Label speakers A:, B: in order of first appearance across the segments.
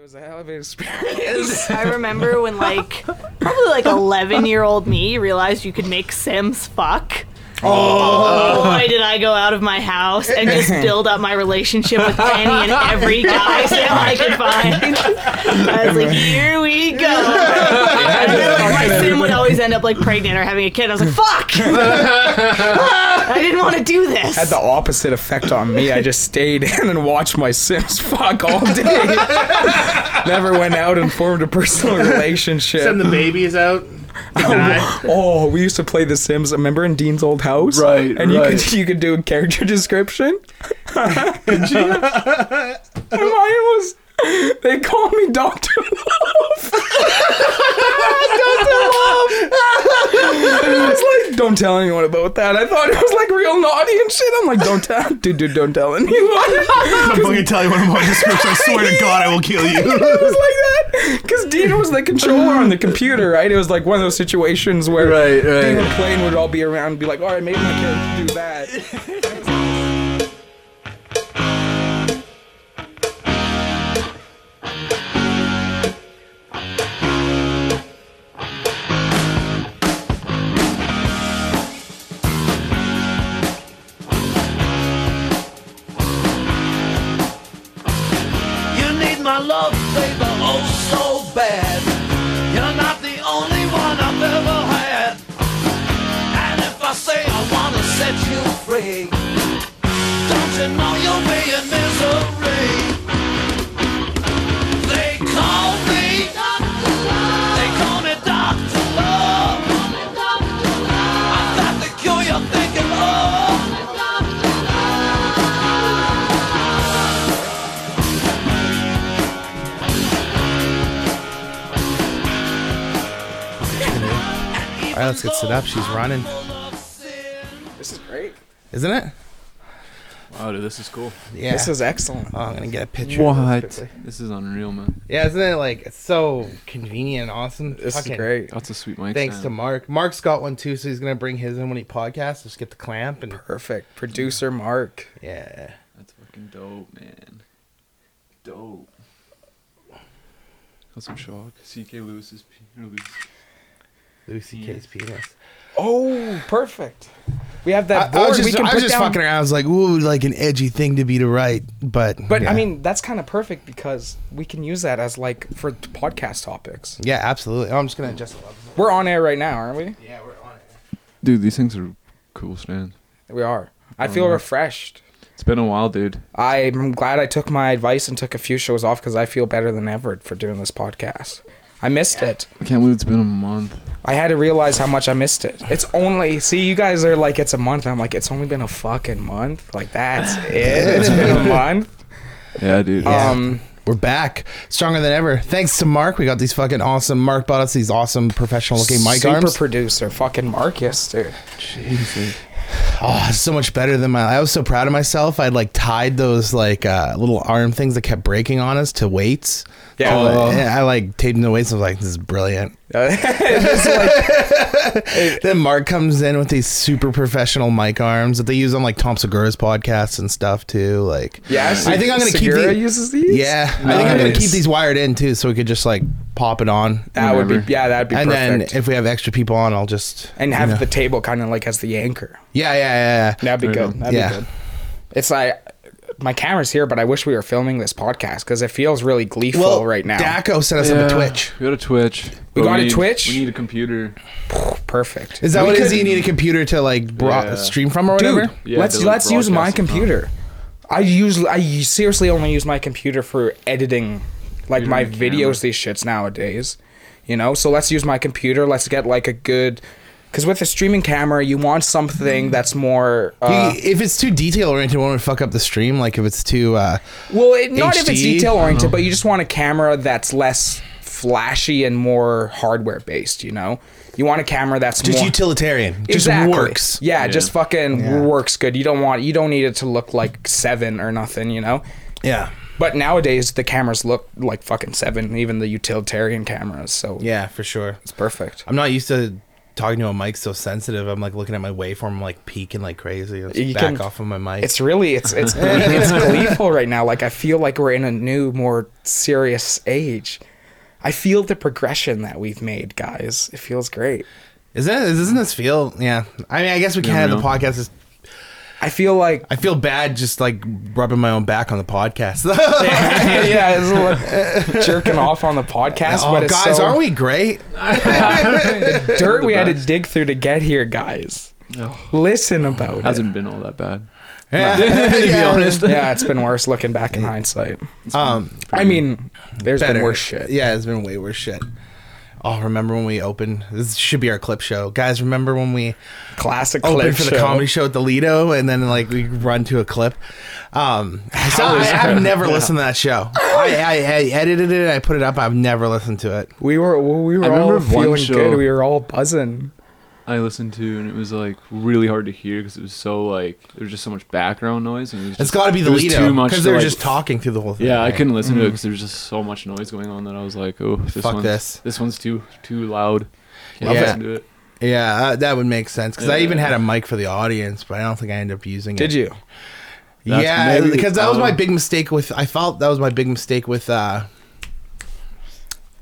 A: was a hell of an experience.
B: I remember when like probably like 11 year old me realized you could make Sims fuck. Oh. boy, did I go out of my house and just build up my relationship with any and every guy Sim I could find. I was like, here we go. And then like my Sim would always end up like pregnant or having a kid. I was like, fuck. I didn't want to do this.
A: Had the opposite effect on me. I just stayed in and watched my Sims fuck all day. Never went out and formed a personal relationship.
C: Send the babies out. to die.
A: Oh, we used to play The Sims. Remember in Dean's old house,
D: Right,
A: And you could
D: right.
A: you could do a character description. and mine was they call me Doctor Love. Doctor Love. I was like, don't tell anyone about that. I thought it was like real naughty and shit. I'm like, don't tell, dude, dude, don't tell anyone.
E: I'm going to tell you one of my descriptions. I swear to God, I will kill you.
A: it was like that because Dean was the controller on the computer, right? It was like one of those situations where
D: Right,
A: Dean
D: right.
A: and Plane would all be around and be like, "All right, maybe my character do that."
F: You need my love, baby, oh so bad. You're not the only one I've ever had. And if I say I wanna set you free, don't you know you'll be in misery? They call me Doctor Love. They call me Doctor Love. I've got the cure you're thinking of.
C: All right, let's get set up. She's running,
A: This is great.
C: isn't it?
E: Oh, dude, this is cool.
C: Yeah.
A: This is excellent.
C: oh, I'm gonna get a picture.
D: What?
E: This is unreal, man.
C: Yeah, isn't it like it's so convenient and awesome?
A: This
C: Fucking uh,
A: is great.
E: That's a sweet mic.
C: Thanks to
E: stand.
C: Mark. Mark's got one too, so he's gonna bring his in when he podcasts. Just get the clamp and
A: Perfect. Producer Mark.
C: yeah.
E: That's fucking dope, man. Dope. Got some shock. CK Lewis's Peter Lewis.
C: Lucy K's penis.
A: Oh, perfect. We have that
C: I,
A: board.
C: I was
A: we
C: just,
A: can
C: I
A: put
C: was just
A: down-
C: fucking around. I was like, ooh, like an edgy thing to be to write, but
A: But
C: yeah.
A: I mean, that's kind of perfect because we can use that as like for podcast topics.
C: yeah, absolutely. Oh, I'm just gonna adjust. The level.
A: We're on air right now, aren't we?
C: Yeah, we're on it.
E: Dude, these things are cool stands.
A: We are. I feel
C: Mm-hmm.
A: refreshed.
E: It's been a while, dude.
A: I'm glad I took my advice and took a few shows off because I feel better than ever for doing this podcast. I missed it.
E: I can't believe it's been a month.
A: I had to realize how much I missed it. It's only see you guys are like it's a month. I'm like it's only been a fucking month. Like that's it. It's been a month.
E: Yeah, dude.
A: Um,
C: We're back, stronger than ever. Thanks to Mark, we got these fucking awesome. Mark bought us these awesome professional-looking mic
A: super
C: arms.
A: producer, fucking Marcus, dude.
C: Oh, it's so much better than my. I was so proud of myself. I'd like tied those like uh, little arm things that kept breaking on us to weights.
A: Yeah.
C: Oh, and I like taped them to weights. I was like, this is brilliant.
A: It's like-
C: Then Mark comes in with these super professional mic arms that they use on like Tom Segura's podcasts and stuff too. Like,
A: yeah,
C: I think I'm gonna keep
A: Segura
C: the-
A: uses these.
C: yeah, I think I'm gonna
A: Nice.
C: keep these wired in too, so we could just like pop it on.
A: That would
E: Whatever.
A: be yeah, that'd be
C: and
A: perfect.
C: then if we have extra people on, I'll just
A: and
C: you
A: have
C: know.
A: the table kind of like as the anchor.
C: yeah, yeah, yeah, yeah.
A: That'd be
E: There you
A: good.
E: go.
A: That'd
C: Yeah.
A: be good. It's like my camera's here, but I wish we were filming this podcast because it feels really gleeful
C: Well,
A: right now.
C: Daco sent us
E: Yeah.
C: up a Twitch.
E: We got a Twitch.
A: We
E: But
A: got a
E: need-
A: Twitch?
E: We need a computer.
A: Perfect.
C: Is that
A: We
C: what it
A: could-
C: is? You need a computer to like bro-
E: Yeah.
C: stream from or whatever.
A: Dude,
E: Yeah,
A: let's
E: the
A: let's use my
E: broadcasting
A: computer. I usually I seriously only use my computer for editing, like
E: You're
A: my
E: doing camera.
A: videos, these shits nowadays. You know, so let's use my computer. Let's get like a good, because with a streaming camera, you want something that's more. Uh,
C: You- if it's too detail oriented, it won't fuck up the stream. Like if it's too, uh,
A: Well, it, not if it's
C: HD?
A: detail oriented, but you just want a camera that's less flashy and more hardware based. You know, you want a camera that's
C: just
A: more,
C: utilitarian, just
A: Exactly.
C: works.
A: Yeah,
E: Yeah.
A: just fucking
C: Yeah.
A: works good. You don't want you don't need it to look like seven or nothing. You know.
C: yeah,
A: But nowadays the cameras look like fucking seven, even the utilitarian cameras. So
C: yeah, for sure.
A: it's perfect.
C: I'm not used to talking to a mic so sensitive. I'm like looking at my waveform, I'm like peaking like crazy. Let's
A: You
C: back
A: can-
C: off of my mic.
A: It's really it's it's it's gleeful right now. Like I feel like we're in a new, more serious age. I feel the progression that we've made, guys. It feels great.
C: Is that doesn't this feel? Yeah, I mean, I guess we can't have the
E: know.
C: podcast. Is,
A: I feel like
C: I feel bad just like rubbing my own back on the podcast.
A: yeah, it's like jerking off on the podcast.
C: oh,
A: but it's
C: guys,
A: so
C: aren't we great?
A: dirt we had to dig through to get here, guys?
C: Oh.
A: Listen about it.
E: Hasn't been all that bad.
C: Yeah.
E: To be honest.
A: yeah, it's been worse looking back in hindsight.
C: Um,
A: I mean, there's been
C: better.
A: worse shit.
C: Yeah, it's been way worse shit. Oh, remember when we opened? This should be our clip show, guys. Remember when we
A: Classic
C: opened
A: clip
C: for the
A: show.
C: comedy show at the Lido, and then like we run to a clip. Um, so
A: was
C: I,
A: that?
C: have never listened to that show. I, I, I edited it, I put it up. I've never listened to it.
A: We were we were
E: I remember
A: all
E: one
A: feeling
E: show-
A: good. We were all buzzing.
E: I listened to and it was like really hard to hear because it was so like there was just so much background noise and it was
C: It's
E: just,
C: got to be the
E: it was
C: Lido
E: too much
C: because
E: to,
C: they're
E: like-
C: just talking through the whole thing.
E: Yeah, Mm-hmm. I
C: right?
E: couldn't listen to it because there was just so much noise going on that I was like, oh, this
C: Fuck
E: one's
C: this.
E: this one's too too loud. Can't
C: Yeah.
E: listen to it.
C: Yeah, uh, that would make sense because I
E: Yeah.
C: even had a mic for the audience, but I don't think I ended up using it.
A: Did you?
E: That's
C: yeah,
E: maybe-
C: because that was my
E: um,
C: big mistake with. I felt that was my big mistake with uh,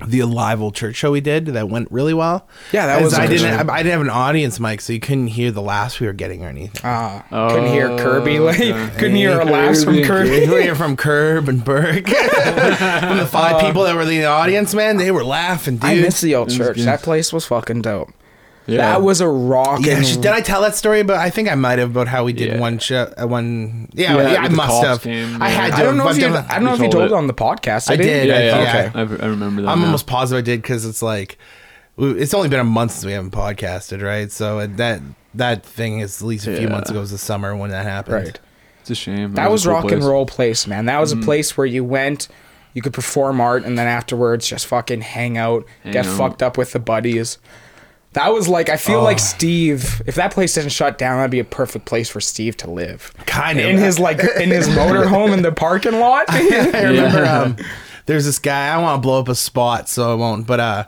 C: the Alive Old Church show we did that went really well.
A: Yeah, that
C: Is
A: was a
C: I
A: good
C: didn't.
A: show.
C: I, I didn't have an audience mic, so you couldn't hear the laughs we were getting or anything.
A: Ah, couldn't hear
E: Oh,
A: Kirby. Like,
E: okay.
A: couldn't hear our
E: Kirby
A: laughs from
E: and
A: Kirby.
C: You could hear from Curb and Burke, from the five people that were in the audience. Man, they were laughing, dude.
A: Uh, I miss the old
E: was
A: church.
E: good.
A: That place was fucking dope.
E: Yeah.
A: That was a rock.
C: Yeah, sh- did I tell that story? But I think I might have about how we did
E: Yeah.
C: one show, uh, one. Yeah,
E: Yeah,
C: yeah, I
E: the
C: must
E: cops
C: have.
E: came,
C: I
E: yeah.
C: had to.
A: I don't know
C: but
A: if you.
C: then-
A: I don't know if you
E: told
A: told
E: it.
A: it on the podcast.
C: I
A: didn't
C: did.
A: you?
E: yeah, yeah,
C: I-
E: okay.
C: yeah.
E: I, I remember that.
C: I'm
E: now.
C: almost positive I did because it's like we- it's only been a month since we haven't podcasted, right? So it- that that thing is at least a few
E: Yeah.
C: months ago. was the summer when that happened.
A: Right.
E: It's a shame.
A: That was
E: a cool
A: rock and
E: place.
A: roll place, man. That was a place where you went, you could perform art, and then afterwards just fucking hang out,
E: Hang
A: get
E: out.
A: fucked up with the buddies. That was like I feel like Steve. If that place didn't shut down, that'd be a perfect place for Steve to live.
C: Kind of
A: In his like in his motorhome in the parking lot.
C: I remember um, there's this guy. I want to blow up a spot, so I won't. But uh,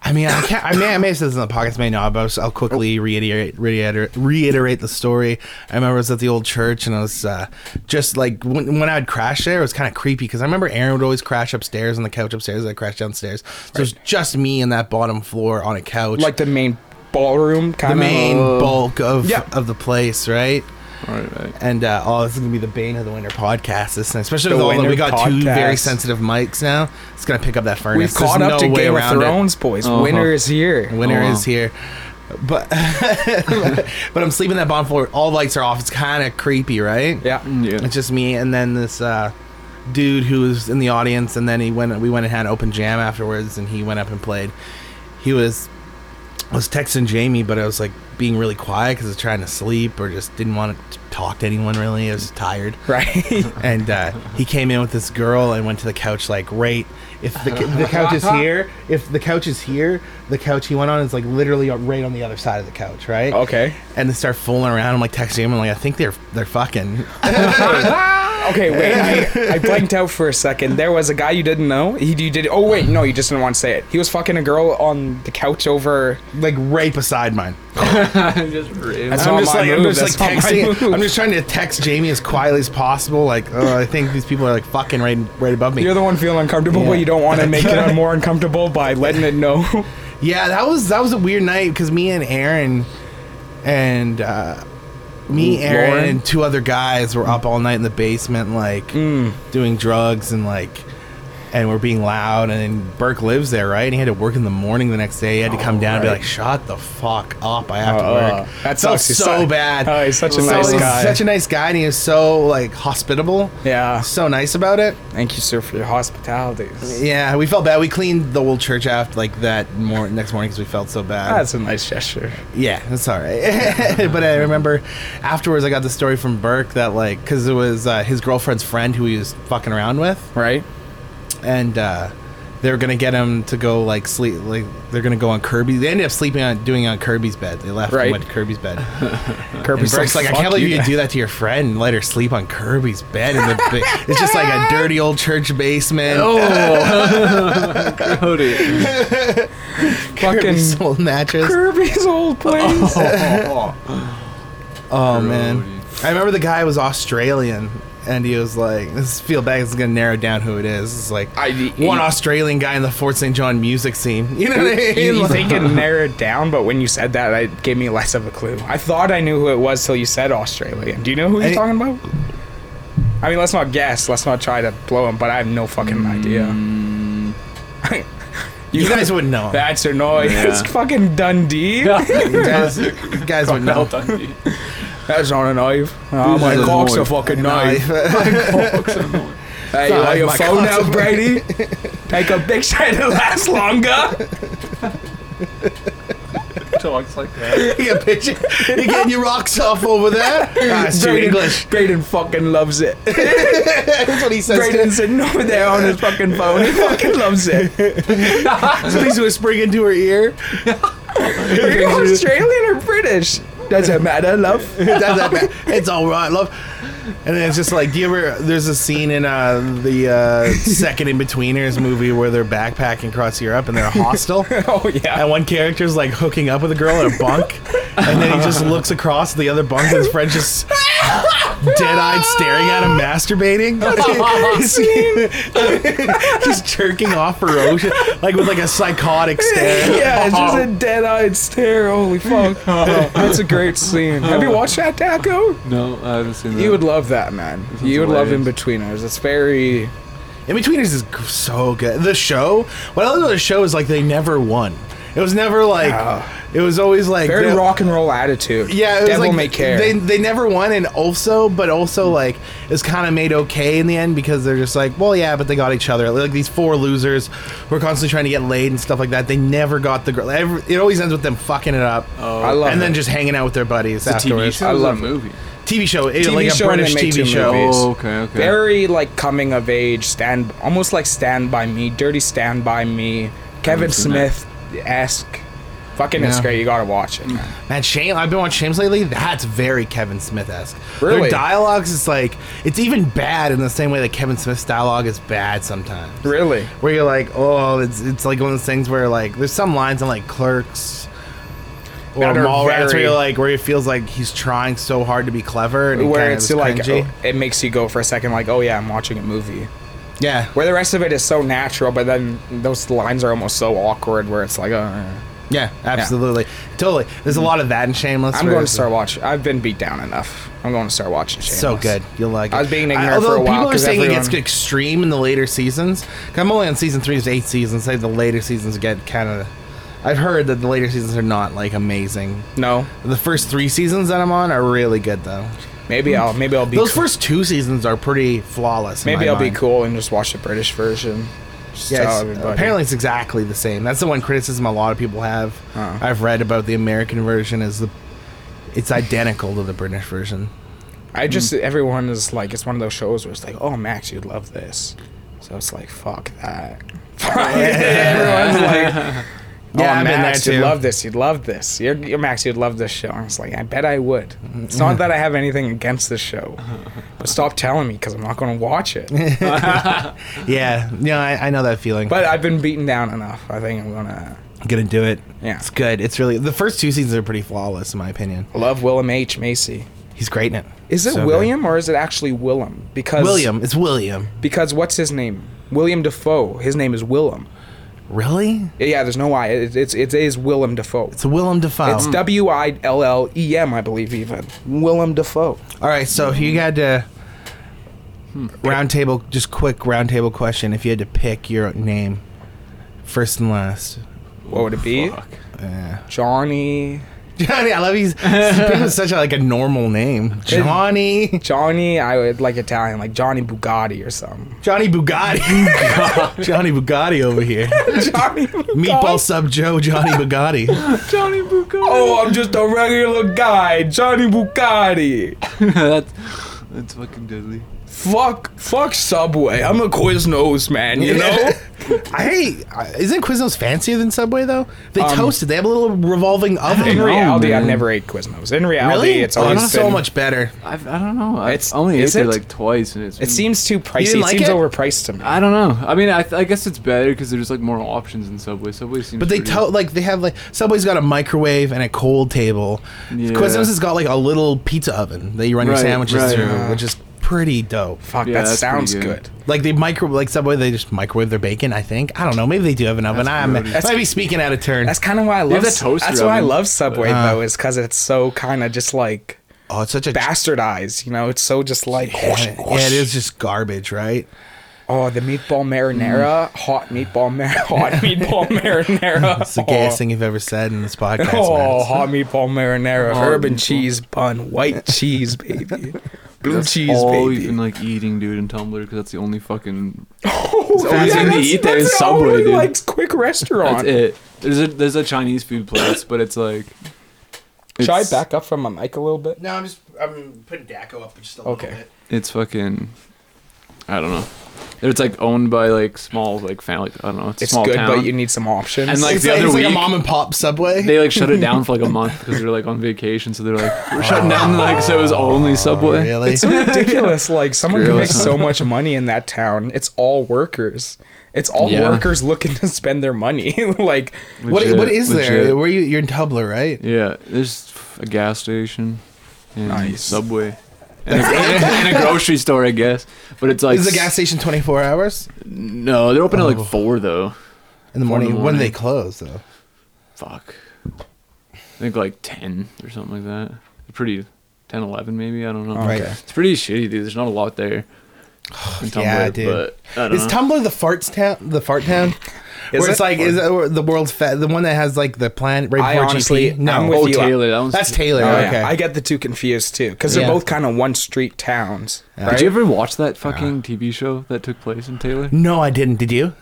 C: I mean, I can't. I may, I may have said this in the podcast, may not. But I'll, s- I'll quickly reiterate, reiterate, reiterate the story. I remember I was at the old church, and I was uh, just like when, when I would crash there, it was kind of creepy because I remember Aaron would always crash upstairs on the couch upstairs. I crashed downstairs, so it was just me and that bottom floor on a couch,
A: like the main ballroom Oh. kind
C: the
A: of
C: main bulk of
A: Yeah.
C: of the place, right?
E: Right, right.
C: And uh, oh, this is gonna be the bane of the winter podcast. This thing, especially
A: The
C: with all that
A: winter
C: we got two
A: podcast.
C: very sensitive mics now. It's gonna pick up that furnace.
A: We've caught
C: There's
A: up
C: no
A: to
C: way
A: Game of
C: around it.
A: Thrones, boys.
E: Uh-huh.
A: Winter is here.
C: Winter
E: Oh, wow.
C: is here, but but I'm sleeping in that bottom floor. All lights are off. It's kind of creepy, right?
A: Yeah.
E: Yeah.
C: It's just me and then this uh, dude who was in the audience, and then he went. We went and had an open jam afterwards, and he went up and played. He was was texting Jamie, but I was like being really quiet because I was trying to sleep or just didn't want to talk to anyone really. I was tired
A: Right.
C: and uh, he came in with this girl and went to the couch like right if the, the couch is here if the couch is here the couch he went on is like literally right on the other side of the couch right
A: okay.
C: and they start fooling around i'm like texting him i'm like i think they're they're fucking
A: Okay, wait. I, I blanked out for a second. There was a guy you didn't know. He you did. Oh wait, no, you just didn't want to say it. He was fucking a girl on the couch over.
C: like right beside mine
E: just
A: That's
C: i'm
A: not
C: just
A: my
C: like i'm
A: move,
C: just like
A: that's not my move.
C: texting i'm just trying to text jamie as quietly as possible like oh i think these people are like fucking right right above me
A: You're the one feeling uncomfortable,
C: Yeah.
A: but you don't want to make it more uncomfortable by letting it know.
C: Yeah, that was that was a weird night because me and Aaron and uh,
A: Mm,
C: me, Aaron,
A: Lauren?
C: and two other guys were up all night in the basement, like
A: Mm.
C: doing drugs and like, and we're being loud. And then Burke lives there, right? And he had to work in the morning the next day. He had to come down and
A: Oh, right.
C: be like, "Shut the fuck up! I have to
A: Oh,
C: work."
A: that
C: Felt
A: sucks. He's
C: so
A: su-
C: bad.
A: Oh, he's such a
C: So-
A: nice
C: he's
A: guy.
C: Such a nice guy, and he was so like hospitable.
A: Yeah.
C: so nice about it.
A: Thank you, sir, for your hospitality.
C: Yeah, we felt bad. We cleaned the old church after like that mor- next morning because we felt so bad.
A: That's a nice gesture.
C: Yeah, that's all right. but I remember afterwards, I got the story from Burke that like, because it was uh, his girlfriend's friend who he was fucking around with,
A: Right?
C: and uh, they were gonna get him to go like sleep, like they're gonna go on Kirby. They ended up sleeping on doing it on Kirby's bed. They left
A: Right.
C: and went to Kirby's bed. And
A: Kirby's
C: Burke's like, I
A: "Fuck
C: can't believe you could do that to your friend. and Let her sleep on Kirby's bed in the. Ba- it's just like a dirty Oh,
A: Oh.
C: old church basement.
E: Oh, Cody.
A: fucking
C: Kirby's old mattress.
A: Kirby's old place.
C: oh, man.
E: Brody.
C: Oh, I remember the guy was Australian and he was like, this feel bad is gonna narrow down who it is. It's like
A: I-
C: one Australian guy in the Fort St. John music scene. You know what I mean?
A: You, you
C: Like-
A: think it narrowed down, but when you said that, it gave me less of a clue. I thought I knew who it was till you said Australian. Do you know who you're
C: I-
A: talking about? I mean, let's not guess. Let's not try to blow him. But I have no fucking idea.
C: Hmm. you guys wouldn't know.
A: That's your noise.
E: Yeah.
A: It's fucking Dundee.
C: You guys, you guys wouldn't
E: Mel
C: know.
E: Dundee.
A: That's not a knife. Oh,
E: This
A: my
E: is a
A: cock's a
E: knife.
A: fucking
C: I-
A: knife. Hey, you
C: Sorry,
A: got your
C: my
A: phone
C: cock's
A: out,
C: a-
A: Brady? Take a picture to last longer.
E: Talks like that.
C: you bitch. You getting your rocks off over there? That's too English.
A: Braden fucking loves it.
C: That's what he says.
A: Braden's sitting over there on his fucking phone. He fucking loves it.
C: He's whispering into her ear.
A: Are you Australian or British? Doesn't matter, love.
C: It doesn't matter. It's all right, love. And then it's just like, do you ever? There's a scene in uh, the uh, second In Betweeners movie where they're backpacking across Europe and they're hostile.
A: Oh yeah.
C: And one character's like hooking up with a girl in a bunk, and then he just looks across at the other bunk, and his friend just dead-eyed staring at him, masturbating. just jerking off ferocious, like with like a psychotic stare. Oh.
A: Yeah, it's just a dead-eyed stare. Holy fuck! That's a great scene. Have you watched that, Taco?
E: No, I haven't seen that.
A: You would love that, man. You would love In
E: hilarious.
A: Betweeners. It's very
C: In Betweeners is g- so good. The show, what I love about the show is like they never won. It was never like
A: Yeah.
C: it was always like
A: very
C: they-
A: rock and roll attitude.
C: Yeah, it was
A: devil
C: like
A: may care.
C: They they never won, and also, but also like it's kind of made okay in the end because they're just like, well, yeah, but they got each other. Like these four losers who are constantly trying to get laid and stuff like that. They never got the girl. Every, it always ends with them fucking it up.
E: Oh.
A: I love
C: and then
A: it.
C: just hanging out with their buddies
E: It's a TV
C: afterwards.
E: show.
A: I
E: I
A: love
E: love
A: it.
E: movie.
C: TV show, it-
A: TV
C: like a
A: show and
C: British
A: they made two
C: TV show.
A: movies.
E: uh, Oh, okay, okay.
A: very like coming of age stand, almost like Stand by Me, Dirty Stand by Me, Kevin
E: haven't seen that.
A: Smith esque. Fucking, it's
C: Yeah.
A: great. You gotta watch it. Man.
C: Man, Shame. I've been watching Shames lately. That's very Kevin Smith esque.
A: Really?
C: Their dialogues is like it's even bad in the same way that Kevin Smith's dialogue is bad sometimes.
A: Really?
C: Where you're like, oh, it's it's like one of those things where like there's some lines in like Clerks or
A: That are
C: Mallrats where
A: very-
C: you're like where it feels like he's trying so hard to be clever and
A: Where
C: kinda
A: it's
C: is
A: like
C: cringy.
A: oh, it makes you go for a second, like, oh yeah, I'm watching a movie.
C: yeah,
A: Where the rest of it is so natural, but then those lines are almost so awkward. Where it's like, uh,
C: yeah, absolutely, totally. There's a lot of that in Shameless.
A: I'm
C: where
A: going to
C: it's-
A: start watching. I've been beat down enough. I'm going to start watching. Shameless.
C: So good, you'll like.
A: I was
C: it.
A: being ignorant
C: although
A: for a while
C: people are
A: 'cause
C: saying it
A: everyone-
C: gets extreme in the later seasons. 'Cause I'm only on season three. There's eight seasons. Say the later seasons get kind of. I've heard that the later seasons are not like amazing.
A: No,
C: The first three seasons that I'm on are really good though.
A: maybe I'll maybe I'll be
C: Those
A: cool.
C: first two seasons are pretty flawless. in
A: maybe
C: my
A: I'll
C: mind.
A: be cool and just watch the British version. Just
C: Yeah,
A: tell
C: it's-
A: everybody.
C: apparently it's exactly the same. That's the one criticism a lot of people have.
A: Oh.
C: I've read about the American version is the, it's identical to the British version.
A: I just everyone is like it's one of those shows where it's like, oh Max, you'd love this. So it's like fuck that. Everyone's like, oh
C: Yeah, I've been
A: Max,
C: there
A: you'd
C: too.
A: love this. You'd love this. You're, you're Max, you'd love this show. And it's like, I bet I would. It's not that I have anything against this show, but stop telling me because I'm not going to watch it.
C: Yeah, yeah, I, I know that feeling.
A: But I've been beaten down enough. I think I'm gonna.
C: gonna do it.
A: Yeah.
C: it's good. It's really the first two seasons are pretty flawless in my opinion.
A: Love Willem H Macy.
C: He's great in it.
A: Is it
C: So good.
A: William or is it actually Willem? Because
C: William, it's William.
A: Because what's his name? William Defoe. His name is Willem.
C: Really?
A: Yeah, there's no I. It, it's it is Willem Dafoe.
C: It's Willem Dafoe.
A: It's W I L L E M, I believe, even Willem Dafoe.
C: All right, so if you had to
A: Hmm.
C: round table, just quick round table question. If you had to pick your name, first and last.
A: What would it be?
E: Fuck.
C: Yeah.
A: Johnny,
C: Johnny, I love he's with such a, like a normal name. Johnny,
A: Johnny. I would like Italian, like Johnny Bugatti or something.
C: Johnny Bugatti, Johnny Bugatti over here.
A: Johnny
C: Meatball sub Joe, Johnny Bugatti.
E: Johnny Bucco.
A: Oh, I'm just a regular guy, Johnny Bugatti.
E: that's, that's fucking deadly.
A: fuck, fuck Subway. I'm a Quiznos man, you know.
C: I hate. Isn't Quiznos fancier than Subway though? They
A: Um,
C: toasted. They have a little revolving
A: In
E: know,
C: oven.
A: reality, I've
E: man.
A: never ate Quiznos. In reality,
C: Really?
A: it's
C: Oh,
A: always
C: it's so
A: been-
C: much better.
E: I've, I don't know. I've
A: It's-
E: only
A: is
E: ate it
A: it?
E: like twice, and it's.
A: It
E: been-
A: seems too pricey. It
C: like
A: seems
C: it?
A: overpriced to me.
E: I don't know. I mean, I, th- I guess it's better because there's like more options in Subway. Subway seems.
C: But they
E: pretty-
C: to- like they have like Subway's got a microwave and a cold table.
E: Yeah.
C: Quiznos has got like a little pizza oven that you run your
E: Right,
C: sandwiches
E: right.
C: through,
A: Yeah.
C: which is pretty dope.
A: Fuck,
E: Yeah,
A: that
E: that's pretty
A: sounds
E: good.
A: good.
C: Like they micro like Subway, they just microwave their bacon. I think I don't know. Maybe they do have an oven.
E: That's
C: I'm
E: pretty-
C: I might be speaking out of turn.
A: That's kind of why I
E: have
A: love.
E: the
A: s-
E: toaster
A: that's why I
E: oven.
A: love Subway
E: Uh-huh.
A: though, is because it's so kind of just like
C: oh, it's such a
A: bastardized. You know, it's so just like.
C: Yeah, it is just garbage, right?
A: Oh, the meatball
E: Mm.
A: marinara, hot meatball mar, hot meatball marinara.
C: It's the gayest thing you've ever said in this podcast.
A: Oh,
C: man.
A: hot meatball marinara,
E: Hot
A: herb and
E: meatball.
A: cheese bun, white cheese, baby, blue
E: That's
A: cheese,
E: all
A: baby.
E: you've been like eating, dude, in Tumblr because that's the only fucking.
A: oh,
E: all you can eat there is
A: the
E: Subway,
A: only,
E: dude.
A: like quick
E: That's
A: restaurant.
E: it. There's a there's a Chinese food place, but it's like.
A: Should I
E: it's-
A: back up from my mic a little bit?
C: No, I'm just I'm putting Daco up just a
A: Okay. bit.
E: It's fucking. I don't know. It's like owned by like small like family. I don't know. It's, a
A: It's
E: small
A: good,
E: town.
A: but you need some options.
E: And, like,
C: it's
E: the
C: like,
E: other
C: it's like a
E: week-
C: mom and pop Subway.
E: they like shut it down for like a month because they're like on vacation, so they're like we're shutting down. Like so it was only Subway.
C: Oh, really?
A: It's so ridiculous. Like someone can
E: Really?
A: make so much money in that town. It's all workers. It's all
E: Yeah.
A: workers looking to spend their money. like
C: what,
E: Legit,
C: what is there?
E: legit.
C: Where you? You're in Tumblr, right?
E: Yeah, there's a gas station, and
A: Nice.
E: Subway, and a, and a grocery store, I guess. But it's like
C: Is the gas station 24 hours
E: No, they're open at like four though.
C: in the
E: Four in
C: morning?
E: the
C: When
E: morning.
C: they close, though.
E: Fuck, I think like ten or something like that. Pretty 10, 11 maybe. I don't know.
C: Right.
E: It's pretty shitty, dude. There's not a lot there. in
C: yeah,
E: Tumblr,
C: dude.
E: But I don't
C: Is
E: know.
C: Tumblr the farts town? The fart town?
A: Is
C: where it's
A: it?
C: like is that where the world's fa- the one that has like the planet right
A: I
C: before
A: honestly-
C: GP? No,
A: I'm with
E: oh,
A: you.
E: Taylor, that one's.
C: that's Taylor.
A: Oh, yeah.
C: okay,
A: I get the two confused too, because
C: Yeah.
A: they're both kind of one street towns.
E: Did you ever watch that fucking TV show that took place in Taylor?
C: no, I didn't. Did you?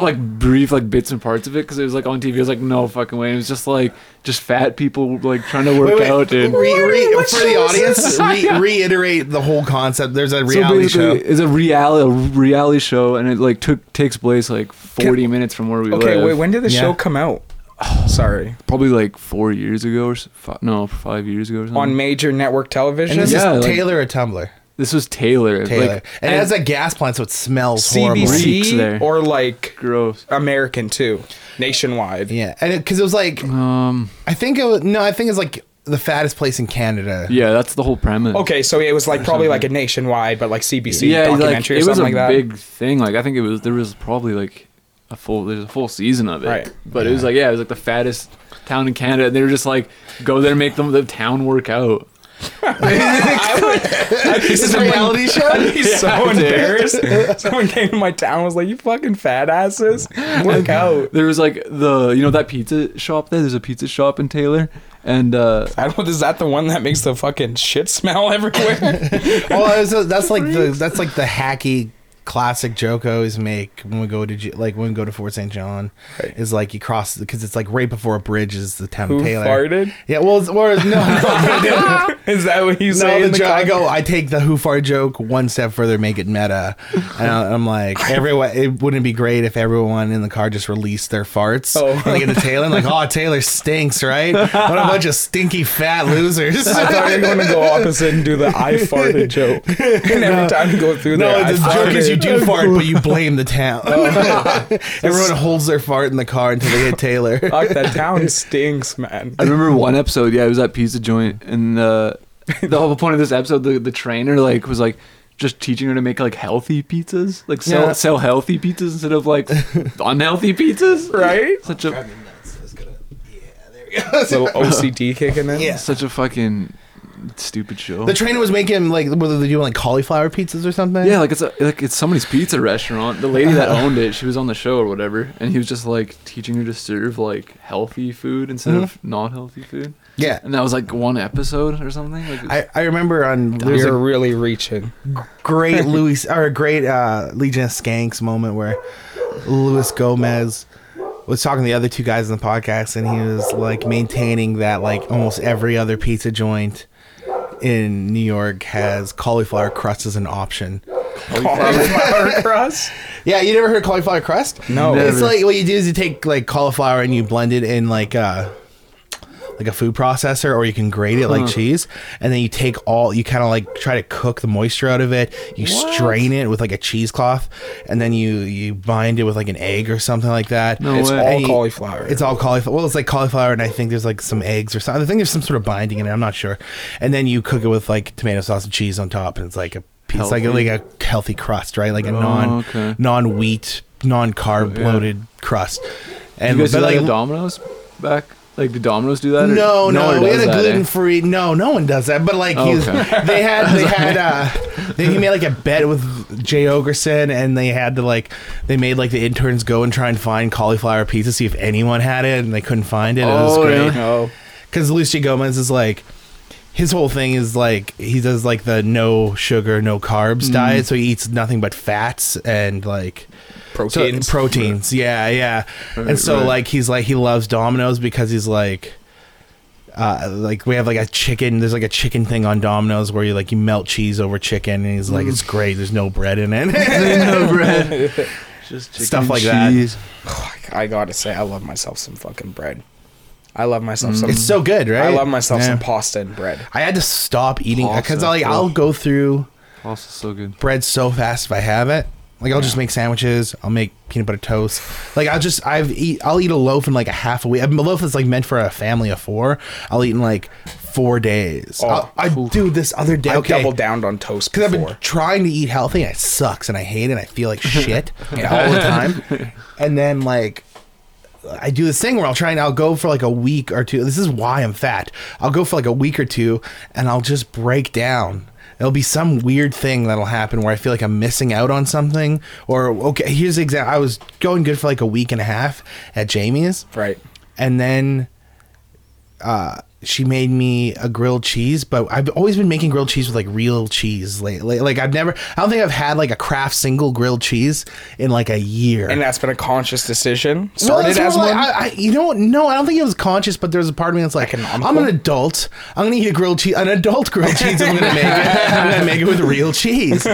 E: like brief like bits and parts of it because it was like on TV. I was like, no fucking way. It was just like just fat people like trying to work out, dude.
C: Re, re,
A: What
C: for the
A: show is
C: audience, re, reiterate the whole concept. There's a
E: so
C: reality
E: basically,
C: show.
E: it's a reality a reality show, and it like took takes place like forty minutes from where we
A: Okay,
E: live.
A: wait. When did the
C: Yeah.
A: show come out? Sorry,
E: Probably like four years ago or s- fi- no, five years ago or something.
A: on major network television.
C: And this
E: Yeah,
C: is
E: like-
C: Taylor or Tumblr?
E: this was Taylor.
C: Taylor.
E: Like,
C: and it has a gas plant, so it smells horrible.
E: Reeks
A: CBC
E: there.
A: or like
E: gross.
A: American too, nationwide.
C: Yeah, and because it, was like
E: Um,
C: I think it was no, I think it's like the fattest place in Canada.
E: yeah, that's the whole premise.
A: Okay, so it was like probably like a nationwide, but like CBC
E: yeah, like
A: documentary
E: it
A: or
E: was a
A: something like that.
E: big thing. Like I think it was there was probably like a full there's a full season of it.
A: Right.
E: But it was like yeah, it was like the fattest town in Canada. And they were just like go there, and make them the town work out.
C: This is a reality show.
A: He's so embarrassed. Someone came to my town and was like, "You fucking fat asses, work out."
E: There was like the you know that pizza shop there. There's a pizza shop in Taylor, and uh,
A: I don't. Is that the one that makes the fucking shit smell everywhere?
C: Oh, it was a- that's like the that's like the hacky classic joke I always make when we go to J- like when we go to Fort St. John is like you cross because it's like right before a bridge is the town
A: Who
C: of Taylor.
A: farted?
C: Yeah, well, it's, or no, no,
A: Is that what you say?
C: no,
A: in
C: the
A: the
C: joke, I
A: con-
C: go, I take the who fart joke one step further, make it meta, and I- I'm like, everyone, it wouldn't it be great if everyone in the car just released their farts.
A: Oh.
C: and they get to Taylor, and like, oh, Taylor stinks, right? What a bunch of stinky fat losers.
A: I thought you were going to go opposite and do the I farted joke. And every time you go through
C: No,
A: there,
C: the
A: I
C: joke is
A: farted.
C: you
A: Oh.
C: do fart, but you blame the town. Everyone holds their fart in the car until they hit Taylor.
A: Fuck, that town stinks, man.
E: I remember one episode. Yeah, it was that pizza joint, and uh, the whole point of this episode, the the trainer like was like just teaching her to make like healthy pizzas, like sell
C: Yeah.
E: sell healthy pizzas instead of like unhealthy pizzas.
A: Right?
E: Such a
A: Little OCD kicking in.
C: Yeah.
E: such a fucking stupid show.
C: The trainer was making like whether they do like cauliflower pizzas or something.
E: yeah, like it's a, like it's somebody's pizza restaurant. The lady that owned it, she was on the show or whatever, and he was just like teaching her to serve like healthy food instead
C: Mm-hmm.
E: of not healthy food.
C: yeah.
E: And that was like one episode or something. Like,
C: I, I remember on
A: You're
C: there's a
A: really reaching.
C: great Louis or a great uh, Legion of Skanks moment where Luis Gomez was talking to the other two guys in the podcast, and he was like maintaining that like almost every other pizza joint in New York has cauliflower crust as an option.
A: Cauliflower crust.
C: Yeah, you never heard cauliflower crust?
A: No.
C: It's
E: Never.
C: like what you do is you take like cauliflower and you blend it in like uh like a food processor or you can grate it like cheese and then you take all you kind of like try to cook the moisture out of it you strain it with like a cheesecloth and then you you bind it with like an egg or something like that
E: No
A: It's
E: way.
A: all
E: And
C: you-
A: cauliflower.
C: it's all cauliflower. Well, it's like cauliflower, and I think there's like some eggs or something. I think there's some sort of binding in it. I'm not sure. And then you cook it with like tomato sauce and cheese on top, and it's like a piece, like a, like
E: Healthy. Oh,
C: a healthy crust, right? Like a non
E: okay.
C: non wheat, non carb bloated crust. And
E: You guys do
C: but
E: like
C: like
E: at Domino's back? Like, did Domino's do that? or-
C: no, no,
E: one
C: we
E: does
C: had a
E: that, eh?
C: gluten free. No, no one does that. But like
E: Oh,
C: he's,
E: okay.
C: they had, they had, uh, they, he made like a bet with Jay Ogerson, and they had to like, they made like the interns go and try and find cauliflower pizza, see if anyone had it, and they couldn't find it. It was
E: Oh,
C: great
E: really?
A: no.
C: because Lucio Gomez is like his whole thing is like he does like the no sugar, no carbs
E: Mm-hmm.
C: diet, so he eats nothing but fats and like so-
A: Proteins.
C: proteins. Yeah, yeah. and so
E: right.
C: like he's like he loves Domino's because he's like. Uh, like we have like a chicken there's like a chicken thing on domino's where you like you melt cheese over chicken and he's like it's great there's no bread in it
E: Mm. no bread. Just chicken
C: Stuff
E: and
C: like that.
E: cheese.
A: I gotta say, I love myself some fucking bread. I love myself some.
C: Mm. it's so good right
A: I love myself
C: Yeah.
A: some pasta and bread.
C: i had to stop eating because
E: Pasta.
C: like i'll go through
E: Pasta's so good.
C: bread so fast if I have it. Like I'll just make sandwiches. I'll make peanut butter toast. Like I'll just I've eat I'll eat a loaf in like a half a week. I mean, a loaf is like meant for a family of four. I'll eat in like four days.
A: Oh,
C: I'll- I do this other day.
A: I
C: okay.
A: doubled down on toast
C: Because I've
A: before.
C: been trying to eat healthy and it sucks and I hate it and I feel like shit all the time. And then like I do this thing where I'll try and I'll go for like a week or two. This is why I'm fat. I'll go for like a week or two and I'll just break down. It'll be some weird thing that'll happen where I feel like I'm missing out on something. Or okay, here's the example. I was going good for like a week and a half at Jamie's
A: right.
C: and then uh, she made me a grilled cheese. But I've always been making grilled cheese with like real cheese lately. Like I've never, I don't think I've had like a craft single grilled cheese in like a year.
A: And that's been a conscious decision.
C: Well,
A: Started
C: it's more
A: as
C: like,
A: one.
C: I, I, you know, what? no, I don't think it was conscious, but there was a part of me that's like,
A: Economical?
C: I'm an adult. I'm gonna eat a grilled cheese, an adult grilled cheese. I'm gonna make it. I'm gonna make it with real cheese.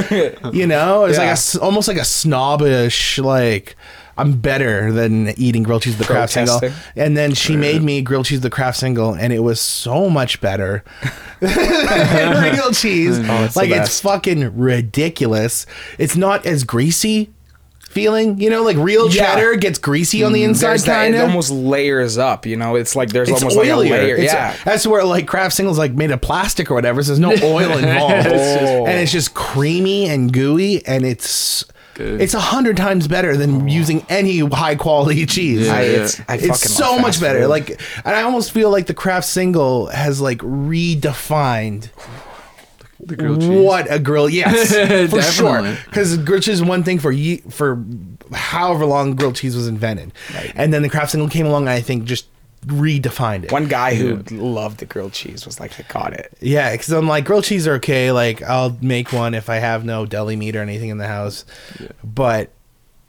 C: You know, it's like
A: Yeah.
C: a s almost like a snobbish like. I'm better than eating grilled cheese with the craft single.
A: Protesting.
C: And then she made me grilled cheese with the craft single, and it was so much better than real cheese.
A: Oh, it's the
C: like it's
A: best.
C: fucking ridiculous. It's not as greasy feeling, you know, like real
A: Yeah. Mm,
C: cheddar gets greasy on the inside,
A: There's that-
C: kind
A: it
C: of.
A: almost layers up, you know. It's like there's
C: It's
A: almost
C: oilier.
A: like a layer.
C: It's-
A: yeah.
C: that's where like craft singles like made of plastic or whatever. So there's no oil involved,
A: Oh.
C: and it's just creamy and gooey, and it's
E: Good.
C: it's a hundred times better than using any high quality cheese.
E: Yeah.
A: I, Oh. it's I fucking
C: It's so
A: love
C: much
A: fast
C: better.
A: food.
C: Like, and I almost feel like the craft single has like redefined
E: The grilled cheese.
C: What a grill! Yes, for sure.
E: Definitely.
C: Because grilled cheese is one thing for ye- for however long grilled cheese was invented, and then the craft single came along. and I think just redefined it.
A: one guy who loved the grilled cheese was like, I got it.
C: yeah, because I'm like grilled cheese are okay. Like I'll make one if I have no deli meat or anything in the house, but.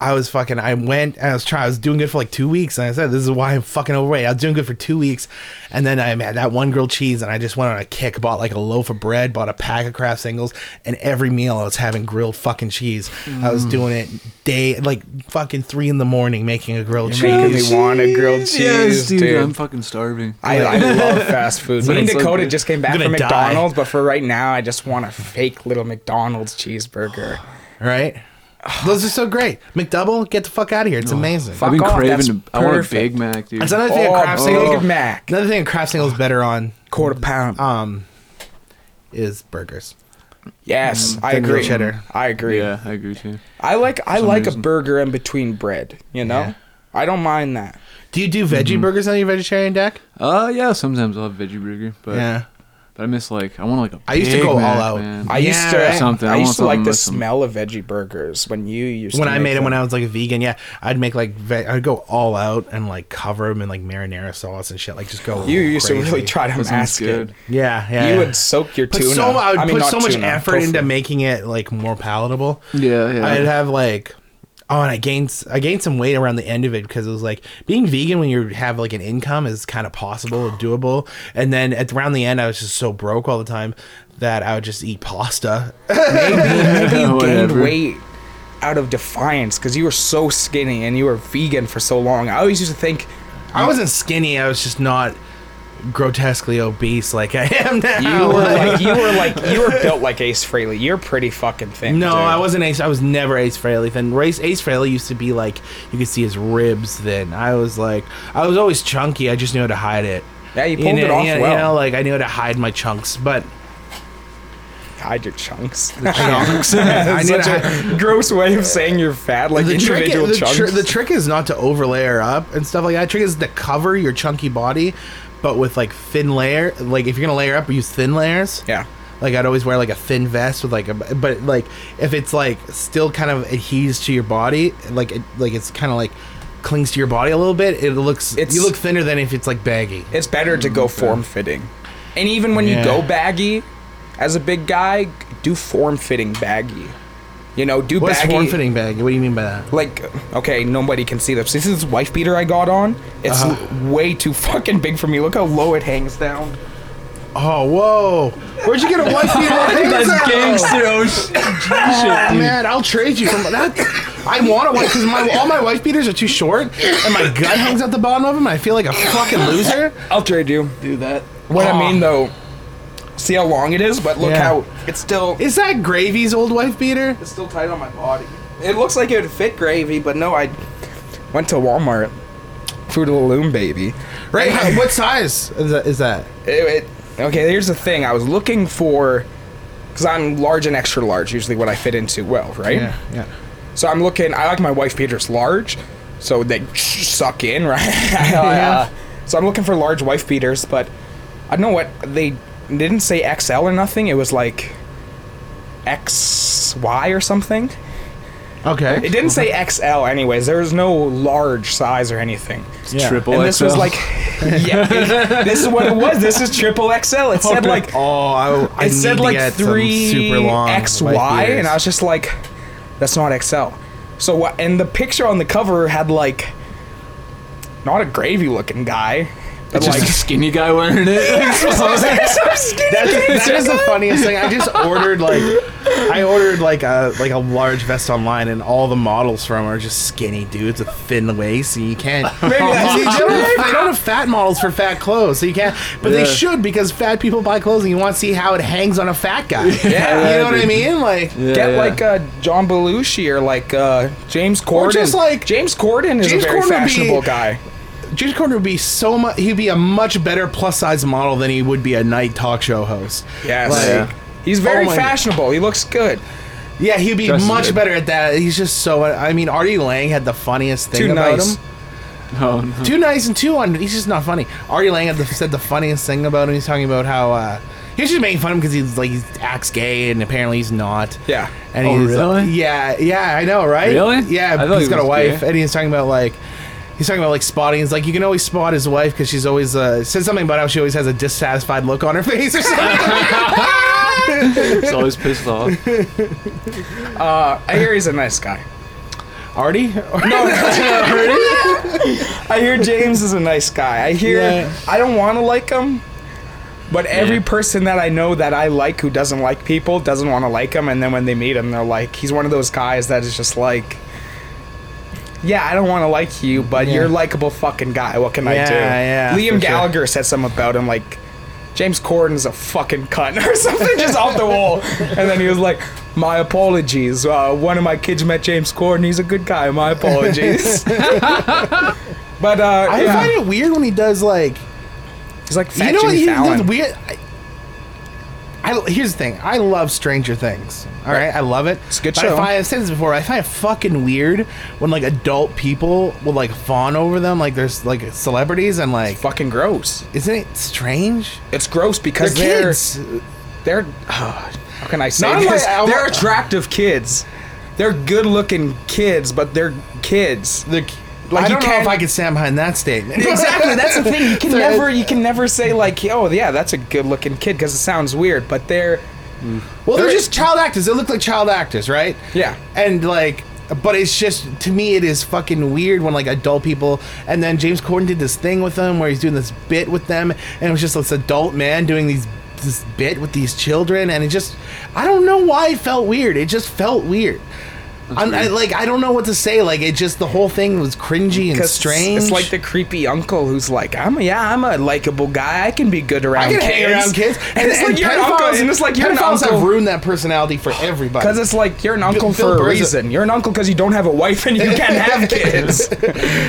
C: I was fucking. I went. and I was trying. I was doing good for like two weeks, and I said, "This is why I'm fucking overweight." I was doing good for two weeks, and then I had that one grilled cheese, and I just went on a kick. Bought like a loaf of bread, bought a pack of Kraft singles, and every meal I was having grilled fucking cheese. I
A: Mm.
C: was doing it day like fucking three in the morning, making a grilled cheese.
A: Making me want a grilled cheese,
E: Yes,
A: dude.
E: dude, I'm fucking starving.
A: I, I love fast food. Me and
E: Sounds so
A: Dakota
E: good.
A: just came back
C: I'm
A: from
C: gonna die.
A: McDonald's, but for right now, I just want a fake little McDonald's cheeseburger.
C: Right? Those are so great. McDouble, get the fuck out of here. It's amazing.
E: I've been
A: Fuck off, that's
E: craving. I want a
A: perfect.
E: Big Mac, dude.
C: That's another thing.
A: Oh,
C: a craft
A: Big
C: single.
A: Mac.
C: Another thing a craft single is better on
A: Quarter pound.
C: um is burgers.
A: yes, I
C: thin
A: agree.
C: cheddar.
A: I agree.
E: yeah, I agree too.
A: I like I like
E: reason.
A: a burger in between bread. You know,
C: Yeah.
A: I don't mind that.
C: Do you do veggie burgers on your vegetarian deck?
E: Uh, yeah. Sometimes I'll have veggie burger, but
C: yeah.
E: but I miss like I want like a.
C: I used to
E: Big
C: go all
E: Mac,
C: out.
E: man.
A: I
C: Yeah,
A: used to
C: right.
E: Something.
A: I
E: I
A: used
E: want
A: to like
E: something
A: the
E: with some-
A: smell of veggie burgers when you used
C: When
A: to
C: I
A: make
C: made it
A: them.
C: when I was like a vegan, yeah, I'd make like ve- I'd go all out and like cover them in like marinara sauce and shit. Like just go.
A: you used to really
C: crazy.
A: try to
E: That sounds
A: mask
E: good.
A: it.
C: Yeah, yeah.
A: You
C: yeah.
A: would soak your
C: put
A: tuna.
C: so mu- I would
A: I mean,
C: put
A: not
C: so much
A: tuna,
C: effort
A: tofu.
C: into making it like more palatable.
E: Yeah, yeah.
C: I'd have like Oh, and I gained I gained some weight around the end of it because it was like being vegan when you have like an income is kind of possible and doable. And then at around the end, I was just so broke all the time that I would just eat pasta.
A: Maybe you gained
E: Whatever.
A: weight out of defiance because you were so skinny and you were vegan for so long. I always used to think
C: I wasn't skinny. I was just not grotesquely obese like I am now.
A: you were like you were like you were built like Ace Frehley. You're pretty fucking thin.
C: No,
A: dude.
C: I wasn't Ace. I was never Ace Frehley. Then Race Ace Frehley used to be like you could see his ribs. Then I was like, I was always chunky. I just knew how to hide it.
A: Yeah, you
C: You
A: pulled
C: know,
A: it off
C: you know,
A: well.
C: You know, like I knew how to hide my chunks, but
A: Hide your chunks.
C: chunks. I knew
A: Such
C: how to hide-
A: a gross way of saying you're fat, like
C: the trick,
A: individual
C: the,
A: chunks.
C: tr- the trick is not to overlayer up and stuff like that. The trick is to cover your chunky body, but with like thin layer. Like if you're gonna layer up, use thin layers.
A: yeah.
C: Like I'd always wear like a thin vest with like a but like if it's like still kind of adheres to your body, like it, like it's kind of like clings to your body a little bit. It looks
A: It's-
C: you look thinner than if it's like baggy.
A: It's better to go form fitting. And even when you
C: Yeah.
A: go baggy, as a big guy, do form fitting baggy. You know, do
C: What's
A: baggy.
C: form fitting baggy? What do you mean by that?
A: Like, okay, nobody can see this. This is this wife beater I got on. It's
C: Uh-huh.
A: l- way too fucking big for me. Look how low it hangs down.
C: Oh whoa! Where'd you get a wife beater?
E: That's
C: That's
E: gangster. Oh, shit,
C: Oh,
E: dude.
C: man, I'll trade you from that. I want a wife because my all my wife beaters are too short, and my gut hangs at the bottom of them. And I feel like a fucking loser. Oh.
A: I'll trade you.
E: Do that.
A: What
C: Aw.
A: I mean, though, see how long it is, but look
C: Yeah.
A: how it's still
C: Is that Gravy's old wife beater?
A: it's still tight on my body. It looks like it would fit gravy, but no, I went to Walmart, Fruit of the Loom, baby.
C: Right? how- what size is that? Is that?
A: It- it- okay, here's the thing. I was looking for because I'm large and extra large, usually what I fit into well, right?
C: yeah.
A: So I'm looking. I like my wife beaters large, so they suck in, right?
C: Yeah.
A: uh, so I'm looking for large wife beaters, but I don't know what they didn't say XL or nothing. It was like XY or something.
C: Okay.
A: It didn't say XL, anyways. There was no large size or anything.
C: Yeah.
E: Triple
A: and this was
E: XL.
A: like, yeah, it- this is what it was. This is triple XL. It said like
C: oh, I, I
A: it
C: need
A: said
C: to
A: like
C: get some
A: three
C: super long
A: X
C: white
A: Y,
C: beaters.
A: and I was just like, that's not XL. So what? And the picture on the cover had like, not a gravy looking guy, but
E: It's
A: like
E: just a skinny guy wearing it.
A: some skinny guy.
C: that is the funniest thing. I just ordered like I ordered like a like a large vest online, and all the models from are just skinny dudes with thin waists, and you can't. Oh,
A: that's-
C: See, they, don't have, they don't have fat models for fat clothes, so you can't. But they
E: Yeah.
C: should because fat people buy clothes, and you want to see how it hangs on a fat guy.
A: Yeah.
C: you know what I mean? Like.
E: Yeah,
A: Get
E: yeah.
A: like uh, John Belushi or like uh, James Corden.
C: just like-
A: James Corden is
C: James
A: a very
C: Corden would be-
A: fashionable guy.
C: James Corden would be so much. He'd be a much better plus size model than he would be a night talk show host.
A: Yes.
C: Like-
A: He's very
C: Oh my-
A: fashionable. He looks good.
C: Yeah, he'd be
E: Dress is
C: much
E: good.
C: better at that. He's just so. I mean, Artie Lang had the funniest thing
A: Too
C: about
A: nice.
C: him.
E: oh, no.
C: Too nice and too un. He's just not funny. Artie Lang had the, said the funniest thing about him. He's talking about how uh, he was just making fun of him because he's like he acts gay and apparently he's not.
A: Yeah.
C: And
E: Oh,
C: he's like-
E: really?
C: yeah, yeah, I know, right?
E: Really? I
C: Yeah,
E: thought
C: he's
E: he
C: got a
E: was
C: wife,
E: gay.
C: and he's talking about like. He's talking about like spotting. He's like, you can always spot his wife because she's always uh, said something about how she always has a dissatisfied look on her face or something.
E: He's always pissed off.
A: I hear he's a nice guy.
C: Artie?
A: I hear James is a nice guy. I hear
C: Yeah.
A: I don't want to like him, but every person that I know that I like who doesn't like people doesn't want to like him, and then when they meet him, they're like, he's one of those guys that is just like, yeah, I don't want to like you, but you're a likable fucking guy. What can
C: Yeah,
A: I do?
C: yeah, for sure.
A: Liam Gallagher said something about him like. James Corden's a fucking cunt or something, just off the wall. And then he was like, "My apologies. Uh, one of my kids met James Corden. He's a good guy. My apologies." but uh,
C: I
A: yeah.
C: find it weird when he does like
A: He's like fat
C: you know what
A: Jimmy
C: he
A: Fallon.
C: does weird. I, I- here's the thing. I love Stranger Things. All right, I love it.
A: It's a good
C: But
A: show.
C: I find, I've said this before. I find it fucking weird when like adult people will like fawn over them, like there's like celebrities, and like
A: Fucking gross.
C: isn't it strange?
A: It's gross because
C: They're
A: they're
C: kids.
A: they're, how can I say
C: Not
A: this?
C: like I-
A: they're attractive kids. They're good-looking kids, but they're kids.
C: They're, like
A: I
C: you
A: don't know
C: can't,
A: if
C: if I
A: I
C: could stand behind that statement.
A: exactly. That's the thing. You can
C: They're-
A: never you can never say like, oh yeah, that's a good-looking kid because it sounds weird, but they're
C: Well, they're
A: They're-
C: just child actors. They look like child actors, right?
A: Yeah.
C: And like, But it's just to me, it is fucking weird when like adult people, and then James Corden did this thing with them where he's doing this bit with them, and it was just this adult man doing these this bit with these children, and it just I don't know why it felt weird. It just felt weird. I'm, I,
E: weird.
C: like I don't know what to say. Like it just the whole thing was cringy and
A: 'Cause
C: strange.
A: It's like the creepy uncle who's like, "I'm a, yeah, I'm a likable guy. I can be good around.
C: I can
A: kids.
C: hang around kids,
A: And, it's like you're an uncle.
C: pedophiles-
A: And it's like you're an
C: pedophiles have
A: uncle
C: ruined that personality for everybody.
A: because it's like you're an uncle
C: Bill
A: for a
C: Burr's a-
A: reason. You're an uncle because you don't have a wife and you can't have kids.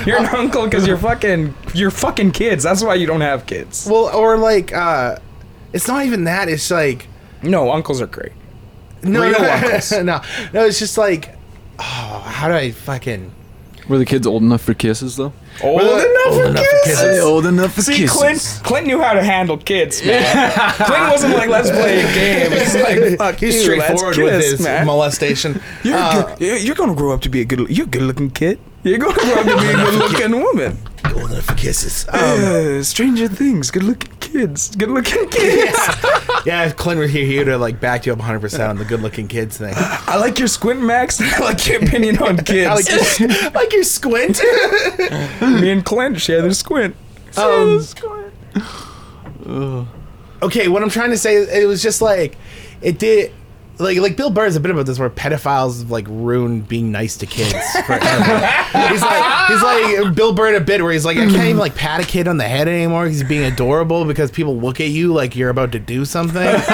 A: you're an uncle because you're fucking you're fucking kids. That's why you don't have kids.
C: Well, or like, uh, it's not even that. It's like
A: No, uncles are great.
C: no,
A: Real
C: no,
A: uncles.
C: no, no. It's just like, oh, how do I fucking?
E: Were the kids old enough for kisses though?
A: Old
C: Well,
A: enough
C: old
A: for
C: enough
A: kids.
C: for kisses.
E: Are they old enough for
A: See,
E: kisses?
A: Clint, Clint knew how to handle kids, man. Clint wasn't like, let's play a game. It's like, fuck you,
C: He's straightforward
A: let's
C: with
A: kiss,
C: his
A: man.
C: molestation.
A: You're,
C: Uh,
A: go- you're you're gonna grow up to be a good. You're a good looking kid. You're gonna grow up to be a good looking woman.
C: old enough for kisses. Um,
A: Uh, Stranger Things. Good looking kids. Good looking kids.
C: yeah, if Clint were here, he would have like backed you up 100 percent on the good-looking kids thing.
A: I like your squint, Max. I like your opinion on
C: I like,
A: kids.
C: your, like your squint.
A: Me and Clint share the squint.
C: Um, okay, what I'm trying to say, it was just like it did. Like, like Bill Burr is a bit about this where pedophiles have, like ruin being nice to kids. Forever. he's like he's like Bill Burr in a bit where he's like I can't even like pat a kid on the head anymore. 'cause He's being adorable because people look at you like you're about to do something. There's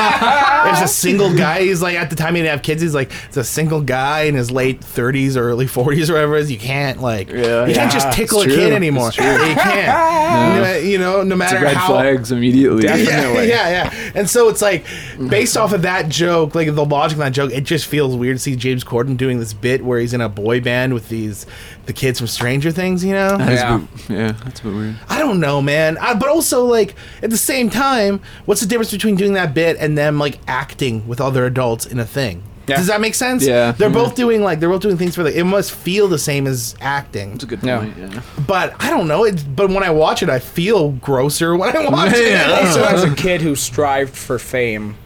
C: a single guy. He's like at the time he didn't have kids. He's like it's a single guy in his late 30s or early 40s or whatever. it is. You can't like
E: Yeah,
C: you can't
E: yeah.
C: just tickle a
E: Ah, It's true.
C: kid anymore.
E: It's true.
C: You can't.
E: No.
C: No, you know, no matter
E: Red
C: how
E: flags immediately.
C: yeah, yeah, yeah. And so it's like based off of that joke, like the logic of that joke, it just feels weird to see James Corden doing this bit where he's in a boy band with these the kids from Stranger Things, you know?
E: That's
A: Yeah.
E: a bit- yeah, that's a bit weird.
C: I don't know, man. I, but also like at the same time, what's the difference between doing that bit and them like acting with other adults in a thing?
A: Yeah.
C: Does that make sense?
E: Yeah. Mm-hmm.
C: They're
E: Yeah.
C: both doing like they're both doing things for like it must feel the same as acting.
E: That's a good
A: Yeah.
E: point. Yeah.
C: But I don't know. It's, but when I watch it, I feel grosser when I watch
E: Yeah.
C: it.
A: Also, as a kid who strived for fame,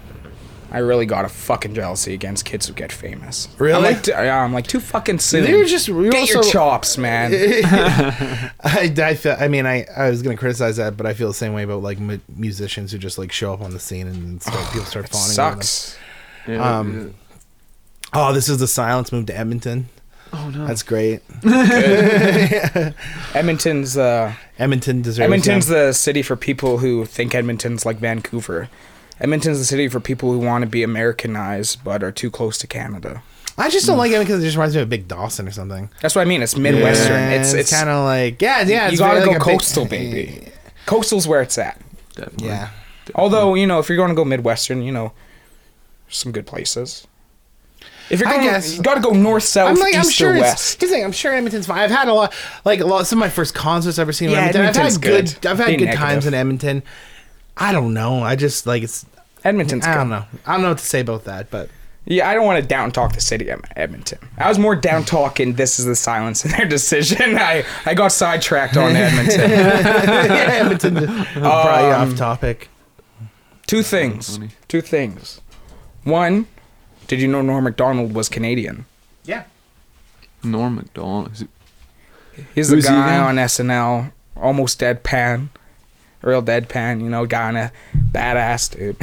A: I really got a fucking jealousy against kids who get famous.
C: Really?
A: I'm like, t- yeah, I'm like too fucking soon.
C: They're just- you're
A: get your
C: also-
A: chops, man.
C: I, I feel. I mean, I, I was gonna criticize that, but I feel the same way about like mu- musicians who just like show up on the scene and start, people start fawning. over them.
A: Sucks.
E: Yeah,
C: Um,
E: yeah.
C: Oh, this is the silence move to Edmonton.
E: Oh no.
C: That's great.
A: Edmonton's uh,
C: Edmonton deserves.
A: Edmonton's
C: that.
A: the city for people who think Edmonton's like Vancouver. Edmonton's the city for people who want to be Americanized but are too close to Canada.
C: I just don't like it because it just reminds me of Big Dawson or something.
A: That's what I mean. It's Midwestern. it's it's,
C: kind of like yeah, yeah.
A: you
C: it's
A: gotta
C: very,
A: go
C: like, a big-
A: coastal, baby. Coastal's where it's at.
E: Definitely.
C: Yeah.
A: Although you know, if you're going to go Midwestern, you know, some good places. If you're
C: I
A: going,
C: guess.
A: you got to go north, south,
C: I'm like,
A: east,
C: I'm sure
A: or
C: it's.
A: west.
C: Here's the thing, I'm sure Edmonton's fine. I've had a lot, like a lot. Some of my first concerts I've ever seen. in
A: Yeah,
C: Edmonton. I've
A: Edmonton's
C: had good.
A: good.
C: I've had
A: Be
C: good times
A: negative.
C: in Edmonton. I don't know. I just like it's.
A: Edmonton's.
C: I
A: good.
C: don't know. I don't know what to say about that, but
A: Yeah, I don't want to down talk the city of Edmonton. I was more down talking. This is the silence in their decision. I I got sidetracked on Edmonton.
C: yeah, Edmonton probably
A: Um,
C: off topic.
A: Two things.
E: Funny.
A: Two things. One, did you know Norm Macdonald was Canadian?
C: Yeah.
E: Norm Macdonald. Is it-
A: He's
E: Who's
A: the
E: he
A: guy
E: again?
A: on SNL, almost deadpan, real deadpan. You know, guy on a badass dude.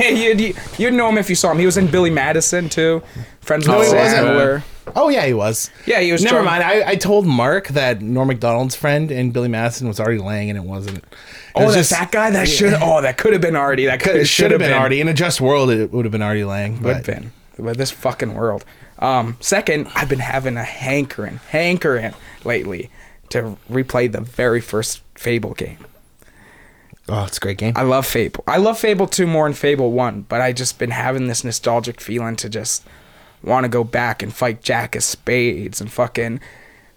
A: you'd, you'd- you'd know him if you saw him. He was in Billy Madison too. Friends with
C: No, he wasn't.
A: Sandler.
C: Oh yeah, he was.
A: Yeah, he was.
C: Never
A: John-
C: mind. I, I told Mark that Norm Macdonald's friend and Billy Madison was already laying, and it wasn't. It
A: Oh,
C: was
A: that's
C: just-
A: that guy. That should. Oh, that could have been Artie. That could
C: It
A: should have been,
C: Artie. In a just world, it would have been Artie Lang.
A: Would
C: But
A: have been. With this fucking world. Um, second, I've been having a hankering, hankering lately to replay the very first Fable game.
C: oh, it's a great game.
A: I love Fable. I love Fable 2 more than Fable 1, but I just been having this nostalgic feeling to just want to go back and fight Jack of Spades and fucking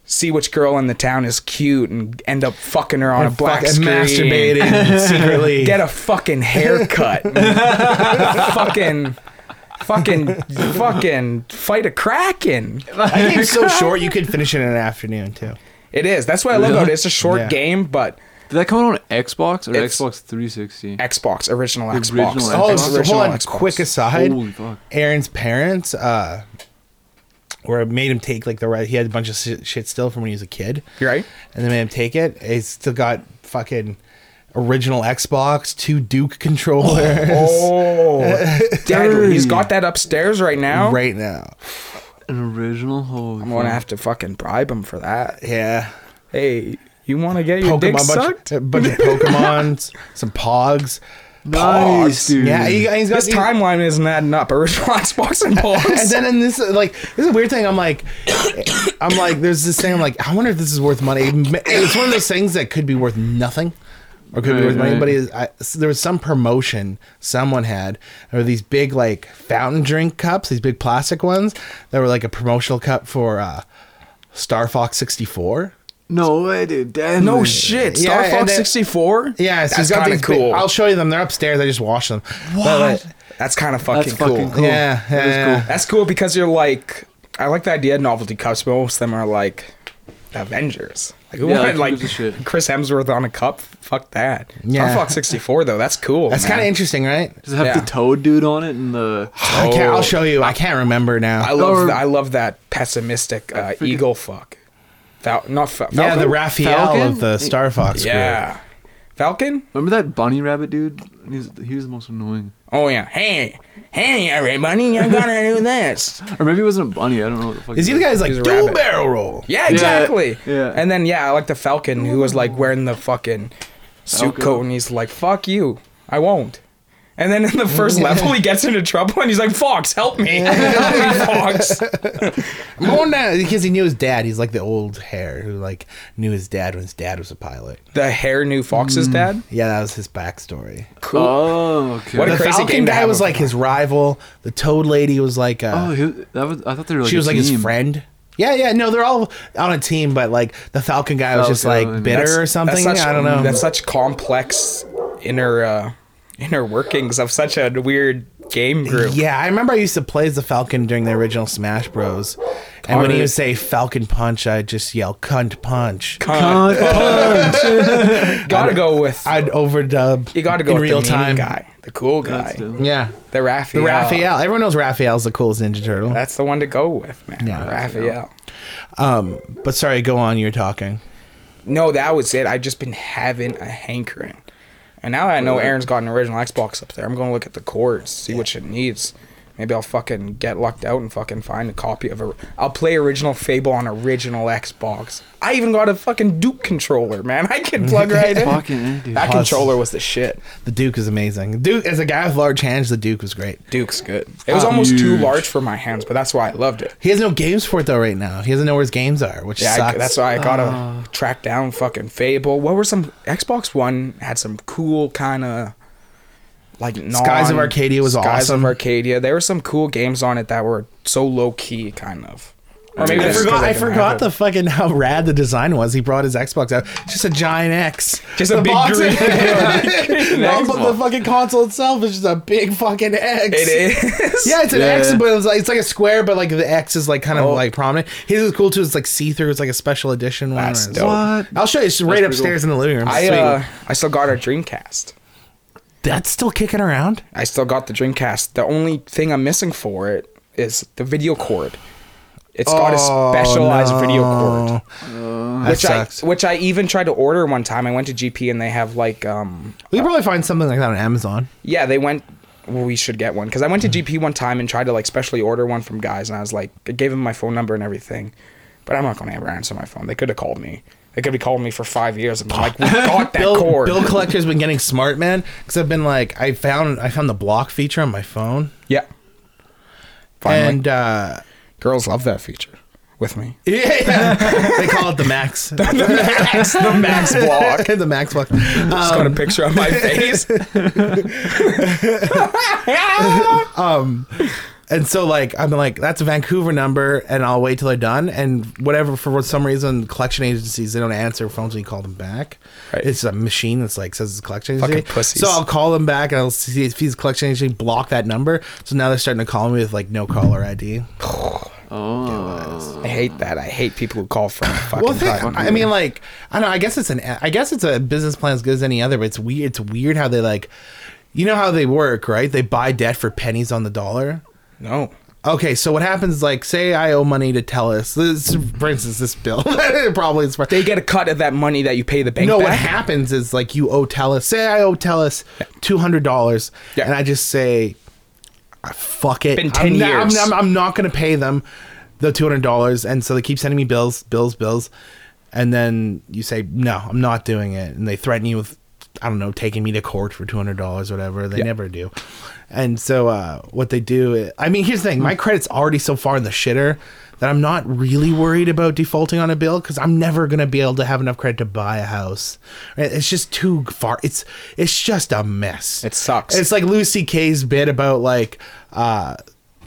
A: see which girl in the town is cute and end up fucking her on a black
C: Fucking
A: screen.
C: masturbating secretly.
A: Get a fucking haircut. fucking fucking fucking fight a kraken.
C: that game's so short, you could finish it in an afternoon too.
A: It is. That's what I love about it. It's a short
C: Yeah.
A: game, but
E: Did that come out on Xbox or
A: It's-
E: Xbox 360?
A: Xbox, original
E: The
A: Xbox.
E: original
C: Oh,
E: Xbox.
A: It's
C: so hold on. Quick aside.
E: Holy fuck.
C: Aaron's parents uh, where it made him take like the right. He had a bunch of shi- shit still from when he was a kid.
A: You're right.
C: And they made him take it. He's still got fucking original Xbox, two Duke controllers
A: Oh, deadly. He's got that upstairs right now.
C: right now.
E: An original. Holy
A: I'm gonna
E: fuck.
A: have to fucking bribe him for that.
C: Yeah.
A: Hey, you want to get your dick
C: bunch,
A: sucked?
C: a bunch of uh, Pokemons, some Pogs.
E: Nice,
A: Pause.
E: dude.
C: Yeah, he, has got
A: This
C: he-
A: timeline isn't adding up. Original Xbox and
C: And
A: Pause.
C: then in this, like, this is a weird thing. I'm like, I'm like, there's this thing. I'm like, I wonder if this is worth money. It's one of those things that could be worth nothing, or could be
E: Right,
C: worth money.
E: right.
C: But it is, I, so there was some promotion someone had, or these big like fountain drink cups, these big plastic ones that were like a promotional cup for uh, Star Fox 64.
E: No way, dude. Damn.
A: no
E: man.
A: shit.
C: Yeah,
A: Star
C: and
A: Fox
C: then-
A: 64.
C: Yeah,
A: that's
C: so he's got
A: kind
C: these
A: of
C: big-
A: cool.
C: I'll show you them. They're upstairs. I just washed them. But, like,
A: that's kind of
E: That's
A: fucking
E: fucking
A: cool.
E: cool.
C: Yeah,
E: That
C: yeah,
E: is
C: yeah.
A: That's cool because you're like, I like the idea of novelty cups, but most of them are like Avengers. Like, who
E: Yeah,
A: wanted like
E: like, who gives a shit?
A: Chris Hemsworth on a cup? Fuck that.
C: Yeah.
A: Star Fox 64 though. That's cool.
C: that's kind of interesting, right?
E: Does it have
A: Yeah.
E: the toad dude on it and the?
C: I can't, I'll
A: Oh.
C: show you. I can't remember now.
A: I love.
E: Or-
A: th- I love that pessimistic uh,
E: forget-
A: eagle fuck. Fal- not fa-
C: Yeah,
A: Falcon?
C: the Raphael
E: Falcon?
C: of the Star Fox. group.
A: Yeah, Falcon.
E: Remember that bunny rabbit dude? He was, he was the most annoying.
A: Oh yeah. Hey, hey, everybody, I'm gonna do this.
E: Or maybe it wasn't a bunny. I don't know what the fuck.
C: Is he the guy who's
A: He's a
C: like dual
A: rabbit.
C: barrel roll?
A: Yeah, exactly.
E: yeah.
A: And then yeah, I like the Falcon who was like wearing the fucking suit
E: Falcon.
A: coat, and he's like, "Fuck you, I won't." And then in the first level, he gets into trouble, and he's like, "Fox, help me, help me, Fox."
C: I'm going down because he knew his dad. He's like the old hare who like knew his dad when his dad was a pilot.
A: The hair knew
C: Hmm.
A: Fox's dad.
C: Yeah, that was his backstory.
A: Cool.
E: Oh, okay.
A: What a
C: The
A: crazy
C: Falcon
A: game to
C: guy
A: have
C: was
A: a-
C: like his rival. The Toad Lady was like uh,
E: oh, he, that was. I thought they were like.
C: she
E: a
C: was like
E: team.
C: his friend. Yeah, yeah, no, they're all on a team, but like the Falcon guy was just
E: Falcon,
C: like bitter
A: That's-
C: or something.
A: that's such-
C: I don't know.
A: That's such complex inner uh, inner workings of such a weird game group.
C: Yeah, I remember I used to play as the Falcon during the original Smash Bros. And when he would say Falcon Punch, I'd just yell cunt punch.
E: Oh,
A: Uh, gotta go with
C: I'd overdub.
A: you. Gotta go
C: in
A: with
C: real
A: the mean
C: time.
A: guy, the cool
E: That's
A: guy,
E: dope.
C: Yeah,
A: the Raphael.
C: the Raphael. Everyone knows Raphael's the coolest Ninja Turtle.
A: That's the one to go with, man.
C: Yeah.
A: Raphael.
C: Um, but sorry, go on. You're talking.
A: No, that was it. I've just been having a hankering. And now that I know Aaron's got an original Xbox up there, I'm going to look at the cords, see what shit needs. Maybe I'll fucking get lucked out and fucking find a copy of a. I'll play original Fable on original Xbox. I even got a fucking Duke controller, man. I can plug right in.
E: Fucking A, dude.
A: That
C: Awesome.
A: controller was the shit.
C: The Duke is amazing. Duke, as a guy with large hands, the Duke was great.
A: Duke's good. It was almost too
E: Huge.
A: large for my hands, but that's why I loved it.
C: He has no games for it though right now. He doesn't know where his games are, which
A: Yeah, I,
C: sucks. Ah.
A: that's why I gotta track down fucking Fable. What were some Xbox One had some cool kind of like
C: Skies of
A: non-
C: Arcadia was
A: Skies
C: awesome.
A: of Arcadia. There were some cool games on it that were so low key, kind of. Or maybe
C: I
A: that's 'cause
C: forgot. I
A: didn't
C: forgot
A: have it.
C: the fucking how rad the design was. He brought his Xbox out, just a giant X,
A: Just
C: The
A: a big
C: box-
A: green-
C: no, but the fucking console itself is just a big fucking X.
A: It is.
C: Yeah, it's an
E: Yeah,
C: X,
E: yeah.
C: but it's like, it's like a square, but like the X is like kind of
A: Oh.
C: like prominent. His is cool too. It's like see through. It's like a special edition one.
A: That's
C: It's-
A: dope.
E: What?
C: I'll show you. It's right
E: pretty
C: upstairs in the living room.
A: I
C: Sweet.
A: uh, I still got our Dreamcast.
C: That's still kicking around.
A: I still got the Dreamcast. The only thing I'm missing for it is the video cord. It's got a
C: Oh,
A: specialized video
C: no.
A: cord.
C: That
A: which
C: sucks.
A: I which I even tried to order one time. I went to GP and they have like um
C: we could probably find something like that on Amazon.
A: yeah they went. Well, we should get one because I went
C: Mm-hmm.
A: to GP one time and tried to like specially order one from guys and I was like I gave them my phone number and everything, but I'm not gonna ever answer my phone. They could have called me. They could be calling me for five years and been like we got that
C: Bill,
A: cord.
C: Bill Collector's been getting smart, man. Because I've been like, I found I found the block feature on my phone,
A: yeah. Finally,
C: and uh,
A: girls love that feature with me.
C: yeah, yeah. they call it the Max, the
A: Max, the Max block.
C: Max block. Uh,
A: Just got a picture on my face.
C: And so like I've been like, that's a Vancouver number, and I'll wait till they're done. And whatever for some reason, collection agencies they don't answer phones when you call them back.
A: Right.
C: It's a machine that's like says it's a collection
A: Fucking
C: agency.
A: pussies.
C: So I'll call them back and I'll see if he's a collection agency block that number. So now they're starting to call me with like no caller ID.
E: Oh.
A: I hate that. I hate people who call from fucking.
C: Well, think,
A: time.
C: I mean, like I don't. know, I guess it's an. I guess it's a business plan as good as any other. But it's weird. It's weird how they like. You know how they work, right? They buy debt for pennies on the dollar.
A: no.
C: Okay, so what happens is like, say I owe money to Telus. This, for instance, this bill probably is.
A: They get a cut of that money that you pay the bank.
C: no, what
A: back.
C: happens is like you owe Telus. Say I owe Telus two hundred dollars,
A: Yeah.
C: and I just say, "Ah, "Fuck it."
A: Been 10
C: I'm not- I'm-
A: years.
C: I'm, I'm not going to pay them the two hundred dollars, and so they keep sending me bills, bills, bills, and then you say, "No, I'm not doing it," and they threaten you with, I don't know, taking me to court for two hundred dollars, whatever. They
A: Yeah.
C: never do. And so uh, what they do, I mean, here's the thing: my credit's already so far in the shitter. That I'm not really worried about defaulting on a bill because I'm never gonna be able to have enough credit to buy a house. Right? It's just too far. It's it's just a mess.
A: It sucks.
C: It's like Lucy K's bit about like uh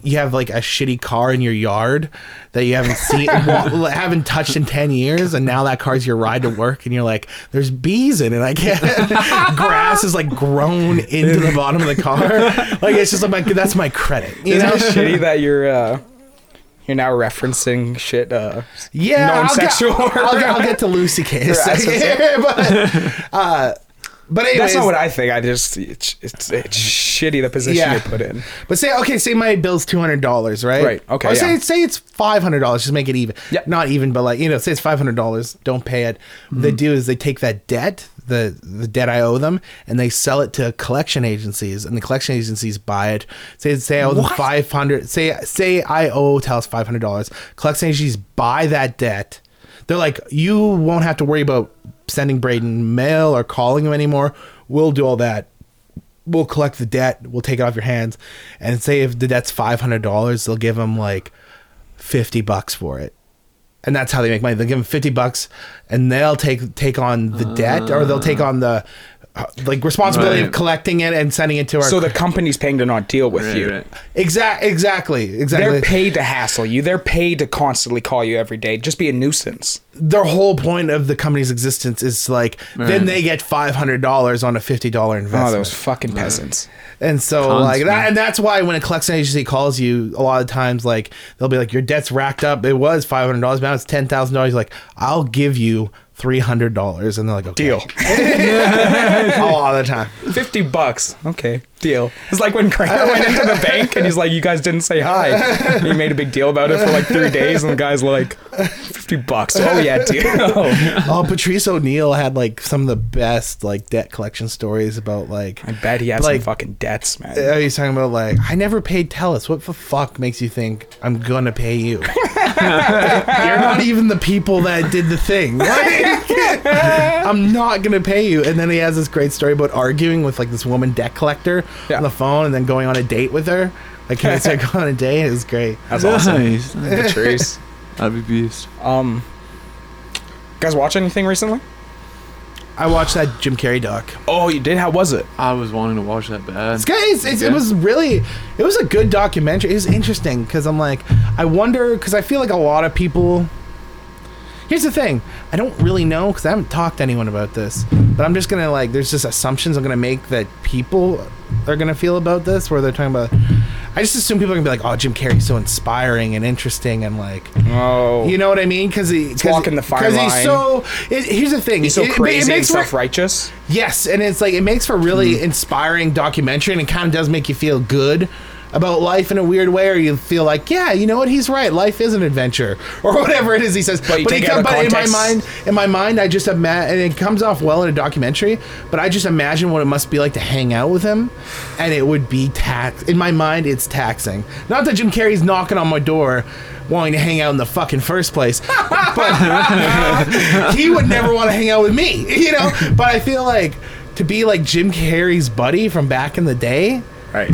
C: you have like a shitty car in your yard that you haven't seen wa- haven't touched in 10 years and now that car's your ride to work and you're like there's bees in it i can't grass is like grown into the bottom of the car like it's just like that's my credit you
A: Isn't
C: know
A: it shitty that you're uh, you're now referencing shit? Uh,
C: yeah
A: non-sexual.
C: I'll, get, I'll, get, I'll get to lucy case
A: Right, that's what I'm
C: but uh but anyways,
A: that's not what I think. I just it's it's, it's shitty the position
C: Yeah.
A: you put in.
C: But say okay, say my bill's two hundred dollars, right?
A: Right, okay,
C: Or say
A: yeah.
C: say it's five hundred dollars. Just make it even.
A: Yeah.
C: Not even, but like you know, say it's five hundred dollars. Don't pay it. What
A: Mm-hmm.
C: they do is they take that debt, the the debt I owe them, and they sell it to collection agencies, and the collection agencies buy it. Say say I owe them five hundred. Say say I owe Talos five hundred dollars. Collection agencies buy that debt. They're like, you won't have to worry about sending Braden mail or calling him anymore. We'll do all that we'll collect the debt, we'll take it off your hands, and say if the debt's five hundred dollars, they'll give them like fifty bucks for it, and that's how they make money. They will give them fifty bucks, and they'll take take on the debt, or they'll take on the uh, like responsibility of
E: Right.
C: collecting it and sending it to our
A: So the company's paying to not deal with you.
E: Right, right.
C: exact exactly exactly
A: They're paid to hassle you. They're paid to constantly call you every day. Just be a nuisance.
C: their whole point of the company's existence is like then
E: Right.
C: they get five hundred dollars on a fifty dollar investment.
A: Oh, those fucking peasants.
C: And so
E: Tons,
C: like
E: man.
C: that, and that's why when a collection agency calls you, a lot of times like they'll be like, "Your debt's racked up. It was five hundred dollars, now it's ten thousand dollars." Like, I'll give you three hundred dollars, and they're like, okay.
A: Deal.
C: all the time."
A: 50 bucks. Okay, deal. It's like when Kramer went into the bank and he's like, You guys didn't say hi. And he made a big deal about it for like three days, and the guy's like, 50 bucks. Oh, yeah, deal.
C: Oh, Patrice O'Neill had like some of the best like debt collection stories about like
A: I bet he had
C: Like-
A: some fucking debts, man.
C: Oh, he's talking about like I never paid Telus. What the fuck makes you think I'm gonna pay you? You're not even the people that did the thing. Like, I'm not gonna pay you. And then he has this great story about arguing with like this woman debt collector
A: Yeah.
C: on the phone, and then going on a date with her. Like, can I start going on a date? It was great.
A: That's awesome.
E: Nice.
A: Patrice.
E: That'd be beast.
A: Um, you guys watch anything recently?
C: I watched that Jim Carrey doc.
A: Oh, you did? How was it?
E: I was wanting to watch that bad.
C: It's good. It's, it's, It
E: Yeah.
C: was really, it was a good documentary. It was interesting because I'm like, I wonder because I feel like a lot of people. Here's the thing, I don't really know because I haven't talked to anyone about this, but I'm just gonna like, there's just assumptions I'm gonna make that people are gonna feel about this where they're talking about. I just assume people are gonna be like, oh, Jim Carrey's so inspiring and interesting and like,
A: Oh.
C: you know what I mean? Because he, cause,
A: walking the fine
C: 'cause
A: line.
C: he's so. It, here's the thing,
A: He's so
C: it- it- it
A: crazy and
C: makes for-
A: self righteous.
C: Yes, and it's like it makes for really
A: Hmm.
C: inspiring documentary, and it kind of does make you feel good about life in a weird way, or you feel like, yeah, you know what, he's right. Life is an adventure, or whatever it is he says.
A: But you
C: he
A: take it out
C: come-
A: of
C: but in my
A: context.
C: mind, in my mind, I just imagine, and it comes off well in a documentary. But I just imagine what it must be like to hang out with him, and it would be tax. In my mind, it's taxing. Not that Jim Carrey's knocking on my door. Wanting to hang out in the fucking first place, but he would never want to hang out with me, you know. But I feel like to be like Jim Carrey's buddy from back in the day,
A: Right.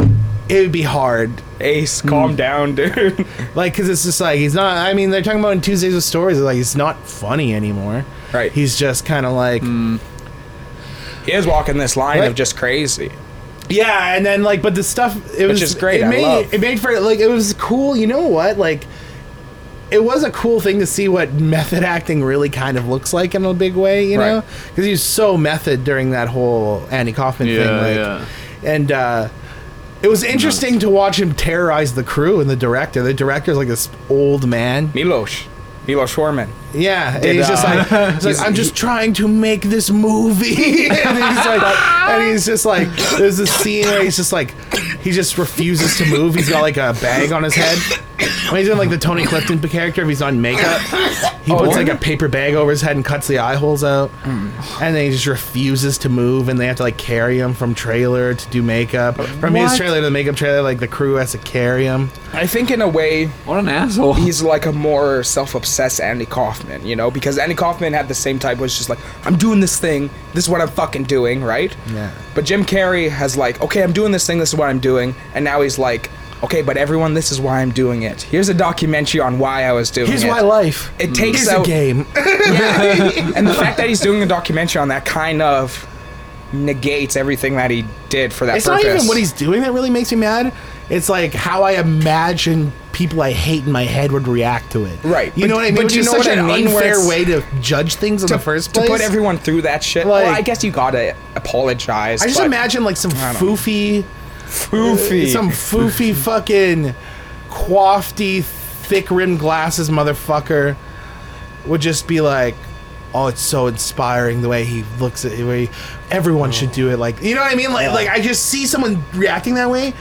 C: it would be hard.
A: Ace, calm down, dude.
C: Like, cause it's just like he's not. I mean, they're talking about in Tuesdays with Stories. Like, he's not funny anymore.
A: Right.
C: He's just kind of like,
A: he is walking this line
C: Right.
A: of just crazy.
C: yeah. And then like, but the stuff it was
A: is great,
C: It
A: I
C: made
A: love.
C: it made for like it was cool. You know what? Like, it was a cool thing to see what method acting really kind of looks like in a big way. You
A: Right.
C: know, because he was so method during that whole Andy Kaufman thing.
E: Yeah,
C: Like,
E: yeah.
C: and uh, it was interesting to watch him terrorize the crew and the director. The director's like this old man.
A: Milosh. Milo Schwarman.
C: Yeah,
A: Did,
C: and he's just
A: uh,
C: like, he's like, I'm just trying to make this movie, and he's like, and he's just like, there's this scene where he's just like, he just refuses to move. He's got like a bag on his head. When he's in like the Tony Clifton character, if he's on makeup, he
A: Oh,
C: puts like a paper bag over his head and cuts the eye holes out,
A: Hmm.
C: and then he just refuses to move. And they have to like carry him from trailer to do makeup, from his
A: What?
C: trailer to the makeup trailer. Like the crew has to carry him.
A: I think in a way
E: What an asshole.
A: he's like a more self-obsessed Andy Kaufman, you know, because Andy Kaufman had the same type was just like, I'm doing this thing, this is what I'm fucking doing, right?
C: Yeah.
A: But Jim Carrey has like, okay, I'm doing this thing, this is what I'm doing, and now he's like, okay, but everyone, this is why I'm doing it. Here's a documentary on why I was doing
C: Here's
A: it.
C: my life.
A: It takes
C: Here's
A: out-
C: a game.
A: and the fact that he's doing a documentary on that kind of negates everything that he did for that
C: It's
A: purpose.
C: not even what he's doing that really makes me mad. It's like how I imagine people I hate in my head would react to it.
A: Right,
C: You
A: but-
C: know what I mean?
A: but
C: Which
A: you
C: is
A: know
C: such
A: what I
C: an
A: mean, where
C: unfair
A: it's-
C: way to judge things in the first
A: to
C: place.
A: put everyone through that shit. well,
C: Like-
A: I guess you gotta apologize.
C: I just
A: but
C: imagine like some
A: don't know.
C: foofy,
A: foofy.
C: some foofy fucking quafty, thick rimmed glasses motherfucker would just be like, "Oh, it's so inspiring the way he looks at the way everyone should do it." Like, you know what I mean? Like, like I just see someone reacting that way.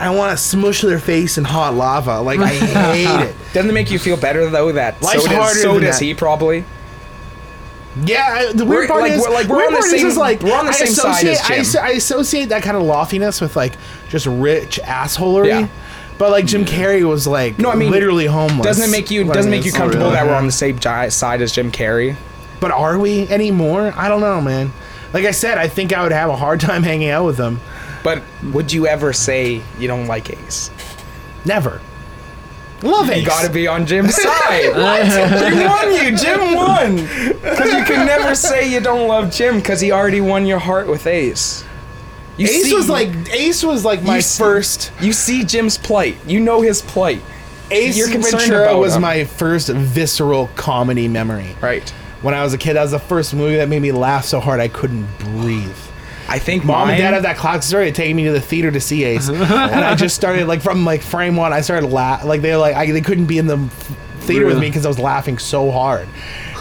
C: I want to smush their face in hot lava. Like, I hate it.
A: Doesn't it make you feel better though that
C: Life's
A: so does,
C: harder
A: so
C: than
A: does
C: that.
A: he probably?
C: Yeah, I, the
A: We're-
C: weird part
A: like,
C: is
A: we're- like, we're
C: weird
A: on the
C: part is,
A: same-
C: is, like
A: we're on the
C: I
A: same side
C: associate-
A: as
C: I
A: Jim.
C: asso- I, associate that kind of loftiness with like just rich assholery.
A: Yeah.
C: But like Jim Carrey was like
A: No, I mean,
C: literally homeless.
A: Doesn't it make you
C: Like,
A: doesn't make you
C: it's-
A: comfortable
E: really?
A: that we're on the same gi- side as Jim Carrey?
C: But are we anymore? I don't know, man. Like I said, I think I would have a hard time hanging out with them.
A: But would you ever say you don't like Ace?
C: Never. Love it.
A: You gotta be on Jim's side. what? He won you. Jim won. Because you can never say you don't love Jim because he already won your heart with Ace. You
C: Ace
A: see-
C: was like Ace was like my
A: you see-
C: first.
A: You see Jim's plight. You know his plight.
C: Ace
A: you're concerned
C: Ventura
A: about
C: was
A: him.
C: my first visceral comedy memory.
A: Right.
C: When I was a kid, that was the first movie that made me laugh so hard I couldn't breathe.
A: I think
C: Mom
A: mine,
C: and dad at that clock story had taken me to the theater to see Ace, and I just started like from like frame one. I started laugh like they were like I, they couldn't be in the f- theater with me because I was laughing so hard,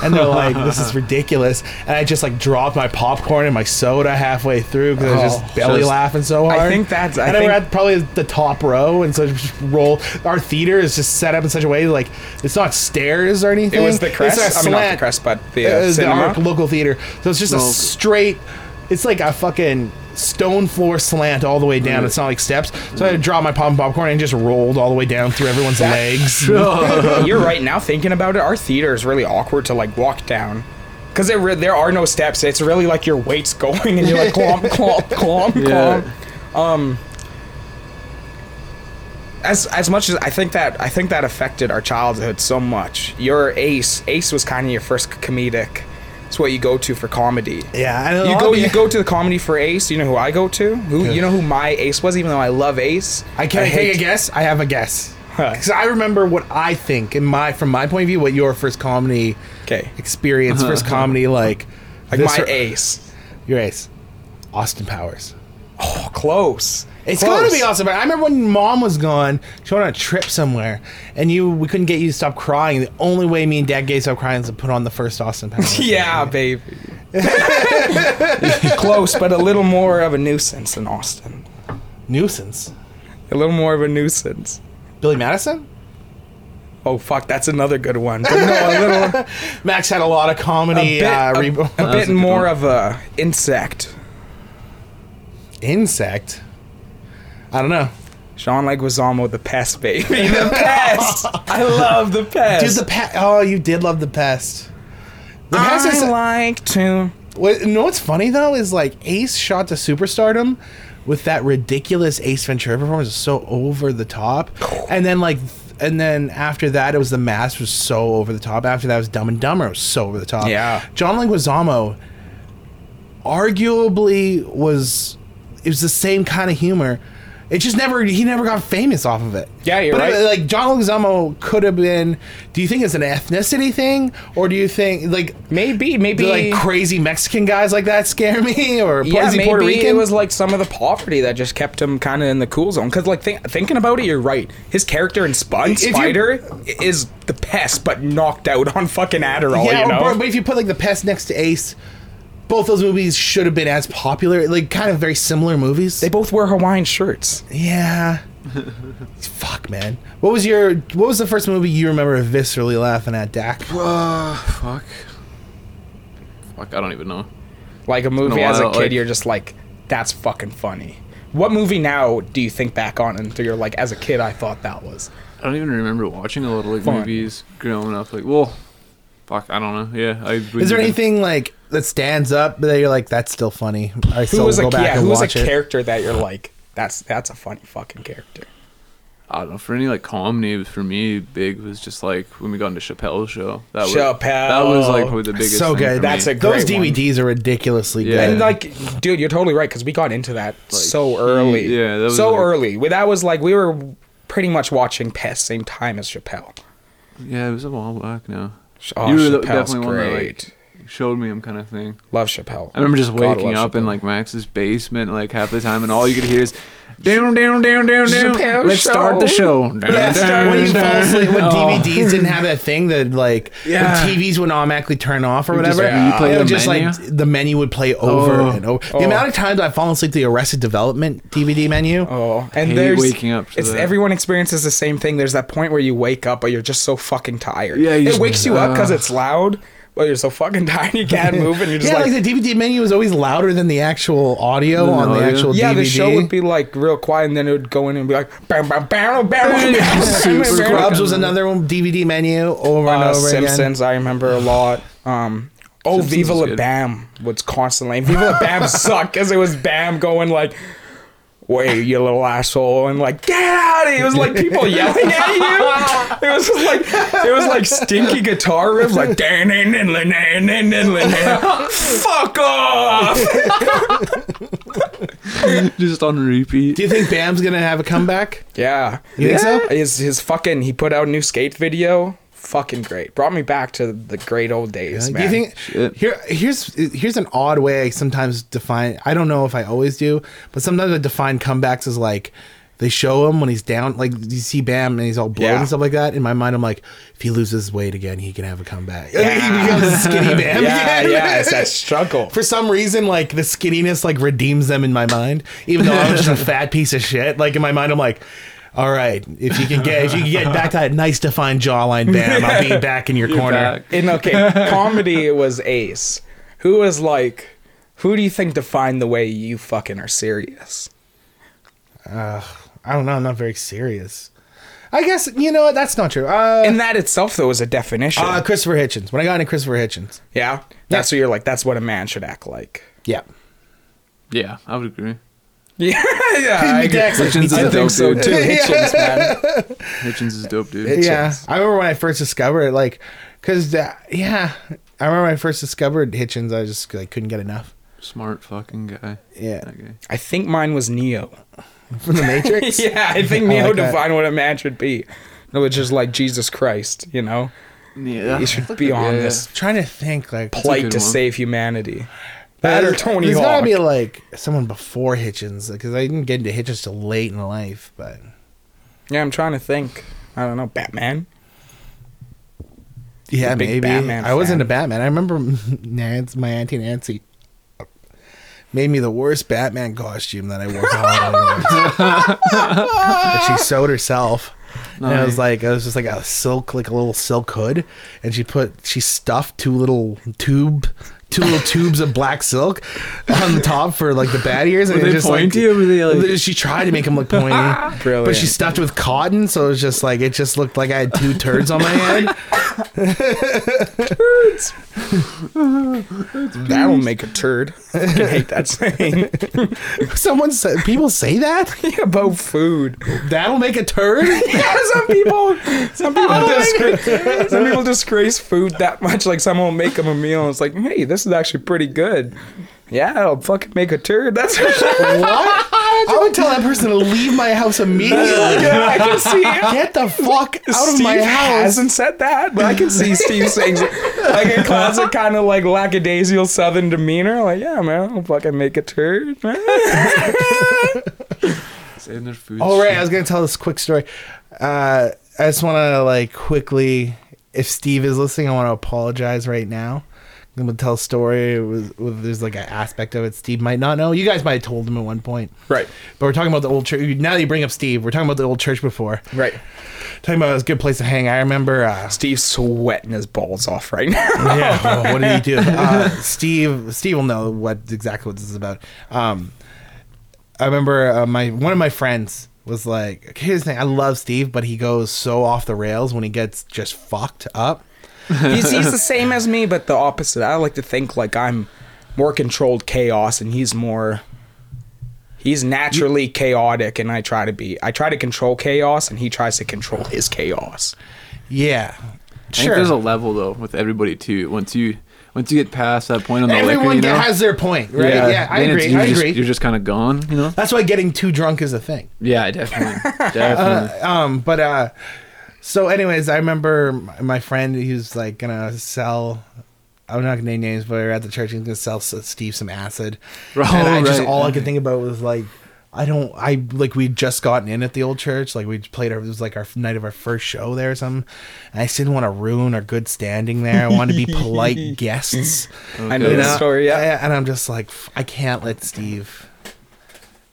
C: and they're like this is ridiculous, and I just like dropped my popcorn and my soda halfway through because I was
A: Oh,
C: just belly
E: just-
C: laughing so
A: I
C: hard.
A: think that's- I
C: and we're
A: think-
C: at probably the top row, and so just roll. Our theater is just set up in such a way like it's not stairs or anything.
A: It was the
C: It's
A: crest.
C: a
A: I mean, not the
C: slant-
A: crest, but the
C: uh,
A: uh,
C: the
A: cinema.
C: arc local theater. So it's just a
E: Well-
C: straight. It's like a fucking stone floor slant all the way down. It's not like steps. So I dropped my pop popcorn and just rolled all the way down through everyone's legs.
A: Uh-huh. You're right. Now thinking about it, our theater is really awkward to like walk down. Cause there, re- there are no steps. It's really like your weight's going, and you're like clomp, clomp, clomp,
E: Yeah.
A: clomp. Um, as as much as I think that I think that affected our childhood so much. Your Ace, Ace was kind of your first comedic. It's what you go to for comedy.
C: Yeah, I know.
A: You
C: I'll
A: go,
C: be-
A: you go to the comedy for Ace. You know who I go to? Who you know who my Ace was? Even though I love Ace,
C: I can't
A: hate-
C: take a guess. I have a guess. Because I remember what I think in my from my point of view, what your first comedy
A: 'Kay. Uh-huh,
C: experience, first comedy like
A: Like
C: this
A: my
C: or-
A: Ace.
C: your ace, Austin Powers.
A: Oh, close.
C: It's
A: Close.
C: gotta be awesome. But I remember when mom was gone, she went on a trip somewhere, and you we couldn't get you to stop crying. The only way me and dad get you to stop crying is to put on the first Austin Powers.
A: Yeah, baby. Close, but a little more of a nuisance in Austin.
C: Nuisance.
A: A little more of a nuisance.
C: Billy Madison?
A: Oh fuck, that's another good one. But no, a little,
C: Max had a lot of
A: a
C: comedy
A: bit,
C: uh,
A: a-
C: rebo-
A: a,
E: was
A: bit
E: a good
A: more
E: one.
A: of a insect.
C: insect. I don't know.
A: Sean Leguizamo, the pest baby, the pest. I love the pest.
C: Dude, the pest. Oh, you did love the pest. The pest is.
A: I like to.
C: What, you know what's funny though is like Ace shot to superstardom with that ridiculous Ace Ventura performance, it was so over the top, and then like, th- and then after that it was The Mask was so over the top. After that was Dumb and Dumber, it was so over the top.
A: Yeah.
C: John Leguizamo arguably was it was the same kind of humor. It just never he never got famous off of it.
A: Yeah, you're
C: But, uh,
A: right.
C: Like John Leguizamo could have been. Do you think it's an ethnicity thing, or do you think like
A: Maybe, maybe
C: do, like crazy Mexican guys like that scare me, or
A: yeah,
C: is he
A: maybe
C: Puerto Rican?
A: it was like some of the poverty that just kept him kind of in the cool zone. Because like think thinking about it, you're right. His character in Spun
C: If you-
A: Spider is the pest, but knocked out on fucking Adderall. you
C: yeah, or-
A: know,
C: but- but if you put like the pest next to Ace, both those movies should have been as popular, like kind of very similar movies.
A: they both wear Hawaiian shirts.
C: yeah. Fuck, man. What was your What was the first movie you remember viscerally laughing at, Dak?
E: Uh, fuck. Fuck, I don't even know.
A: Like a movie
E: a
A: as a
E: while,
A: kid,
E: like-
A: you're just like, that's fucking funny. What movie now do you think back on and you're like, as a kid, I thought that was?
E: I don't even remember watching a lot of like
A: Fun.
E: movies growing up. Like, well, fuck, I don't know. Yeah, I.
C: Is there anything like that stands up that you're like that's still funny? I
A: Who
C: still
A: was
C: go
A: a
C: back
A: yeah?
C: and
A: Who was a
C: watch it.
A: character that you're like, that's that's a funny fucking character.
E: I don't know. For any like comedy it was- for me, big was just like when we got into Chappelle's show. That
A: Chappelle.
E: Was, that was like probably the biggest.
C: So
E: thing
C: good.
E: for
A: That's
E: me.
A: a
C: Those
A: Great one.
C: DVDs are ridiculously
E: Yeah.
C: good.
A: And like, dude, you're totally right because we got into that so early.
E: yeah, that was
A: so
E: like-
A: early. We- That was like we were pretty much watching Pest same time as Chappelle.
E: Yeah, it was a while back now.
A: Oh,
E: the-
A: Chappelle's great.
E: like, showed me him kind of thing.
A: Love Chappelle.
E: I remember just
A: God, love
E: waking up in
A: Chappelle.
E: like Max's basement like half the time, and all you could hear is down, down, down, down,
A: Chappelle
E: down. Let's start the show.
C: Yeah,
E: Dun,
C: when, you
E: dun,
C: fall
E: dun.
C: asleep, when
A: Oh.
C: DVDs didn't have that thing that like
E: Yeah.
C: when TVs would automatically turn off or
E: would just
C: whatever.
E: replay
C: it would
E: the
C: just
E: menu?
C: like the menu would play over
E: Oh.
C: and over. The
A: Oh.
C: amount of times I've fallen asleep to the Arrested Development DVD menu.
A: Oh, and
E: hate
A: there's
E: waking up to
A: It's
E: that.
A: everyone experiences the same thing. There's that point where you wake up, but you're just so fucking tired.
E: Yeah, you
A: it
E: just-
A: wakes you up because
E: Ugh.
A: it's loud, but you're so fucking tired you can't move, and you're just
C: yeah,
A: like,
C: like, the DVD menu was always louder than the actual audio
E: Than the
C: on the
E: audio?
C: actual
A: yeah.
C: DVD.
A: The show would be like real quiet, and then it would go in and be like, bam, bam, bam, bam, bam,
E: Super
A: bam,
C: Scrubs
A: bam.
C: was another one, DVD menu over and
A: Uh,
C: over again.
A: Simpsons, I remember a lot. Um, oh,
E: Simpsons
A: Viva
E: was
A: La
E: good.
A: Bam was constantly. Viva La Bam sucked because it was Bam going like. Wait, you little asshole! And like, get out of here! It was like people yelling at you. It was just like, it was like stinky guitar riffs, like, "Dan, dan, dan, dan, dan, dan, dan, dan, dan." fuck off!
E: just on repeat.
C: Do you think Bam's gonna have a comeback?
A: Yeah,
C: You think so?
A: His his fucking he put out a new skate video, fucking great. Brought me back to the great old days,
C: Do
A: man.
C: you think
E: Shit.
C: here here's here's an odd way I sometimes define I don't know if I always do, but sometimes I define comebacks as like they show him when he's down, like you see Bam and he's all blown
A: Yeah.
C: and stuff like that. In my mind, I'm like, if he loses weight again, he can have a comeback.
A: Yeah.
C: he becomes skinny Bam.
A: yeah,
C: again.
A: yeah, it's that struggle.
C: For some reason, like the skinniness, like redeems them in my mind. Even though I was just a fat piece of shit, like in my mind, I'm like, all right, if you can get if you can get back to that nice defined jawline, Bam, I'll be back in your corner.
E: back.
A: in okay comedy it was ace who was like who do you think defined the way you fucking are serious
C: I don't know. I'm not very serious. I guess you know what? That's not true. Uh,
A: and that itself though is a definition
C: uh, Christopher Hitchens. When I got into Christopher Hitchens,
A: yeah that's what you're like that's what a man should act like
C: yeah,
E: Yeah, I would agree.
A: yeah yeah I,
C: Dax,
E: Hitchens is
A: I
E: a
A: think
E: dope
A: so
E: dude.
A: too Hitchens, man.
E: Hitchens is dope dude.
A: Hitch-
C: yeah.
A: Hitchens.
C: I remember when I first discovered it, like, cause uh, yeah, I remember when I first discovered Hitchens. I just like couldn't get enough.
E: Smart fucking guy.
C: Yeah,
E: That guy.
A: I think mine was neo
C: from the Matrix.
A: yeah I think
C: I
A: neo
C: like that.
A: defined what a man should be which is like Jesus Christ you know
E: Yeah.
A: he should be on
E: Yeah.
A: this
C: Trying to think like
A: plight to
E: good one.
A: save humanity that or
C: there's-
A: Tony
C: There's
A: Hawk
C: gotta be like someone before Hitchens because I didn't get into Hitchens till late in life. But
A: yeah I'm trying to think I don't know Batman
C: yeah,
A: big
C: maybe
A: Batman
C: I was
A: fan.
C: into Batman. I remember Nancy, my auntie Nancy, made me the worst Batman costume that I wore. to Halloween. but she sewed herself. And I was
E: Nice.
C: like, I was just like a silk, like a little silk hood, and she put she stuffed two little tube, two little tubes of black silk on the top for like the bat ears. And
E: Were
C: it
E: they
C: just like-
E: pointy or were they, like-
C: she tried to make them look pointy, but she
A: Brilliant.
C: stuffed with cotton, so it was just like it just looked like I had two turds on my head.
A: That'll make a turd. I fucking hate that saying.
C: Someone said people say that
A: About food.
C: that'll make a turd.
A: Yeah, some people, some people, disgrace, some people disgrace food that much. Like someone will make them a meal, and it's like, hey, this is actually pretty good. Yeah, it'll fucking make a turd. That's what
C: what? I would tell that person to leave my house immediately.
A: Yeah, I can see.
C: Get the fuck out of
A: Steve
C: my house.
A: hasn't said that, but I can see Steve saying like a classic kind of like lackadaisical Southern demeanor. Like, yeah, man, I'll fucking make a turd. man."
E: Saving their food.
C: All right, I was gonna tell this quick story. Uh, I just want to like quickly, if Steve is listening, I want to apologize right now. I'm gonna tell a story. With, with, there's like an aspect of it Steve might not know. You guys might have told him at one point,
A: Right.
C: But we're talking about the old church. Now that you bring up Steve, we're talking about the old church before.
A: Right.
C: Talking about it was a good place to hang. I remember. Uh,
A: Steve's sweating his balls off right now.
C: yeah. well, what did he do? Uh, Steve. Steve will know what exactly what this is about. Um, I remember uh, my one of my friends was like, okay, "Here's the thing. I love Steve, but he goes so off the rails when he gets just fucked up."
A: he's, he's the same as me, but the opposite. I like to think like I'm more controlled chaos, and he's more. He's naturally chaotic, and I try to be. I try to control chaos, and he tries to control his chaos.
C: Yeah.
E: I think
C: Sure.
E: there's a level though with everybody too. Once you once you get past that point on the liquor,
C: Everyone
E: you
C: get-
E: know,
C: has their point, right? Yeah, I
E: then it's-
C: agree.
E: You're
C: I
E: just,
C: agree.
E: You're just kind of gone, you know.
C: That's why getting too drunk is a thing.
E: Yeah, definitely,
C: Uh,
E: definitely.
C: um but uh so anyways i remember my- my friend he was like gonna sell i'm not gonna name names but we were at the church he was gonna sell S- steve some acid and i just
E: Oh, right.
C: all i could think about was like I don't. I like we'd just gotten in at the old church. Like we played. Our, it was like our night of our first show there or something. And I just didn't want to ruin our good standing there. I wanted to be polite guests.
A: I know
E: Okay.
A: the
C: And I-
A: story. Yeah.
C: and I'm just like, "F- I can't let Steve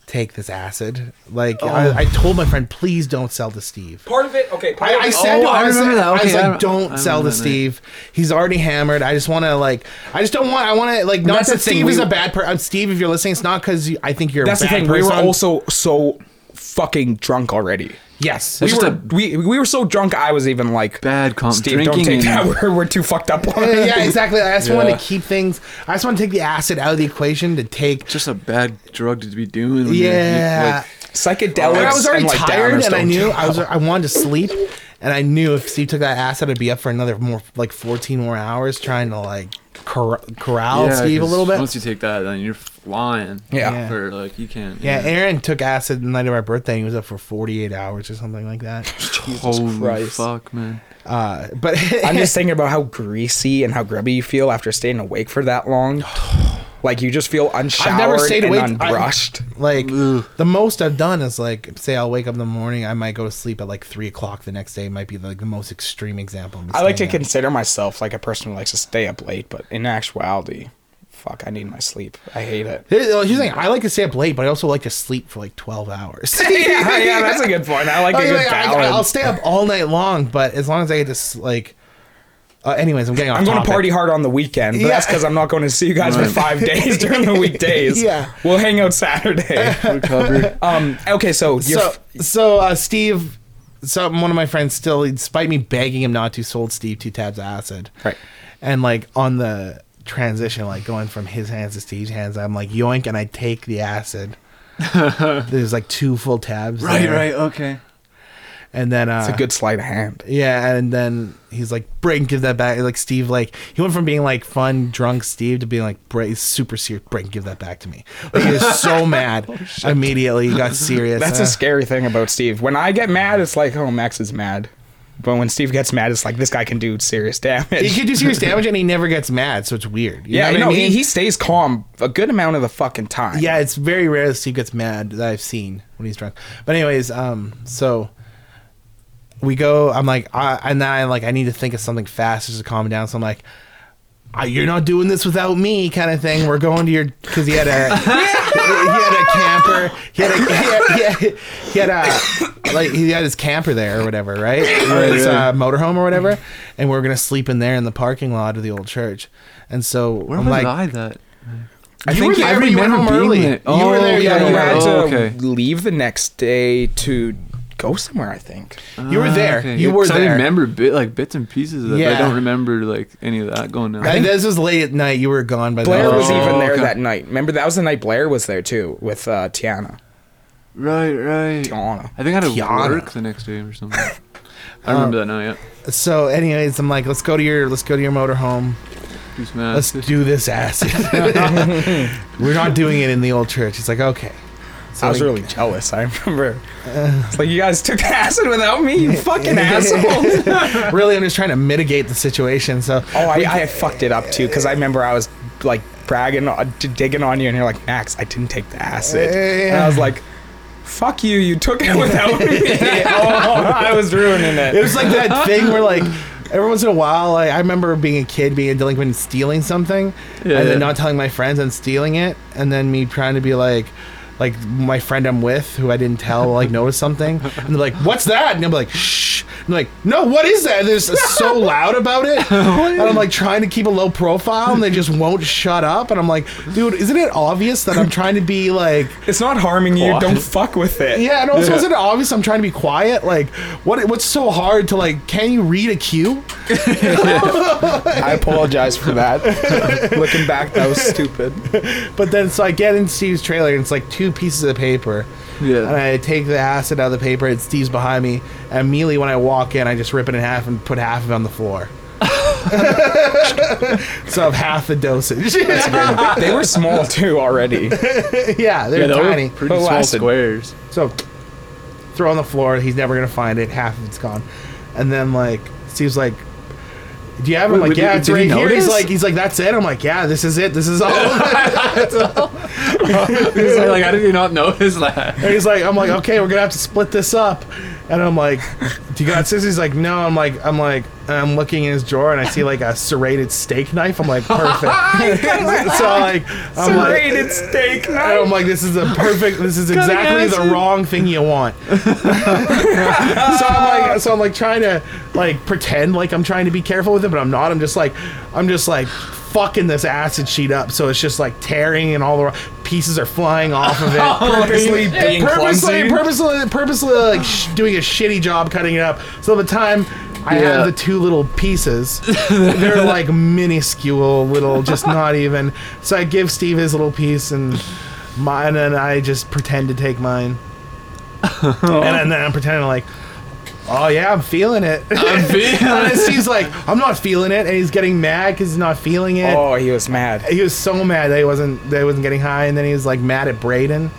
C: take this acid. Like,
A: Oh.
C: I, I told my friend, please don't sell to Steve.
A: Part of it. Okay. Part
C: I, I said, to him,
E: I
C: I, was
E: remember
C: like-
E: that.
C: I was
E: Okay, I
C: like,
E: rem-
C: don't
E: I
C: sell to
E: remember that night.
C: Steve. He's already hammered. I just want to like, I just don't want. I want to like, not
A: That's
C: that
A: the thing,
C: Steve
A: we-
C: is a bad person. Steve, if you're listening, it's not because I think you're.
A: That's
C: a
A: the
C: bad
A: thing. We
C: Person.
A: were also so fucking drunk already.
C: yes.
A: We
E: It's
A: were,
E: just a-
A: we, we were so drunk. I was even like,
E: Bad comp
A: Steve,
E: drinking.
A: don't take that.
E: and-
A: We're, we're too fucked up on
C: Yeah,
A: it.
C: yeah, exactly. I just want
E: Yeah.
C: to keep things. I just want to take the acid out of the equation to take.
E: Just a bad drug to be doing. when you're-
C: Yeah.
E: like,
A: Psychedelics.
C: And I was already
A: and, like,
C: tired,
A: downers
C: and I
A: don't
C: knew
A: do
C: I was. I wanted to sleep, and I knew if Steve took that acid, I'd be up for another more like fourteen more hours trying to like cor- corral
E: yeah,
C: Steve a
E: 'cause
C: little bit.
E: Once you take that, then you're flying.
A: Yeah.
C: Yeah.
E: Or like you can't.
C: yeah, Aaron took acid the night of our birthday. And he was up for forty eight hours or something like that.
E: Holy
A: Christ.
E: fuck, man.
C: Uh, but
A: I'm just thinking about how greasy and how grubby you feel after staying awake for that long. Like you just feel unshowered
C: I've never stayed awake. I-
A: and unbrushed.
C: like the most I've done is like say I'll wake up in the morning. I might go to sleep at like three o'clock the next day. Might be like the most extreme example. of me
A: I like to
C: staying up.
A: consider myself like a person who likes to stay up late, but in actuality, fuck, I need my sleep. I hate it.
C: Here's here's the thing. I like to stay up late, but I also like to sleep for like twelve hours.
A: yeah, yeah, that's a good point. Oh, I like a
C: Like,
A: good
C: like, I,
A: balance.
C: I'll stay up all night long, but as long as I get just like. Uh, anyways, I'm getting off.
A: I'm going to
C: topic.
A: party hard on the weekend, but
C: Yeah.
A: that's because I'm not going to see you guys for
E: Right.
A: five days during the weekdays.
C: Yeah.
A: we'll hang out Saturday.
E: Recovered.
A: um, okay, so you're
C: So, so uh, Steve, so one of my friends still, despite me begging him not to, sold Steve two tabs of acid.
A: Right.
C: And like on the transition, like going from his hands to Steve's hands, I'm like yoink, and I take the acid. There's like two full tabs.
E: right,
C: there.
E: right, okay.
C: And then uh,
A: it's a good sleight of hand.
C: Yeah, and then he's like, "Brayden, give that back." Like Steve, like he went from being like fun, drunk Steve to being like, "Bray, super serious. Brayden, give that back to me." Like, he was so mad immediately. He got serious.
A: Oh, That's
C: Uh,
A: the scary thing about Steve. When I get mad, it's like, oh, Max is mad. But when Steve gets mad, it's like this guy can do serious
C: he
A: damage.
C: could do serious damage, and he never gets mad, so it's weird. You
A: yeah,
C: know
A: no,
C: what I
A: he,
C: mean?
A: he stays calm a good amount of the fucking time.
C: yeah, it's very rare that Steve gets mad that I've seen when he's drunk. But anyways, um, so we go. I'm like, I, and then I like, I need to think of something fast just to calm him down. So I'm like. "Ah, You're not doing this without me, kind of thing. We're going to your because he had a he had a camper. He had a he had, he had, he had a like he had his camper there or whatever, right? Or his uh, motorhome or whatever. And we are gonna sleep in there in the parking lot of the old church. And so
E: Where
C: I'm
E: was
C: like,
E: I that?
C: I think you, you went home early.
E: there.
C: you were there. Yeah, you
E: Oh, yeah,
A: you
E: yeah.
A: had
C: had
E: Oh,
A: to
E: okay.
A: leave the next day to go somewhere. I think.
C: You were
E: Ah,
C: there.
E: okay.
C: You were
E: 'Cause
C: there.
E: I remember bit, like bits and pieces of that, but
C: Yeah.
E: I don't remember like any of that going down.
C: I think this was late at night. You were gone by
A: Blair
C: then.
A: was
E: Oh,
A: even there
E: okay.
A: that night. Remember that was the night Blair was there too with uh, Tiana.
E: right, right.
A: Tiana.
E: I think I had to
C: Tiana. Um,
E: work the next day or something. I remember that night. Yeah.
C: So, anyways, I'm like, let's go to your let's go to your motorhome.
E: Goose man.
C: Let's do this acid. we're not doing it in the old church. It's like okay.
A: I was really jealous. I remember. It's like you guys took the acid without me, you fucking assholes.
C: really, I'm just trying to mitigate the situation. So,
A: Oh, I, I fucked it up too because I remember I was like bragging, uh, d- digging on you, and you're like, Max, I didn't take the acid, and I was like. Fuck you! You took it without me. oh, I was ruining
C: It
A: it.
C: was like that thing where like every once in a while, like, I remember being a kid, being a delinquent, and stealing something,
E: Yeah,
C: and
E: yeah.
C: then not telling my friends I'm stealing it, and then me trying to be like. Like my friend I'm with, who I didn't tell, like noticed something, and they're like, "What's that?" And I'm like, "Shh!" And they're like, "No, what is that?" And they're just so loud about it, and I'm like trying to keep a low profile, and they just won't shut up. And I'm like, "Dude, isn't it obvious that I'm trying to be like
A: It's not harming you. Don't fuck with it.
C: yeah, and also isn't it obvious I'm trying to be quiet? Like, what? What's so hard to like? Can you read a cue?
A: I apologize for that. Looking back, that was stupid.
C: But then, so I get in Steve's trailer, and it's like two pieces of paper.
E: Yeah.
C: And I take the acid out of the paper, and Steve's behind me. And immediately when I walk in, I just rip it in half and put half of it on the floor. so I have half the dosage.
A: They were small too already.
C: yeah, they're
E: Yeah, they were
C: tiny.
E: pretty
A: But
E: small
A: acid.
E: squares.
C: So throw on the floor. He's never gonna find it. Half of it's gone. And then like Steve's like, "Do you have it?" I'm
E: Wait,
C: like,
E: did-
C: "Yeah, it's
E: did
C: right
E: he
C: here." He's
E: notice?
C: like, "He's like, that's it." I'm like, "Yeah, this is it. This is all."
E: He's like, I did not notice that.
C: and he's like, "I'm like, okay, we're gonna have to split this up." And I'm like, "Do you got scissors?" He's like, "No." I'm like, I'm like, and I'm looking in his drawer and I see like a serrated steak knife. I'm like, perfect. so like, I'm like,
A: Serrated steak
C: And I'm
A: knife.
C: like, this is the perfect. This is exactly the
E: acid.
C: wrong thing you want. so I'm like, so I'm like trying to like pretend like I'm trying to be careful with it, but I'm not. I'm just like, I'm just like fucking this acid sheet up. So it's just like tearing and all the pieces are flying off of it.
A: Purposely being
C: purposely,
A: clumsy.
C: purposely, purposely like sh- doing a shitty job cutting it up. So by the time. I
E: Yeah.
C: have the two little pieces. They're like minuscule, little, just not even. So I give Steve his little piece, and mine and I just pretend to take mine. and, then- then I'm pretending like, oh yeah, I'm feeling it.
E: I'm
C: and
E: being-
C: then Steve's like, I'm not feeling it, and he's getting mad because he's not feeling it.
A: Oh, he was mad.
C: He was so mad that he wasn't that he wasn't getting high, and then he was like mad at Braden.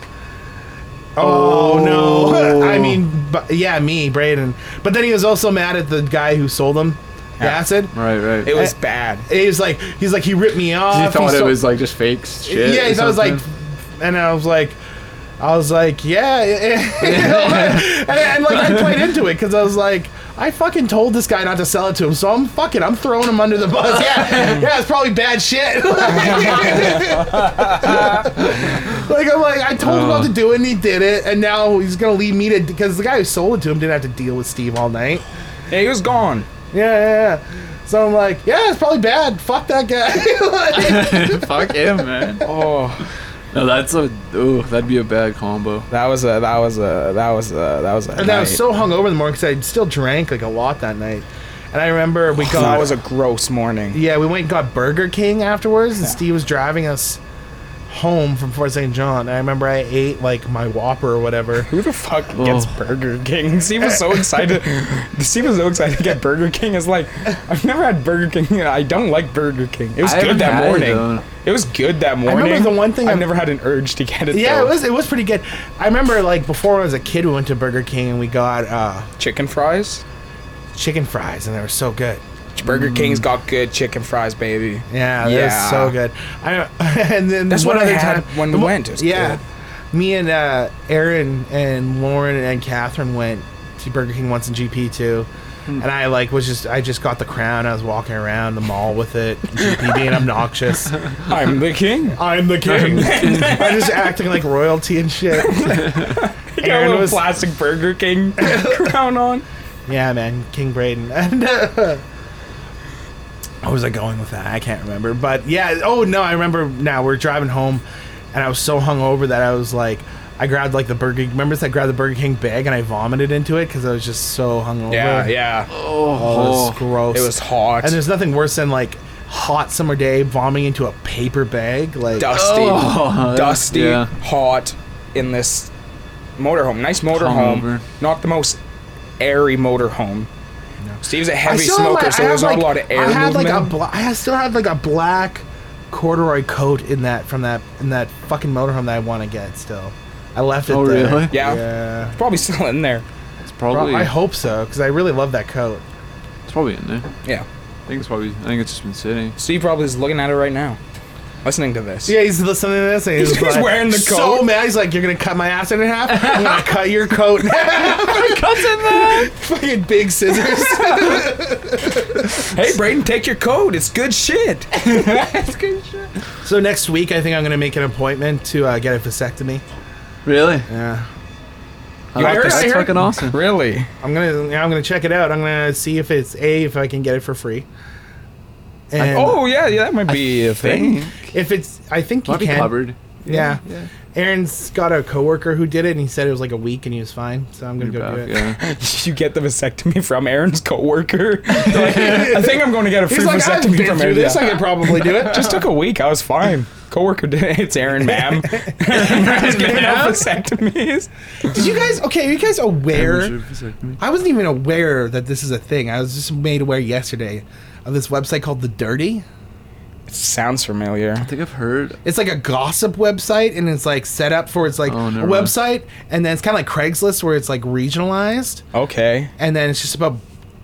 C: Oh, no! I mean, but, yeah, me, Braden. But then he was also mad at the guy who sold him the
A: Yeah.
C: acid.
E: right, right.
A: It was bad.
C: He was like, he's like, he ripped me off.
E: he thought it
C: sold-
E: was like just fake shit.
C: yeah,
E: or
C: he thought it was like,
E: something.
C: and I was like, I was like, yeah, eh, you know? and, and like I played into it because I was like, I fucking told this guy not to sell it to him, so I'm fucking, I'm throwing him under the bus. Yeah, yeah, it's probably bad shit. like I'm like, I told him not to do it, and he did it, and now he's gonna leave me to because the guy who sold it to him didn't have to deal with Steve all night.
A: Yeah, he was gone.
C: Yeah, yeah, yeah. So I'm like, yeah, it's probably bad. Fuck that guy. Like-
E: Fuck him, man.
A: Oh,
E: No, that's a. Ooh, that'd be a bad combo.
A: that was a that was a that was a that was a.
C: And I was
A: night.
C: so hungover in the morning because I still drank like a lot that night. And I remember we got
A: That was a gross morning.
C: yeah, we went and got Burger King afterwards, and Steve was driving us home from Fort St. John. And I remember I ate like my Whopper or whatever.
A: Who the fuck gets Burger King? Steve was so excited. Steve was so excited to get Burger King. It's like I've never had Burger King. I don't like Burger King. It was
E: I
A: good
E: haven't
A: that
E: had it,
A: morning.
E: though.
A: It, was good that morning.
C: remember the one thing
A: I've
C: I've-
A: never had an urge to get it.
C: Yeah,
A: though.
C: it was it was pretty good. I remember like before when I was a kid, we went to Burger King and we got uh,
A: chicken fries.
C: chicken fries, and they were so good.
A: Burger King's got good chicken fries, baby.
C: Yeah, yeah,
A: Yeah.
C: so good. I and then
A: That's
C: one
A: what I
C: other
A: had
C: time
A: when
C: the
A: we
C: mo-
A: went, it was
C: yeah,
A: good.
C: me and uh, Aaron and Lauren and Catherine went to Burger King once in GP too,
A: Hmm.
C: and I like was just I just got the crown. I was walking around the mall with it. GP being obnoxious.
A: I'm the king.
C: I'm the king. I'm just acting like royalty and shit.
A: Got a
C: Aaron
A: little
C: was-
A: plastic Burger King crown on.
C: Yeah, man, King Braden. And uh, where was I going with that? I can't remember. But yeah, oh no, I remember now. We're driving home, and I was so hungover that I was like, I grabbed like the Burger. Remember, I grabbed the Burger King bag and I vomited into it because I was just so hungover.
A: Yeah, yeah.
C: Oh, it was
E: Oh,
C: gross.
A: It was hot.
C: and there's nothing worse than like hot summer day vomiting into a paper bag. Like
A: dusty,
E: Oh,
A: dusty,
E: yeah.
A: hot in this motorhome. Nice motorhome,
E: Hungover.
A: not the most airy motorhome. Steve's a
C: I
A: heavy
C: still have,
A: smoker,
C: like-
A: so
C: I
A: there's
C: have,
A: not a lot
C: like-
A: of air
C: I had like
A: movement.
C: a bla- I still had like a black corduroy coat in that from that in that fucking motorhome that I want to get still. I left it.
E: Oh,
C: there.
E: really?
A: Yeah.
C: Yeah.
A: Probably still in there.
E: It's
C: Well,
E: probably.
C: I hope so because I really love that coat.
E: It's probably in there.
A: Yeah.
E: I think it's probably. I think it's just been sitting.
A: Steve probably is looking at it right now, listening to this.
C: Yeah, he's listening to this and he's,
A: He's
C: like,
A: wearing the
C: So
A: coat.
C: mad, he's like, "You're gonna cut my ass in half. I'm gonna cut your coat." in half."
A: Cuts in there.
C: Fucking big scissors.
A: Hey, Brayden, take your coat. It's good shit. it's good shit.
C: so next week, I think I'm gonna make an appointment to uh, get a vasectomy.
E: Really?
C: Yeah,
E: I like
A: heard-
E: this.
A: I
E: That's
A: heard-
E: fucking awesome.
A: Really?
C: I'm gonna yeah, I'm gonna check it out. I'm gonna see if it's a if I can get it for free. And
A: oh yeah, yeah. That might be a thing.
C: if it's I think you
E: Might be
C: can.
E: covered.
C: Yeah.
E: Yeah.
C: Aaron's got a coworker who did it, and he said it was like a week, and he was fine. So I'm gonna
E: You're
C: go
E: back,
C: do it.
E: yeah.
A: You get the vasectomy from Aaron's coworker. They're like, I think I'm going to get a free vasectomy from Aaron. Yeah.
C: I could probably do it.
A: Just took a week. I was fine. Coworker did it. It's Aaron, ma'am. Aaron's getting out vasectomies.
C: Did you guys? Okay, are you guys aware?
E: Vasectomy.
C: I wasn't even aware that this is a thing. I was just made aware yesterday of this website called The Dirty.
A: Sounds familiar.
E: I think I've heard.
C: It's like a gossip website, and it's like set up for it's like
E: Oh,
C: a
E: never mind.
C: website, and then it's kind of like Craigslist where it's like regionalized,
A: Okay.
C: and then it's just about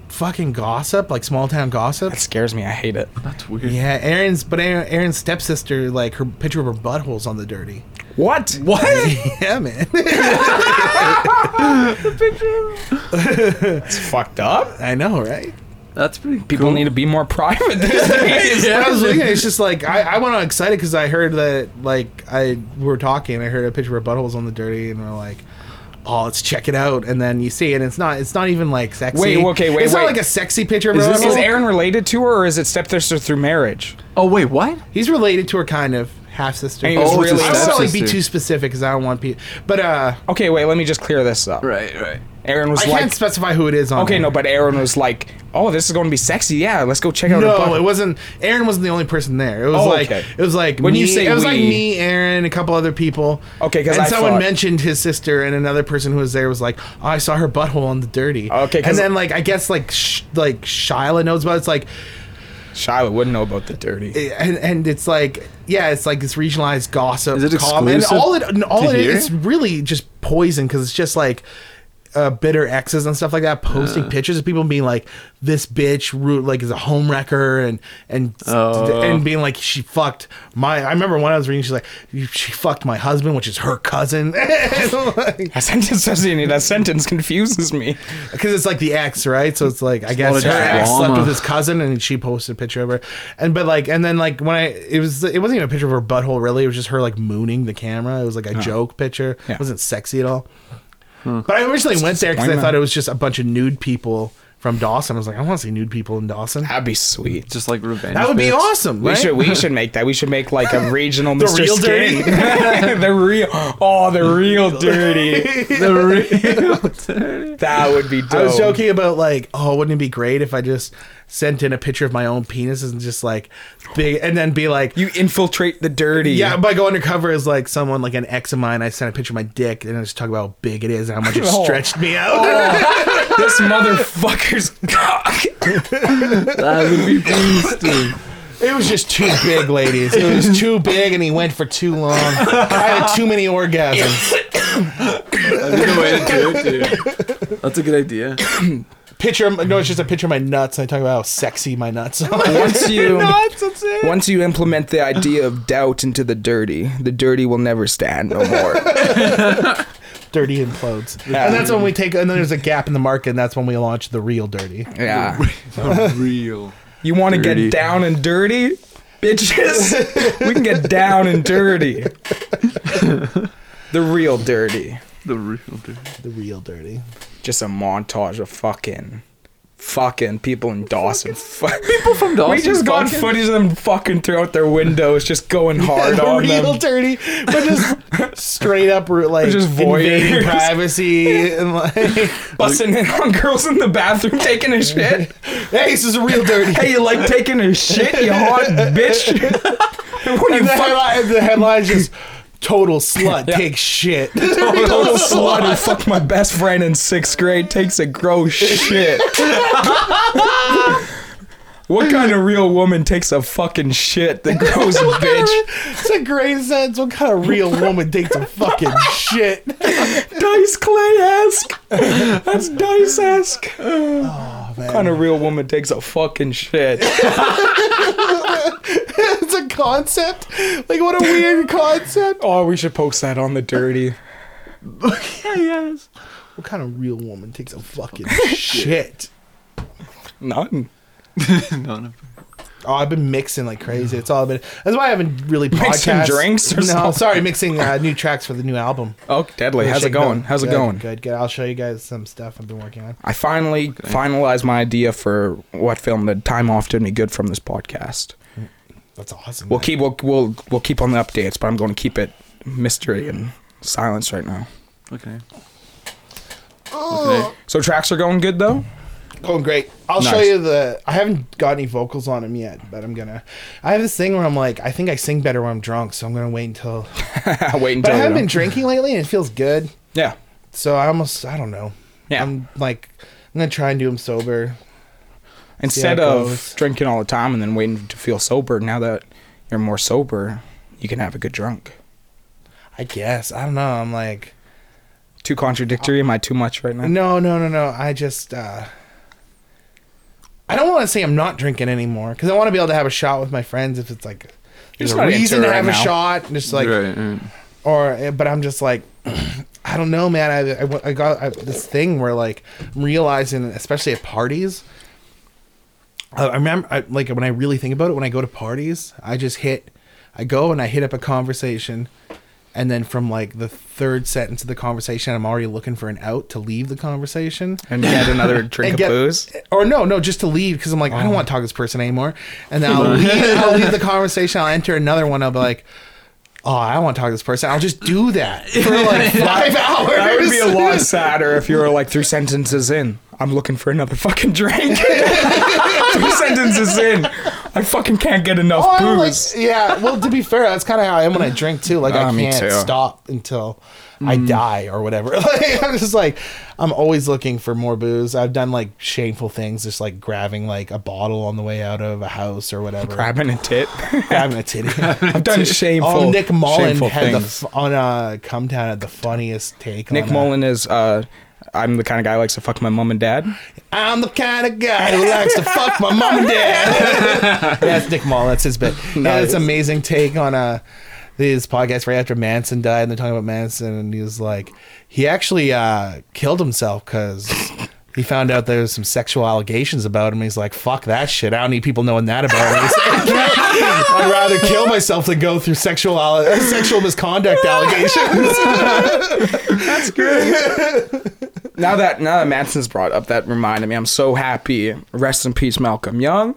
C: fucking gossip, like small town gossip.
A: That scares me. I hate it.
E: That's weird.
C: Yeah, Aaron's but Aaron, Aaron's stepsister, like her picture of her butthole's on The Dirty.
A: What? What?
C: yeah, man.
A: It's fucked up.
C: I know, right?
E: That's pretty.
A: People
E: cool.
A: need to be more private these days.
C: But I was looking at it, it's just like I, I went on excited because I heard that like I we were talking, I heard a picture of buttholes on the dirty, and we're like, oh, let's check it out. And then you see, and it's not it's not even like sexy.
A: Wait, okay, wait,
C: it's not
A: wait.
C: like a sexy picture of
A: Is,
C: her.
A: this, is
C: butthole.
A: Aaron related to her, or is it stepsister through marriage?
E: Oh wait, what?
C: He's related to her, kind of half sister.
A: And he was
E: Oh, it's a
A: really
C: I don't want to like, be
E: stepsister.
C: too specific because I don't want people. But uh,
A: okay. Wait, let me just clear this up.
E: Right, right.
A: Aaron was
C: I
A: like,
C: can't specify who it is. on
A: okay,
C: there.
A: no, but Aaron was like, oh, this is going to be sexy. Yeah, let's go check out. her
C: No,
A: butt.
C: it wasn't. Aaron wasn't the only person there. It was
A: Oh,
C: like
A: okay.
C: it was like
A: When you
C: me-
A: say
C: it was like
A: we-
C: me, Aaron, a couple other people.
A: Okay, 'cause
C: and
A: I
C: someone
A: thought-
C: mentioned his sister, and another person who was there was like, oh, "I saw her butthole on the dirty."
A: Okay, 'cause-
C: and then like I guess like sh- like Shyla knows about it. it's like
A: Shiloh wouldn't know about the dirty.
C: Eh, and and it's like yeah, it's like this regionalized gossip.
E: Is it
C: column. And
E: exclusive
C: all it and all
E: to
C: it
E: here?
C: is really just poison because it's just like. Uh, bitter exes and stuff like that
E: Uh.
C: posting pictures of people being like this bitch root like is a home wrecker and and
E: Oh.
C: and being like she fucked my I remember when I was reading she's like she fucked my husband which is her cousin
A: That sentence doesn't even- that sentence confuses me.
C: because it's like the ex, right? So it's like I guess
E: of
C: her ex
E: drama.
C: slept with his cousin, and she posted a picture of her. And but like, and then like when I it was it wasn't even a picture of her butthole really. It was just her like mooning the camera. It was like a joke picture.
A: Yeah. Hmm.
C: It wasn't sexy at all. But I originally went there because I
A: disappointment.
C: thought it was just a bunch of nude people from Dawson. I was like, I want to see nude people in Dawson.
A: That'd be sweet.
E: Just like revenge.
C: That would be
E: bits.
C: awesome.
A: We
C: right?
A: should we should make that. We should make like a regional Mr.
C: real
A: Skin. the real oh the real dirty.
E: The real-
A: That would be dope.
C: I was joking about like, oh, wouldn't it be great if I just sent in a picture of my own penis and just like big, and then be like,
A: You infiltrate the dirty.
C: Yeah, but I go undercover as like someone like an ex of mine. I sent a picture of my dick and I just talk about how big it is and how much it
A: Oh.
C: stretched me out.
A: this motherfucker's cock.
E: that would be beastie.
C: It was just too big, ladies. It was too big, and he went for too long. I had too many orgasms.
E: That'd be the way to do it, dude. That's a good idea.
C: Picture no, it's just a picture of my nuts. And I talk about how sexy my nuts are.
A: Once you once you implement the idea of doubt into the dirty, the dirty will never stand no more.
C: dirty implodes. And that's when we take. And then there's a gap in the market, and that's when we launch the real dirty.
A: Yeah.
E: The real.
A: You want to
E: Dirty.
A: get down and dirty, bitches? we can get down and dirty. the real dirty.
E: The real, dude.
C: The real dirty.
A: Just a montage of fucking, fucking people in Dawson. Fuck.
E: People from Dawson.
A: We just got
E: fucking-
A: footage of them fucking throughout their windows, just going hard
C: the
A: on
C: real
A: them.
C: dirty, but just straight up like
A: Just
C: invading
A: voyeurs.
C: privacy and like.
A: Busting in on girls in the bathroom taking a shit.
C: Hey, this is real dirty.
A: Hey, you like taking a shit, you hot bitch? when you
C: the,
A: fuck
C: headline, the headline's just total slut
A: Yeah.
C: takes shit.
A: total slut who fucked my best friend in sixth grade takes a gross shit. what kind of real woman takes a fucking shit that grows bitch?
C: so a great sentence. What kind of real woman takes a fucking shit?
A: Dice Clay esque. That's Dice esque. Oh, kind of real woman takes a fucking shit.
C: It's a concept. Like what a weird concept.
A: Oh, we should post that on the dirty.
C: yes. What kind of real woman takes a fucking shit?
A: None.
E: None of
C: Oh, I've been mixing like crazy. It's all been. That's why I haven't really
A: Mixing
C: podcast.
A: drinks or
C: no,
A: something?
C: sorry, mixing uh, new tracks for the new album.
A: Oh, Deadly, how's it
C: Shaking
A: going?
C: up.
A: How's it
C: Good,
A: going?
C: Good, good. I'll show you guys some stuff I've been working on.
A: I finally finalized my idea for what film the time off did me good from this podcast.
C: That's awesome.
A: We'll
C: man.
A: keep we'll we'll, we'll keep on the updates, but I'm going to keep it mystery and silence right now.
E: Okay. Okay.
A: So tracks are going good though.
C: going great. I'll
A: Nice.
C: show you the. I haven't got any vocals on them yet, but I'm gonna. I have this thing where I'm like, I think I sing better when I'm drunk, so I'm gonna wait until.
A: Wait
C: But
A: until
C: I
A: you
C: haven't
A: know.
C: been drinking lately, and it feels good.
A: uh, yeah.
C: So I almost, I don't know.
A: Yeah.
C: I'm like, I'm gonna try and do them sober.
A: Instead
C: it
A: of
C: goes.
A: drinking all the time and then waiting to feel sober, now that you're more sober, you can have a good drunk.
C: I guess. I don't know. I'm like,
A: Too contradictory? Am I too much right now?
C: no, no, no, no. I just. uh I don't want to say I'm not drinking anymore because I want to be able to have a shot with my friends if it's like. There's
A: just
C: a
A: not into
C: reason
A: it
C: to
A: right
C: have a
A: now.
C: shot. Just like
E: right, right.
C: or eh, but I'm just like I don't know, man. I I, went- I got I, this thing where like I'm realizing, especially at parties. I, I remember, I, like when I really think about it, when I go to parties, I just hit, I go and I hit up a conversation, and then from like the third sentence of the conversation, I'm already looking for an out to leave the conversation.
A: And get another drink
C: And
A: of
C: get-
A: booze.
C: Or no, no, just to leave because I'm like, I don't
A: Oh.
C: want to talk to this person anymore. And then I'll leave, I'll leave the conversation. I'll enter another one. I'll be like, oh, I don't want to talk to this person. I'll just do that for like five hours.
A: That would be a lot sadder if you were like three sentences in. I'm looking for another fucking drink. three sentences in, I fucking can't get enough
C: Oh, I'm like,
A: booze.
C: yeah. Well, to be fair, that's kind of how I am when I drink too. Like
A: Ah,
C: I
A: me
C: can't
A: too. Mm.
C: stop until I die or whatever. Like I'm just like I'm always looking for more booze. I've done like shameful things, just like grabbing like a bottle on the way out of a house or whatever.
A: Grabbing a tit.
C: grabbing a titty.
A: I've done shameful.
C: Oh, Nick Mullen
A: shameful
C: had the
A: things.
C: f- on uh, Come Down had the funniest take.
A: Nick
C: on that.
A: Mullen is. uh I'm the kind of guy who likes to fuck my mom and dad.
C: I'm the kind of guy who likes to fuck my mom and dad. That's Nick Mullen. That's his bit. Yeah,
A: Nice.
C: that's an amazing take on uh, his podcast right after Manson died, and they're talking about Manson, and he was like, he actually uh, killed himself because. He found out there was some sexual allegations about him. He's like, "Fuck that shit! I don't need people knowing that about me." He's like, I'd rather kill myself than go through sexual alle- sexual misconduct allegations.
A: Now that now that Manson's brought up, that reminded me. I'm so happy. Rest in peace, Malcolm Young.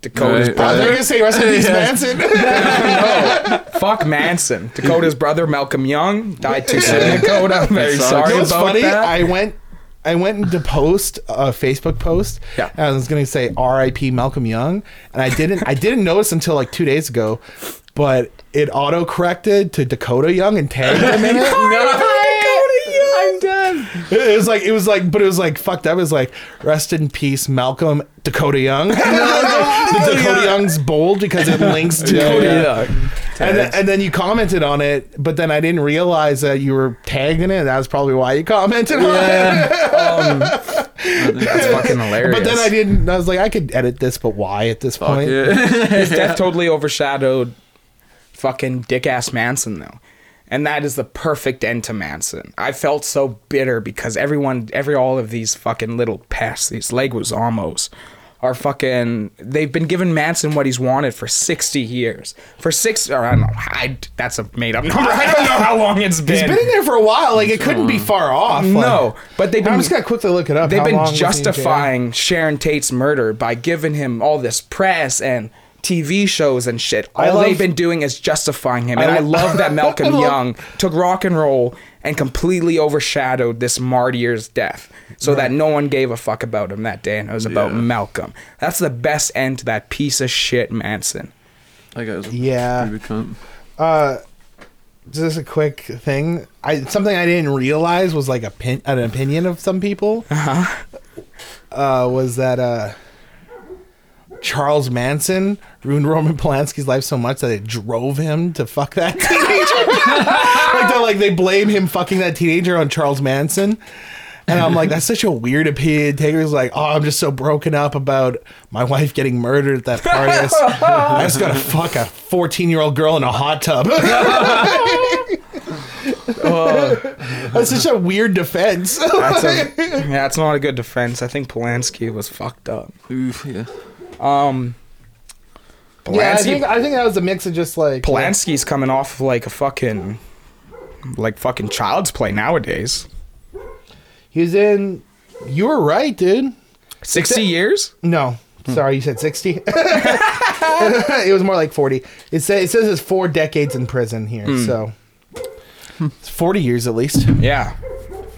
A: Dakota's
E: Right,
C: I
A: brother.
C: was gonna say rest in peace, Manson.
A: Fuck Manson. Dakota's brother, Malcolm Young, died too soon. Dakota, I'm very
E: That sucks.
A: sorry
C: You know
A: about
C: what's funny?
A: that.
C: I went. I went to post a Facebook post.
A: Yeah.
C: and I was gonna say R.I.P. Malcolm Young, and I didn't. I didn't notice until like two days ago, but it auto corrected to Dakota Young and tagged him in it.
A: I'm done.
C: It was like it was like, but it was like fucked up. It was like rest in peace, Malcolm Dakota Young. the Dakota Young's bold because it links to And then, and then you commented on it, but then I didn't realize that you were tagged in it. That was probably why you commented on it.
A: That's fucking hilarious.
C: But then I didn't. I was like, I could edit this, but why at this
E: Fuck
C: point?
E: yeah.
A: His death totally overshadowed fucking dick ass Manson though. And that is the perfect end to Manson. I felt so bitter because everyone every all of these fucking little pests, these leguizamos, are fucking they've been giving Manson what he's wanted for sixty years. For six or I don't know, I, that's a made up number. I don't know how long it's been.
C: He's been in there for a while. Like it couldn't be far off. like-
A: no, but they've been
C: I'm just gonna quickly look it up.
A: They've
C: How long
A: been
C: was he in jail?
A: justifying Sharon Tate's murder by giving him all this press and TV shows and shit.
C: I
A: All
C: love-
A: they've been doing is justifying him. and
C: I
A: I
C: lo-
A: love that Malcolm
C: I love-
A: Young took rock and roll and completely overshadowed this martyr's death so that no one gave a fuck about him that day and it was about
E: Yeah.
A: Malcolm. That's the best end to that piece of shit Manson.
E: That guy was a
C: Yeah.
E: pretty big cunt.
C: uh, just a quick thing. I something I didn't realize was like a pin, an opinion of some people. Uh-huh. was that uh Charles Manson ruined Roman Polanski's life so much that it drove him to fuck that teenager. like they're like they blame him fucking that teenager on Charles Manson. And I'm like, that's such a weird opinion. Taylor's like, oh, I'm just so broken up about my wife getting murdered at that party. I just- I just gotta fuck a 14 year old girl in a hot tub. Oh. that's such a weird defense.
A: That's a, yeah, it's not a good defense. I think Polanski was fucked up.
E: Oof, yeah.
A: Um, Polanski,
C: Yeah, I think I think that was a mix of just like
A: Polanski's coming off of like a fucking, like fucking child's play nowadays.
C: He was in. You were right, dude.
A: Sixty years?
C: No, sorry, you said sixty. it was more like forty. It says it says it's four decades in prison here, so it's forty years at least.
A: Yeah,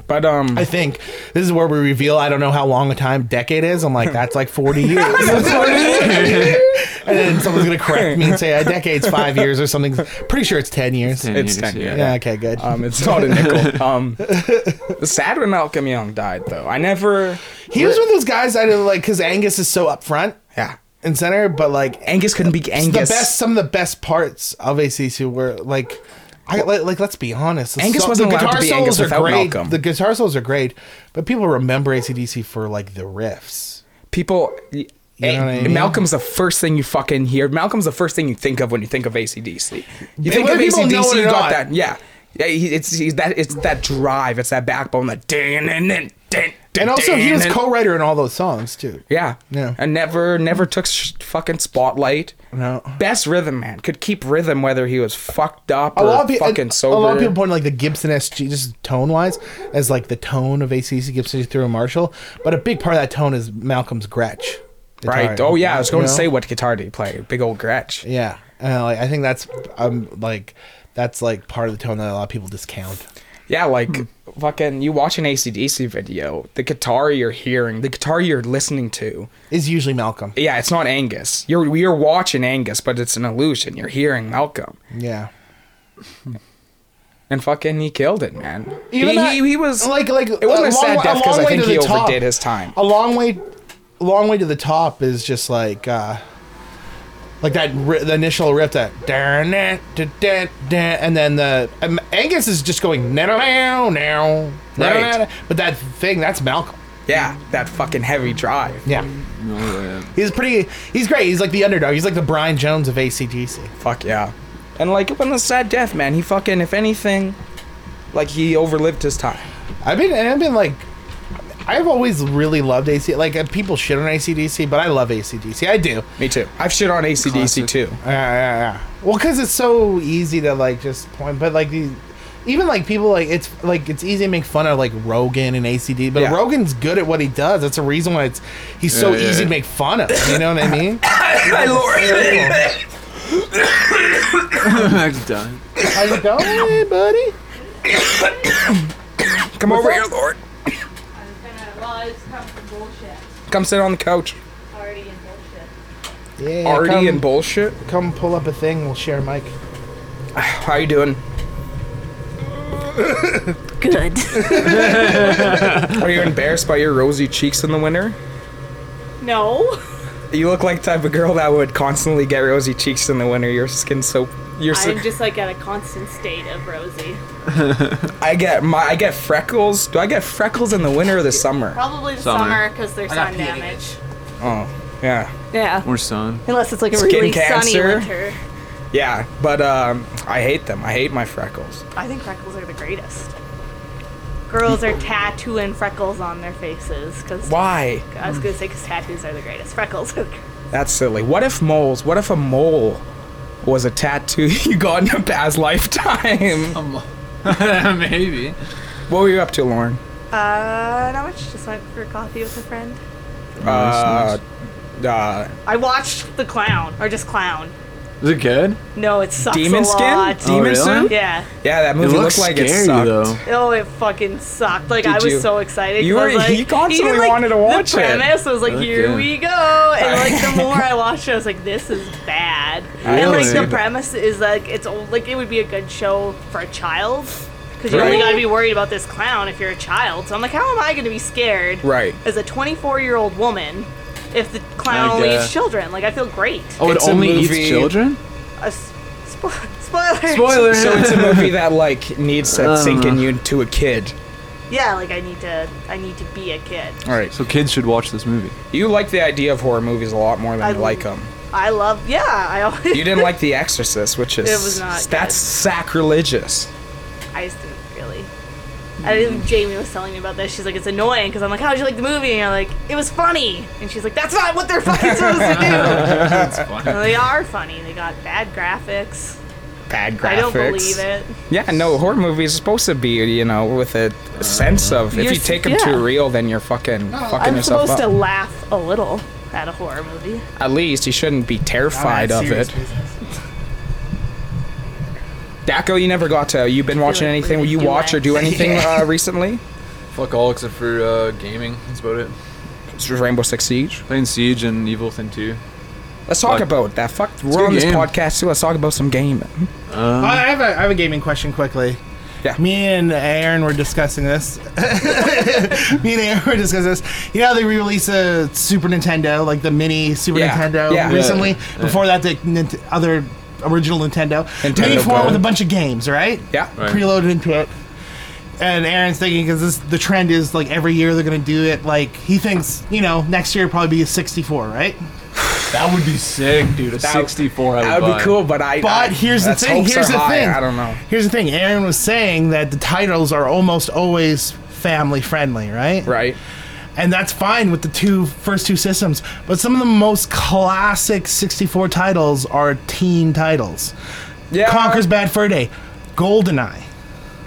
A: but um,
C: I think this is where we reveal. I don't know how long a time decade is. I'm like, that's like forty years. and then someone's gonna correct me and say a decade's five years or something. Pretty sure it's ten years.
E: Ten
A: It's
E: years,
A: 10 years.
C: Yeah. Okay. Good.
A: um, it's not a nickel. Um, it's sad when Malcolm Young died though. I never.
C: he was one of those guys I didn't like because Angus is so up front
A: Yeah,
C: and center, but like
A: Angus couldn't be
C: It's
A: Angus.
C: The best, some of the best parts of ACC were like, I like, like let's be honest. the
A: Angus wasn't allowed to be Angus
C: are
A: without
C: great.
A: Malcolm.
C: The guitar solos are great, but people remember ACDC for like the riffs.
A: people eh,
C: know what I mean?
A: Malcolm's the first thing you fucking hear. Malcolm's the first thing you think of when you think of ACDC. You think of
C: whether people
A: ACDC,
C: know it or
A: you got
C: not.
A: that. Yeah. Yeah, he- it's he's that it's that drive, it's that backbone, that dan and then dan.
C: And also, he was co-writer in all those songs too.
A: Yeah,
C: Yeah.
A: and never never took sh- fucking spotlight.
C: No.
A: best rhythm man could keep rhythm whether he was fucked up
C: A
A: or
C: lot of people,
A: fucking sober.
C: a lot of people point like the Gibson SG just tone wise as like the tone of ACDC Gibson through a Marshall, but a big part of that tone is Malcolm's Gretsch.
A: right?
C: guitar,
A: Oh yeah, I was going
C: you
A: to
C: know?
A: say what guitar did he play? Big old Gretsch.
C: Yeah, uh, like, I think that's um like that's like part of the tone that a lot of people discount.
A: Yeah, like fucking you watch an ACDC video, the guitar you're hearing, the guitar you're listening to.
C: Is usually Malcolm.
A: Yeah, it's not Angus. You're you're watching Angus, but it's an illusion. You're hearing Malcolm.
C: Yeah.
A: And fucking he killed it, man.
C: Even
A: he,
C: that-
A: he, he was
C: like like
A: it wasn't a sad
C: wa-
A: death 'cause I
C: long way
A: think
C: to
A: he
C: the top.
A: overdid his time.
C: A long way, a long way to the top is just like uh like that ri- the initial riff that da-na, da-da, da, and then the um, Angus is just going now now now
A: Right.
C: but that thing that's Malcolm.
A: Yeah, that fucking heavy drive.
C: Yeah.
E: No way.
C: He's pretty. He's great. He's like the underdog. He's like the Brian Jones of ACDC.
A: Fuck yeah. And like it wasn't a sad death, man. He fucking if anything, like he overlived his time.
C: I've been and I've been like I've always really loved AC like uh, people shit on ACDC but I love ACDC I do
A: Me too. I've shit on ACDC
E: Classic.
A: too.
C: yeah yeah yeah well because it's so easy to like just point but like these even like people like it's like it's easy to make fun of like Rogan and ACD but
A: Yeah.
C: Rogan's good at what he does that's the reason why it's he's so
E: Yeah, yeah,
C: easy
E: yeah.
C: to make fun of you know what I mean
A: My lord.
E: I'm dying.
C: how's it going hey, buddy
A: Come over here, Lord.
D: I was gonna, well, I was coming from bullshit.
A: Come sit on the couch.
D: Already in bullshit.
C: yeah
A: Artie
C: come,
A: and bullshit.
C: come pull up a thing we'll share a mic
A: How you doing?
B: Good.
A: Are you embarrassed by your rosy cheeks in the winter?
B: No.
A: You look like the type of girl that would constantly get rosy cheeks in the winter. Your skin's so. You're so.
B: I'm just like at a constant state of rosy.
A: I get my. I get freckles. Do I get freckles in the winter or the summer?
D: Probably the
E: Summer.
D: summer because there's sun
C: pee again.
D: damage.
A: Oh, yeah,
B: Yeah.
E: More sun.
B: Unless it's like a
A: Skin
B: really sunny
A: cancer.
B: winter.
A: yeah. But um, I hate them. I hate my freckles.
B: I think freckles are the greatest. Girls are tattooing freckles on their faces because
A: Why?
B: I was gonna say because tattoos are the greatest. Freckles are the
A: That's silly. What if moles? What if a mole was a tattoo you got in a past lifetime?
E: Maybe.
A: What were you up to, Lauren?
B: Uh, not much. Just went for coffee with a friend.
A: Uh, uh,
B: I watched The Clown, or just Clown.
E: Is it good?
B: No, it sucks
A: demon
B: a
A: skin?
B: lot. Oh,
A: Demon
E: really?
A: suit? Yeah.
B: Yeah.
A: that movie looked like it sucked.
B: Oh, it fucking sucked. Like I
A: Did
B: was
A: you-
B: so excited.
A: You
B: 'cause I
A: were-
B: was like,
A: you constantly
B: even, like,
A: wanted to watch it.
B: the premise was like,
E: Look,
B: here
E: yeah.
B: we go, and like the more I watched it, I was like, this is bad. And like
E: Really?
B: the premise is like, it's old, like it would be a good show for a child because you
A: Right.
B: only got to be worried about this clown if you're a child. So I'm like, how am I going to be scared?
A: Right.
B: As a 24 year old woman if the clown
E: I
B: only
E: guess.
B: eats children. Like I feel great.
E: Oh,
A: It's a
E: it only
A: movie-
E: eats children.
B: A s- spo- spoiler.
E: Spoiler.
A: So it's a movie that like needs to
E: Uh.
A: sink in you to a kid.
B: Yeah, like I need to. I need to be a kid.
A: All right.
E: So kids should watch this movie.
A: You like the idea of horror movies a lot more than
B: I
A: you like them.
B: I love. Yeah, I always.
A: You didn't like The Exorcist, which is
B: It was not
A: that's
B: good.
A: sacrilegious.
B: I just didn't really. I didn't, Jamie was telling me about this. She's like, it's annoying because I'm like, how'd you like the movie? And I'm like, it was funny. And she's like, that's not what they're fucking supposed to do. And they are funny. They got bad graphics.
A: Bad graphics.
B: I don't believe it.
A: Yeah, no, horror movies are supposed to be, you know, with a sense of if
B: You're
A: you
B: s-
A: take them
B: yeah.
A: too real, then you're fucking fucking
B: I'm
A: yourself
B: supposed
A: up.
B: to laugh a little at a horror movie.
A: At least you shouldn't be terrified of it. Daco, you never got to. You been watching
B: like
A: anything?
B: really
A: you
B: do
A: watch
B: that.
A: or do anything uh, recently?
E: Fuck all except for uh, gaming. That's about it.
A: It's just Rainbow Six Siege.
E: Playing Siege and Evil Within 2.
A: Let's talk
E: Like-
A: about that. Fuck,
E: good
A: we're on this
E: game.
A: podcast too. Let's talk about some gaming.
C: I have a, I have a gaming question quickly.
A: Yeah.
C: Me and Aaron were discussing this. Me and Aaron were discussing this. You know, how they released a Super Nintendo, like the mini Super
A: Yeah.
C: Nintendo,
A: Yeah.
C: recently.
E: Yeah.
C: Before that, the Nint- other original Nintendo. mini
A: Nintendo
C: form
A: Go.
C: with a bunch of games, right?
A: Yeah.
E: Right.
C: Preloaded into it. And Aaron's thinking because the trend is like every year they're gonna do it. Like he thinks, you know, next year it'll probably be a 64, right?
E: That would be sick, dude. A 64 I
A: That would be cool, but I.
C: But
A: I-
C: here's the
A: that's
C: thing.
A: hopes
C: Here's
A: are
C: the
A: high.
C: thing.
A: I don't know.
C: Here's the thing. Aaron was saying that the titles are almost always family friendly, right?
A: Right.
C: And that's fine with the two first two systems. But some of the most classic 64 titles are teen titles.
A: Yeah.
C: Conker's Bad Fur Day, GoldenEye.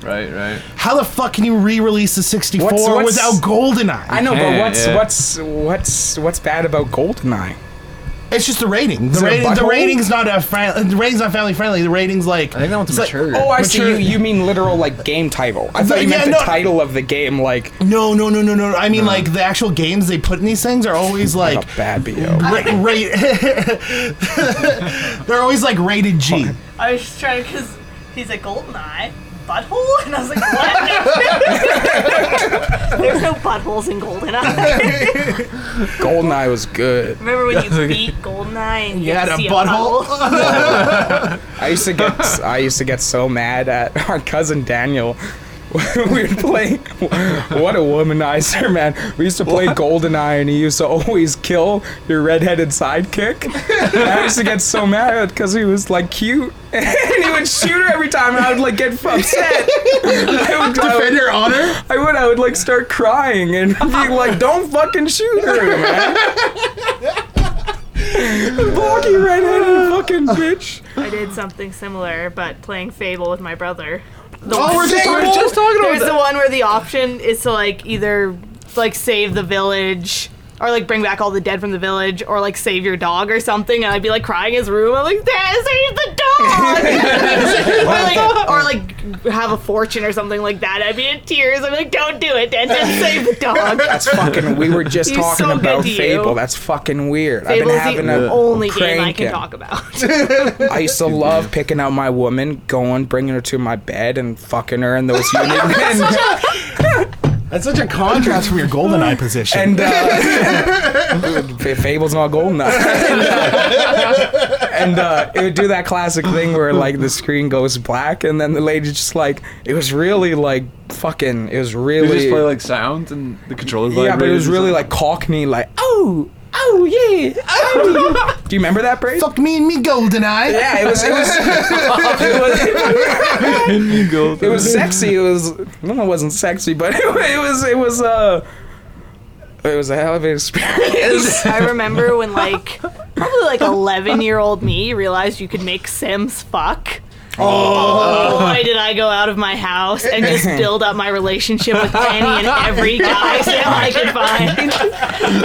E: Right, right.
C: How the fuck can you re-release the 64
A: What's- what's-
C: without GoldenEye?
A: I know, but
E: Yeah,
A: what's
E: yeah.
A: what's what's what's bad about Goldeneye?
C: It's just the rating. The
A: it a
C: rating. The
A: butthole?
C: rating's not a friend. The rating's not family friendly. The rating's like.
E: I think that one's
C: it's like-
E: mature.
A: Oh, I see.
C: Mature-
A: You, you mean literal like game title? I
C: Yeah,
A: thought you meant
C: no.
A: the title of the game, like
C: No, no, no, no, no. I mean, like the actual games they put in these things are always like
A: a bad BO.
C: ra- ra- They're always like rated G.
B: I was just trying because he's a golden eye. Butthole? And I was like, what? There's no buttholes in Goldeneye.
A: Goldeneye was good.
B: Remember when you beat Goldeneye and you
C: Yeah,
B: had to
C: the
B: see
C: butthole.
B: a butthole?
A: I used to get I used to get so mad at our cousin Daniel. we would play. What a womanizer, man! We used to play Goldeneye, and he used to always kill your redheaded sidekick. And I used to get so mad because he was like cute, and he would shoot her every time, and I would like get upset. I would, I would-
C: Defend your honor.
A: I would, I would like start crying and be like, "Don't fucking shoot her, man!" Blocky redheaded fucking bitch.
B: I did something similar, but playing Fable with my brother. The
C: Oh, we're just,
A: Say
C: we're
A: what?
C: just talking about
B: There's
C: that.
B: the one where the option is to like either like save the village or like bring back all the dead from the village or like save your dog or something and I'd be like crying in his room I'm like Dad save the dog or, like, or like have a fortune or something like that I'd be in tears I'm like don't do it Dad just save the dog
A: That's fucking. We were just
B: He's
A: talking
B: so good
A: about
B: to you.
A: Fable. That's fucking weird.
B: Fable's
A: I've been having
B: the
A: a
B: only game I
A: crank
B: can
A: in.
B: talk about
A: I used to love picking out my woman, going, bringing her to my bed, and fucking her in those unit men.
C: That's such a contrast from your golden eye position.
A: And uh, F- Fable's not golden enough. and uh, and, uh, it would do that classic thing where like the screen goes black, and then the lady's just like, it was really like fucking, it was
E: You
A: really.
E: just play like sounds and the controller
A: yeah, but it
E: vibrates
A: was
E: and
A: really
E: stuff.
A: like cockney, like, oh, oh, yeah. Oh. do you remember that, Brave?
C: Fuck me and me golden eye.
A: Yeah, it was it was it was, it was sexy. It was no, it wasn't sexy, but it, wa- it was it was uh it was a hell of an experience.
B: I remember when like probably like 11 year old me realized you could make Sims fuck. Oh. boy, did I go out of my house and just build up my relationship with any and every guy Sim I could find.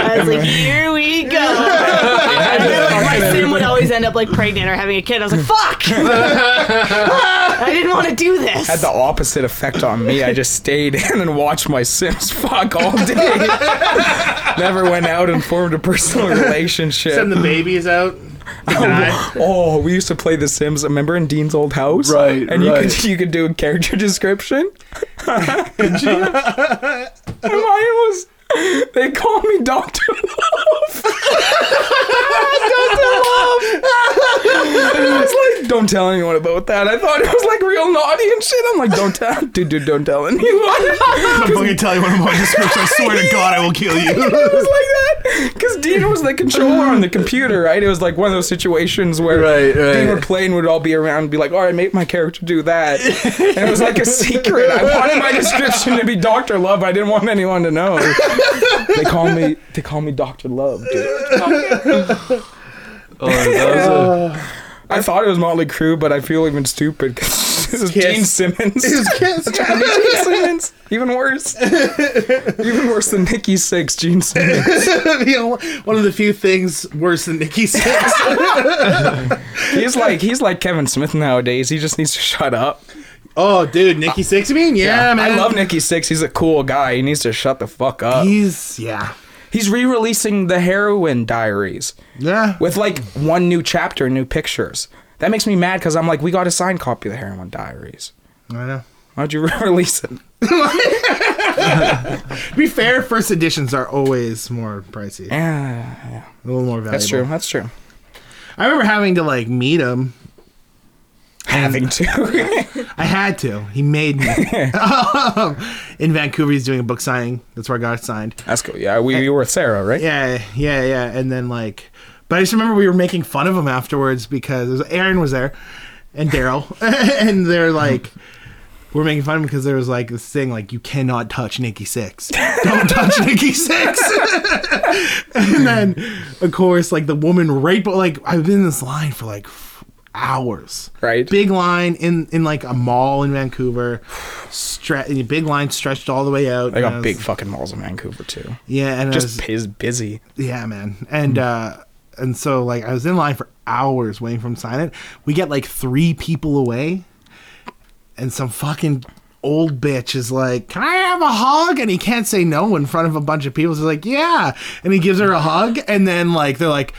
B: I was like, here we go. And then, like, my Sim would always end up like pregnant or having a kid. I was like, fuck. I didn't want to do this.
A: Had the opposite effect on me. I just stayed in and watched my Sims fuck all day. Never went out and formed a personal relationship.
G: Send the babies out.
A: Oh, we used to play The Sims. Remember in Dean's old house,
E: Right,
A: And you could
E: right.
A: you could do a character description. Mine was They call me Doctor Love. Doctor Love. I was like, don't tell anyone about that. I thought it was like real naughty and shit. I'm like, don't tell, dude, dude, don't tell anyone.
G: I'm going to tell you one of my descriptions. I swear to God, I will kill you.
A: it was like that because Dean was the controller on the computer, right? It was like one of those situations where
E: Right, right.
A: Dean would play and would all be around and be like, "All right, make my character do that," and it was like a secret. I wanted my description to be Doctor Love. but I didn't want anyone to know. they call me. They call me Doctor Love, dude.
E: Oh, that was a-
A: I thought it was Motley Crue, but I feel even stupid because this is Gene Simmons. Gene Simmons, even worse. even worse than Nikki Six. Gene Simmons.
C: You know, one of the few things worse than Nikki Six.
A: He's like he's like Kevin Smith nowadays. He just needs to shut up.
C: oh, dude, Nikki Six. You mean? Yeah, man.
A: I love Nikki Six. He's a cool guy. He needs to shut the fuck up.
C: He's yeah,
A: He's re-releasing the Heroin Diaries
C: yeah.
A: with like one new chapter, new pictures. That makes me mad because I'm like, we got a signed copy of the Heroin Diaries.
C: I know.
A: Why'd you re-release it?
C: To be fair, first editions are always more pricey, a
A: Yeah,
C: little more valuable.
A: that's true. That's true.
C: I remember having to like meet him.
A: Having to.
C: I had to. He made me. in Vancouver, he's doing a book signing. That's where I got signed.
A: that's cool. Yeah, we, we were with Sarah, right?
C: Yeah, yeah, yeah. And then like, but I just remember we were making fun of him afterwards because it was, Aaron was there, and Daryl, and they're like, we're making fun of him because there was like this thing like you cannot touch Nikki Six, don't touch Nikki Six. and then of course like the woman right, but like I've been in this line for like f- hours
A: Right.
C: big line in in like a mall in vancouver stre- big line stretched all the way out
A: They
C: and I
A: got
C: was-
A: big fucking malls in Vancouver too.
C: yeah and I was-
A: Just piz busy.
C: yeah, man. And uh and so like I was in line for hours waiting for him to sign it. We get like three people away and some fucking old bitch is like, Can I have a hug? And he can't say no in front of a bunch of people. So he's like, Yeah. And he gives her a hug and then like they're like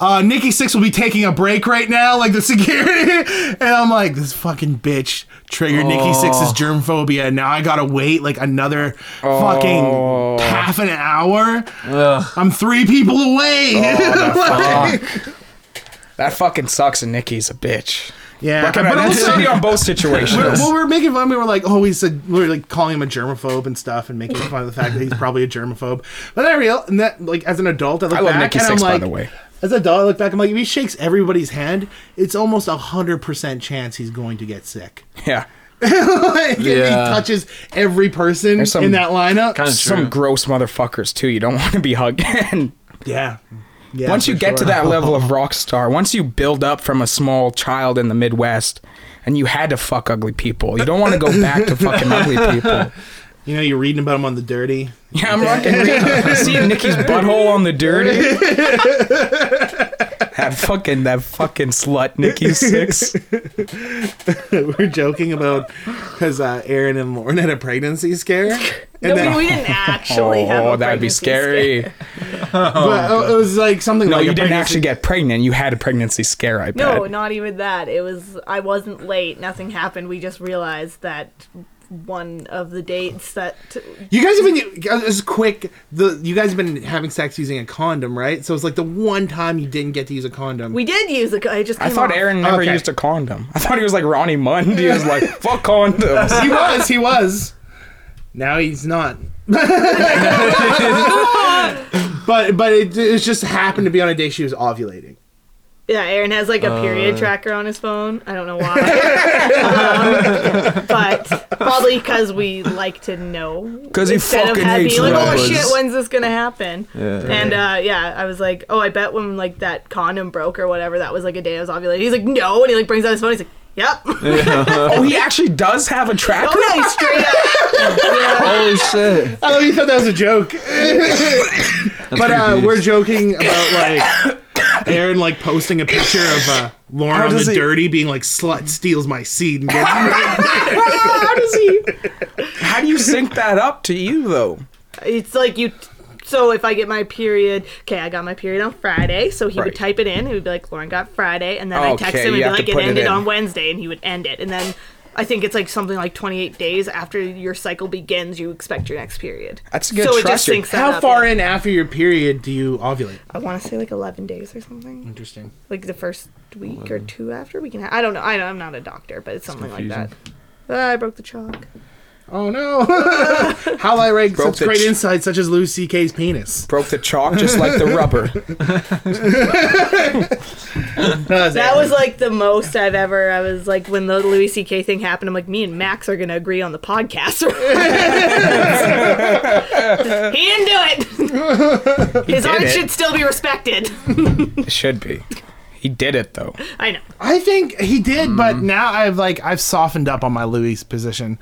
C: uh, Nikki Six will be taking a break right now, like the security. and I'm like, this fucking bitch triggered Nikki Six's germ phobia. And now I gotta wait like another
A: Oh.
C: fucking half an hour. I'm three people away.
A: Oh,
C: Like-
A: That fucking sucks, and Nikki's a bitch.
C: yeah,
A: Like,
C: but
A: but
C: also,
A: on both
C: we're,
A: situations.
C: well, we're making fun. We were like, oh, we said we were like calling him a germaphobe and stuff, and making fun of the fact that he's probably a germaphobe. But then I real and that like as an adult, I look
A: I love
C: back
A: Nikki
C: and
A: Sixx,
C: I'm
A: by
C: like,
A: the way.
C: as an adult, I look back. I'm like, if he shakes everybody's hand, it's almost a hundred percent chance he's going to get sick.
A: yeah.
C: like, if he
E: Yeah.
C: touches every person
A: There's some
C: in that lineup.
E: Kinda
A: Some
E: true.
A: gross motherfuckers too. You don't want to be hugging.
C: yeah. Yeah,
A: once
C: for
A: you get to
C: sure.
A: that level of rock star, once you build up from a small child in the Midwest, and you had to fuck ugly people, you don't want to go back to fucking ugly people.
C: you know, you're reading about him on the dirty.
A: Yeah, I'm rocking. See Nikki's butthole on the dirty. That fucking that fucking slut Nikki Six.
C: we're joking about because uh, Aaron and Lauren had a pregnancy scare. And
B: No,
C: then,
B: we, we didn't actually have.
A: Oh,
B: a
A: that'd be
B: pregnancy
A: scary.
C: but, uh, it was like something
A: Oh, No,
C: like
A: you
C: a
A: didn't
C: pregnancy-
A: actually get pregnant. You had a pregnancy scare. I bet.
B: No, not even that. It was I wasn't late. Nothing happened. We just realized that one of the dates that
C: You guys have been guys, this is quick. The you guys have been having sex using a condom, right? So it's like the one time you didn't get to use a condom.
B: we did use. A, I just
A: I
B: came
A: thought
B: off.
A: Aaron never
C: Okay.
A: used a condom. I thought he was like Ronnie Munn. He was like, fuck condoms.
C: he was, he was. Now he's not. but but it, it just happened to be on a day she was ovulating.
B: Yeah, Aaron has like a
A: Uh.
B: period tracker on his phone. I don't know why. um, but probably because we like to know.
A: 'Cause he
B: Instead
A: fucking
B: of having
A: hates
B: like, oh
A: numbers."
B: shit, when's this gonna happen?
E: Yeah.
B: And uh, yeah, I was like, oh, I bet when like that condom broke or whatever, that was like a day I was ovulating. He's like, no, and he like brings out his phone. He's like, yep. oh
A: oh, he actually does have a tracker?
B: no, he's straight up.
E: Holy shit.
C: Oh, you thought that was a joke. but uh,
E: creepy.
C: we're joking about like Aaron like posting a picture of uh, Lauren on the
A: does he-
C: dirty being like slut steals my seed and gets
A: How does he? How do you sync that up to you though?
B: It's like you. So if I get my period, okay, I got my period on Friday. So he
A: Right.
B: would type it in. He would be like, Lauren got Friday, and then I text
A: Okay,
B: him and
A: you
B: be
A: have to
B: like, it
A: put it
B: ended
A: in.
B: on Wednesday, and he would end it, and then I think it's like something like 28 days after your cycle begins, you expect your next period.
A: That's a good
B: So it
A: trust
B: just
A: your-
B: sinks that
C: How
B: up,
C: far
B: yeah.
C: in after your period do you ovulate?
B: I want to say like 11 days or something.
C: Interesting.
B: Like the first week or two after we can. Ha- I don't know. I don't, I'm not a doctor, but it's something like that.
E: confusing.
B: Ah, I broke the chalk.
C: Oh no! How I rank
A: Broke
C: such
A: the
C: great
A: ch-
C: insight, such as Louis C.K.'s penis.
A: Broke the chalk just like the rubber.
B: That was like the most I've ever. I was like, when the Louis C.K. thing happened, I'm like, me and Max are gonna agree on the podcast. he didn't do it. His art
A: it.
B: should still be respected.
A: It should be. He did it though.
B: I know.
A: Mm.
C: I think he did, but now I've like I've softened up on my Louis position.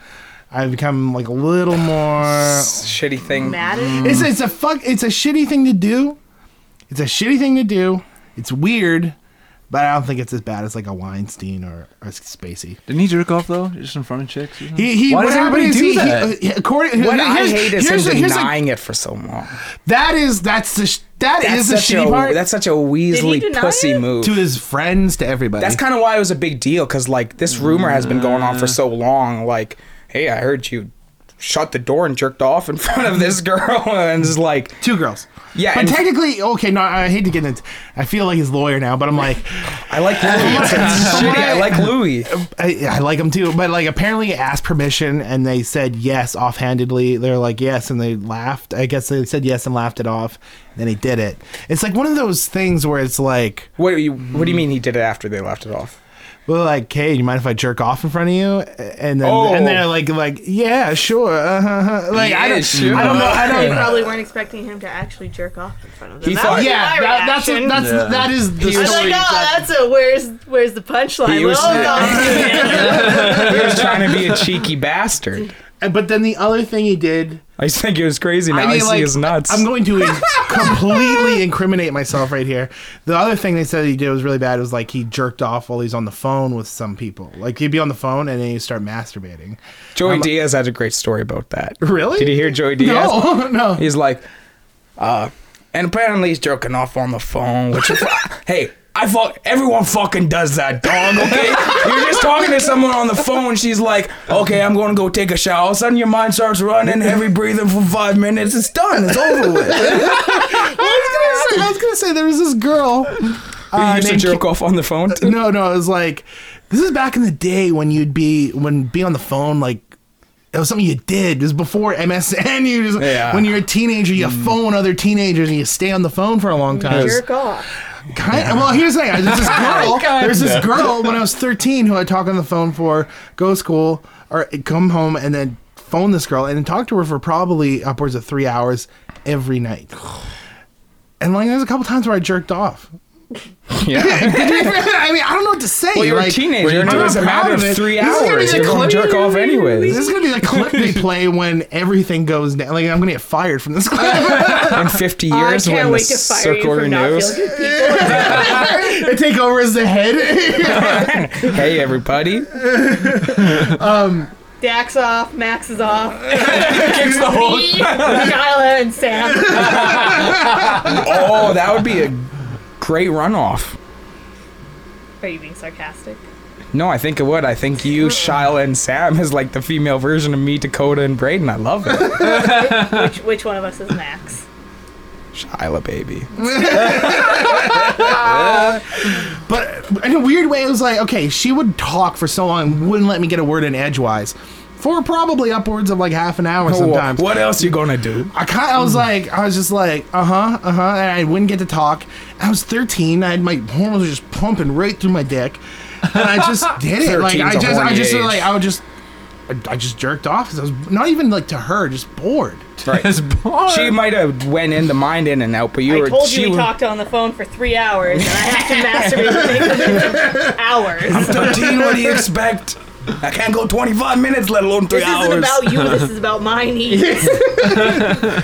C: I've become like a little more.
A: Shitty thing.
B: Mad at
A: Mm.
C: It's it's a fuck. It's a shitty thing to do. It's a shitty thing to do. It's weird, but I don't think it's as bad as like a Weinstein or, or Spacey.
E: Didn't he jerk off though? Just in front of chicks. or something?
C: He, he,
E: Why
C: what
E: does everybody
C: happened is
E: do
C: he- he-
E: that?
C: he- according,
A: What I
C: here's-
A: hate is
C: here's
A: him
C: the- here's the-
A: denying it for so long.
C: that is that's the sh- that
A: That's
C: is the
A: such
C: shitty
A: a
C: part
A: that's such a weaselly
B: deny
A: pussy
B: it?
A: move.
C: to his friends to everybody.
A: That's kind of why it was a big deal because like this rumor has been going on for so long. Like, hey, I heard you shut the door and jerked off in front of this girl, and it's like,
C: two girls.
A: Yeah,
C: but
A: and-
C: technically, okay. No, I hate to get into. I feel like his lawyer now, but I'm like,
A: I like Louis. It's, it's shitty. I like Louis.
C: I, I like him too. But like, apparently, he asked permission, and they said yes offhandedly. They're like yes, and they laughed. I guess they said yes and laughed it off. And then he did it. It's like one of those things where it's like,
A: What do you What do you mean he did it after they left it off?
C: well, like, hey, you mind if I jerk off in front of you? And then
A: Oh.
C: and they're like, like, yeah, sure. Uh-huh. Like, I
A: Yeah,
C: don't,
A: sure.
C: I don't know. I
B: They
C: don't.
B: probably weren't expecting him to actually jerk off in front of them.
A: He
B: that
A: thought-
B: was
C: Yeah,
B: my
C: that, that's
B: reaction.
C: that's that is the
A: He
B: I was
A: was- Sorry,
B: like, oh, that's a where's where's the punchline?
A: He was-
B: Well, no.
A: He was trying to be a cheeky bastard.
C: But then the other thing he did
A: I just think it was crazy. Now I, see his nuts.
C: I'm going to in- completely incriminate myself right here. The other thing they said he did was really bad. Was like he jerked off while he's on the phone with some people. Like he'd be on the phone and then he'd start masturbating.
A: Joey Diaz had a great story about that.
C: Really?
A: Did you hear Joey Diaz?
C: No, no.
A: He's like, uh, and apparently he's jerking off on the phone. Which, hey, I fuck everyone fucking does that, dog. Okay, you're just talking to someone on the phone. She's like, okay, I'm gonna go take a shower. All of a sudden, your mind starts running, heavy breathing for five minutes. It's done. It's over with.
C: I was gonna say, I was gonna say there was this girl. uh,
A: you used to
C: named
A: jerk off on the phone.
C: Ki- no, no. It was like this is back in the day when you'd be when be on the phone like. It was something you did. It was before MSN. You just
A: Yeah.
C: when you're a teenager, you phone other teenagers and you stay on the phone for a long time.
B: jerk off. Oh
C: Kind well, here's the thing. There's this girl.
A: Kinda.
C: there's this girl when I was 13 who I talked on the phone for, go to school or come home and then phone this girl and then talk to her for probably upwards of three hours every night. And like, there's a couple times where I jerked off.
A: Yeah.
C: I mean, I don't know what to say.
A: Well, you're a
C: like,
A: teenager, and it
C: I'm
A: was a
C: proud
A: matter
C: it.
A: of three
C: This is
A: hours.
C: gonna be the
A: You're gonna
C: clip-
A: jerk off anyways.
C: This is gonna be the clip they play when everything goes down. Like, I'm gonna get fired from this clip.
A: In 50
B: I
A: years,
B: can't
A: when the
B: wait to fire you
A: circle
B: for not
A: renews.
B: feeling good.
C: I take over as the head.
A: Hey, everybody!
B: Dax off, Max is off,
A: Kicks the whole
B: Skyla and Sam.
A: Oh, that would be a great runoff.
B: Are you being sarcastic?
A: No, I think it would. I think you, Shyla, and Sam is like the female version of me, Dakota, and Braden. I love it.
B: Which which one of us is Max?
A: Shyla, baby.
C: But in a weird way, it was like, okay, she would talk for so long and wouldn't let me get a word in edgewise for probably upwards of like half an
A: Oh,
C: hour sometimes.
A: What else you gonna do?
C: I kind I
E: Hmm.
C: was like, I was just like, uh huh, uh huh, and I wouldn't get to talk. I was 13. I had my hormones were just pumping right through my dick, and I just did it. Like
A: 13's
C: I
A: a
C: just, I
A: horny
C: just
A: age.
C: like, I would just, I, I just jerked off. 'cause I was not even like to her, just bored.
E: It's boring.
A: She might have went into mind in and out, but you
B: I
A: were.
B: told
A: she
B: you we
A: were-
B: talked on the phone for three hours, and I have to masturbate for like hours.
A: 13, what do you expect? I can't go 25 minutes, let alone three
B: This
A: hours.
B: isn't about you. This is about my needs.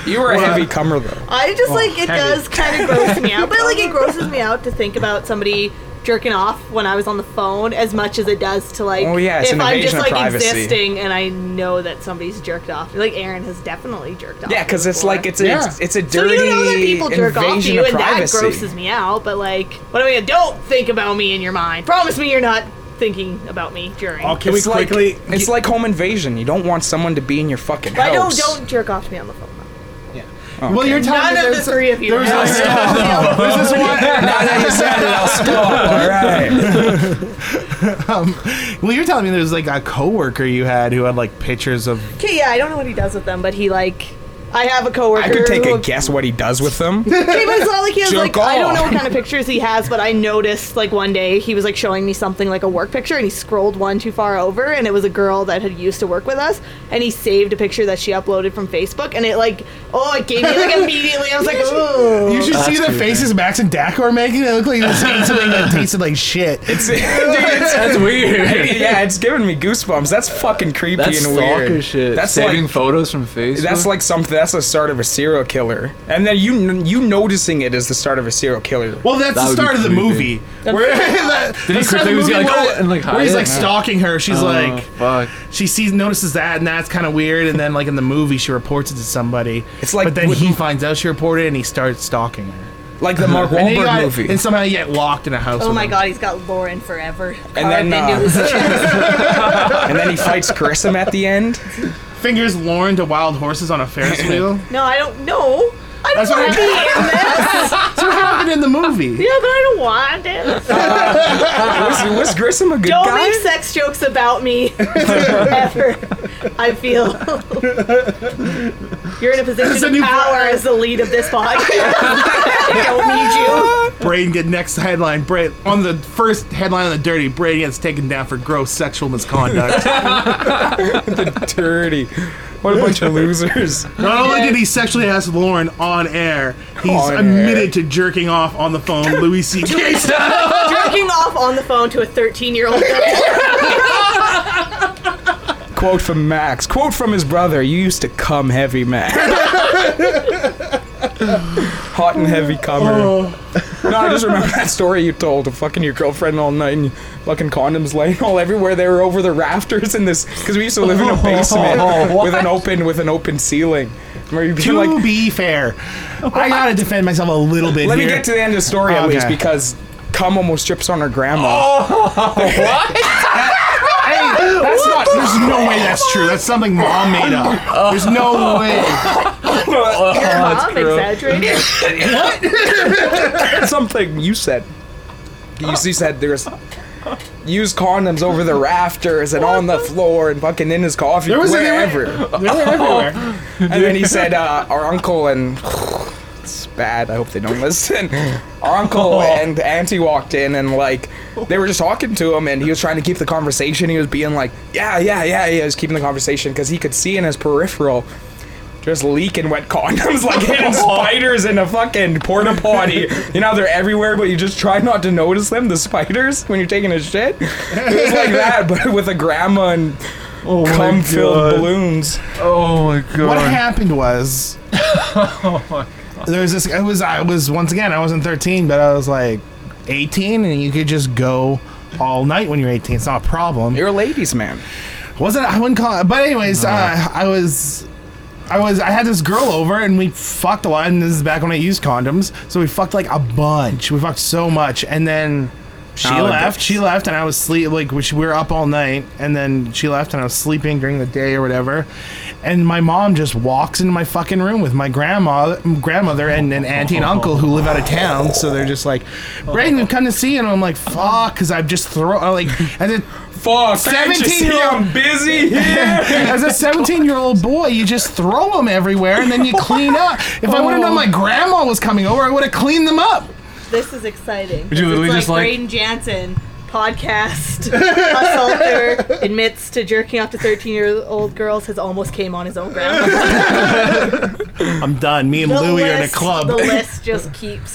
A: you were a heavy cummer, though.
B: I just like it
C: heavy.
B: does kind of gross me out, but like it grosses me out to think about somebody jerking off when I was on the phone as much as it does to like
A: Oh, yeah, it's
B: if
A: an
B: I'm just
A: invasion of
B: like
A: privacy.
B: existing and I know that somebody's jerked off. Like Aaron has definitely jerked off.
A: Yeah, because it's like it's a,
C: Yeah.
A: it's, it's a
B: So
A: dirty
B: you know that people jerk
A: invasion
B: off to you,
A: of
B: and that
A: privacy.
B: grosses me out. But like, what am I gonna? Don't think about me in your mind. Promise me you're not thinking about me during.
G: Oh, can we
A: it's like,
G: quickly?
A: It's like home invasion. You don't want someone to be in your fucking
B: But I don't
A: house.
B: don't jerk off to me on the phone. though.
E: Oh,
C: Well, you're
B: None
C: talking.
B: of the
C: There's,
B: three of you.
C: there's
B: have.
C: this one. There's this one.
A: Now that you said it, I'll stop. All right.
C: Well, you're telling me there's like a coworker you had who had like pictures of.
B: Okay, yeah, I don't know what he does with them, but he like. I have a coworker.
A: I could take
B: who-
A: a guess what he does with them.
B: Okay, but it's not like he has
A: Jerk
B: like I don't know
A: off.
B: what kind of pictures he has, but I noticed like one day he was like showing me something like a work picture, and he scrolled one too far over, and it was a girl that had used to work with us, and he saved a picture that she uploaded from Facebook, and it like oh it gave me like immediately I was like
E: Oh,
B: ooh
C: You should see the faces Max and Dak are making. They look like they ate something that tasted like shit.
A: It's, dude, it's-
E: That's weird.
A: yeah, it's giving me goosebumps. That's fucking creepy
E: That's
A: and
E: stalker
A: weird.
E: shit.
A: That's
E: saving
A: like
E: photos from Facebook.
A: that's like something. That's the start of a serial killer, and then you you noticing it is the start of a serial killer.
C: Well, that's
E: That
C: the
E: would be
C: start of the
E: creepy.
C: movie. Where the, Did
E: he creep- was he like, oh, and, like,
C: where he's
E: hide
C: like
E: it?
C: stalking her. She's
E: Oh,
C: like, Oh
E: fuck.
C: she sees notices that, and that's kind of weird. And then like in the movie, she reports it to somebody.
A: It's like
C: but then
A: with-
C: he finds out she reported, it and he starts stalking her.
A: Like the Mark
C: And, then he
A: Wahlberg
C: got-
A: movie.
C: and somehow you get locked in a house.
B: oh
C: with
B: my
C: him.
B: god he's got Lauren forever
A: And then,
B: Carved into
A: uh,
B: his chest.
A: and then he fights Grissom at the end.
C: Fingers Lauren to wild horses on a Ferris wheel.
B: no I don't know I don't
C: That's what
B: want
C: I-
B: to be in this
C: That's what happened in the movie.
B: yeah but I don't want it
A: Was, was Grissom a good
B: don't
A: guy?
B: make sex jokes about me ever I feel you're in a
C: It's a
B: position
C: new
B: of power
C: brand.
B: as the lead of this podcast I don't need you
C: Braden get next headline. Braden on the first headline on the dirty. Braden gets taken down for gross sexual misconduct.
A: Dirty. What a bunch of losers.
C: Not only did he sexually harass Lauren on air, he's
A: On air.
C: admitted to jerking off on the phone, Louis C.K. style.
B: jerking off on the phone to a 13 year old girl
A: Quote from Max. Quote from his brother. You used to come heavy, Max. Hot and heavy comer. No, I just remember that story you told of fucking your girlfriend all night and fucking condoms laying all everywhere. They were over the rafters in this because we used to live in a basement with an open with an open ceiling. Where you'd be
C: To
A: like,
C: be fair, I gotta defend myself a little bit
A: let
C: here.
A: me get to the end of the story at
C: Oh, Okay. Oh.
A: least because cum almost drips on her grandma.
C: hey, that's not. There's no way that's true. That's something mom made up. There's no way.
B: Mom, exaggerated.
A: something you said. You, you said there's used condoms over the rafters and on the floor and fucking in his coffee
C: There was an-
A: wherever.
C: They're everywhere.
A: and then he said uh, our uncle and it's bad. I hope they don't listen. Our uncle and auntie walked in and like they were just talking to him and he was trying to keep the conversation. He was being like, yeah, yeah, yeah, yeah. He was keeping the conversation because he could see in his peripheral. Just leaking wet condoms like hitting spiders in a fucking porta potty. You know they're everywhere, but you just try not to notice them. The spiders when you're taking a shit. It was like that, but with a grandma and cum-filled balloons.
E: oh my god.
C: What happened was. There was this. It was. I was once again. I wasn't 13, but I was like 18, and you could just go all night when you're 18. It's not a problem.
A: You're a ladies' man.
C: wasn't I wouldn't call it, but anyways, uh, I was. I was I had this girl over and we fucked a lot and this is back when I used condoms so we fucked like a bunch we fucked so much and then she
A: Oh,
C: left she left and I was sleep like we we were up all night and then she left and I was sleeping during the day or whatever and my mom just walks into my fucking room with my grandma grandmother and an auntie and uncle who live out of town so they're just like Brayden we've come to see you and I'm like fuck because I've just thrown like and then
A: Fuck,
C: 17
A: 17
C: year old-
A: I'm busy here.
C: As a 17 year old boy, you just throw them everywhere and then you clean up. If I would have known my grandma was coming over, I would have cleaned them up.
B: This is exciting.
E: you literally
B: it's
E: just,
B: like
E: like-
B: Braden Jansen podcast assaulter admits to jerking off to 13 year old girls has almost came on his own ground.
C: I'm done. Me and
B: The
C: Louie are in a
B: list-
C: club.
B: The list just keeps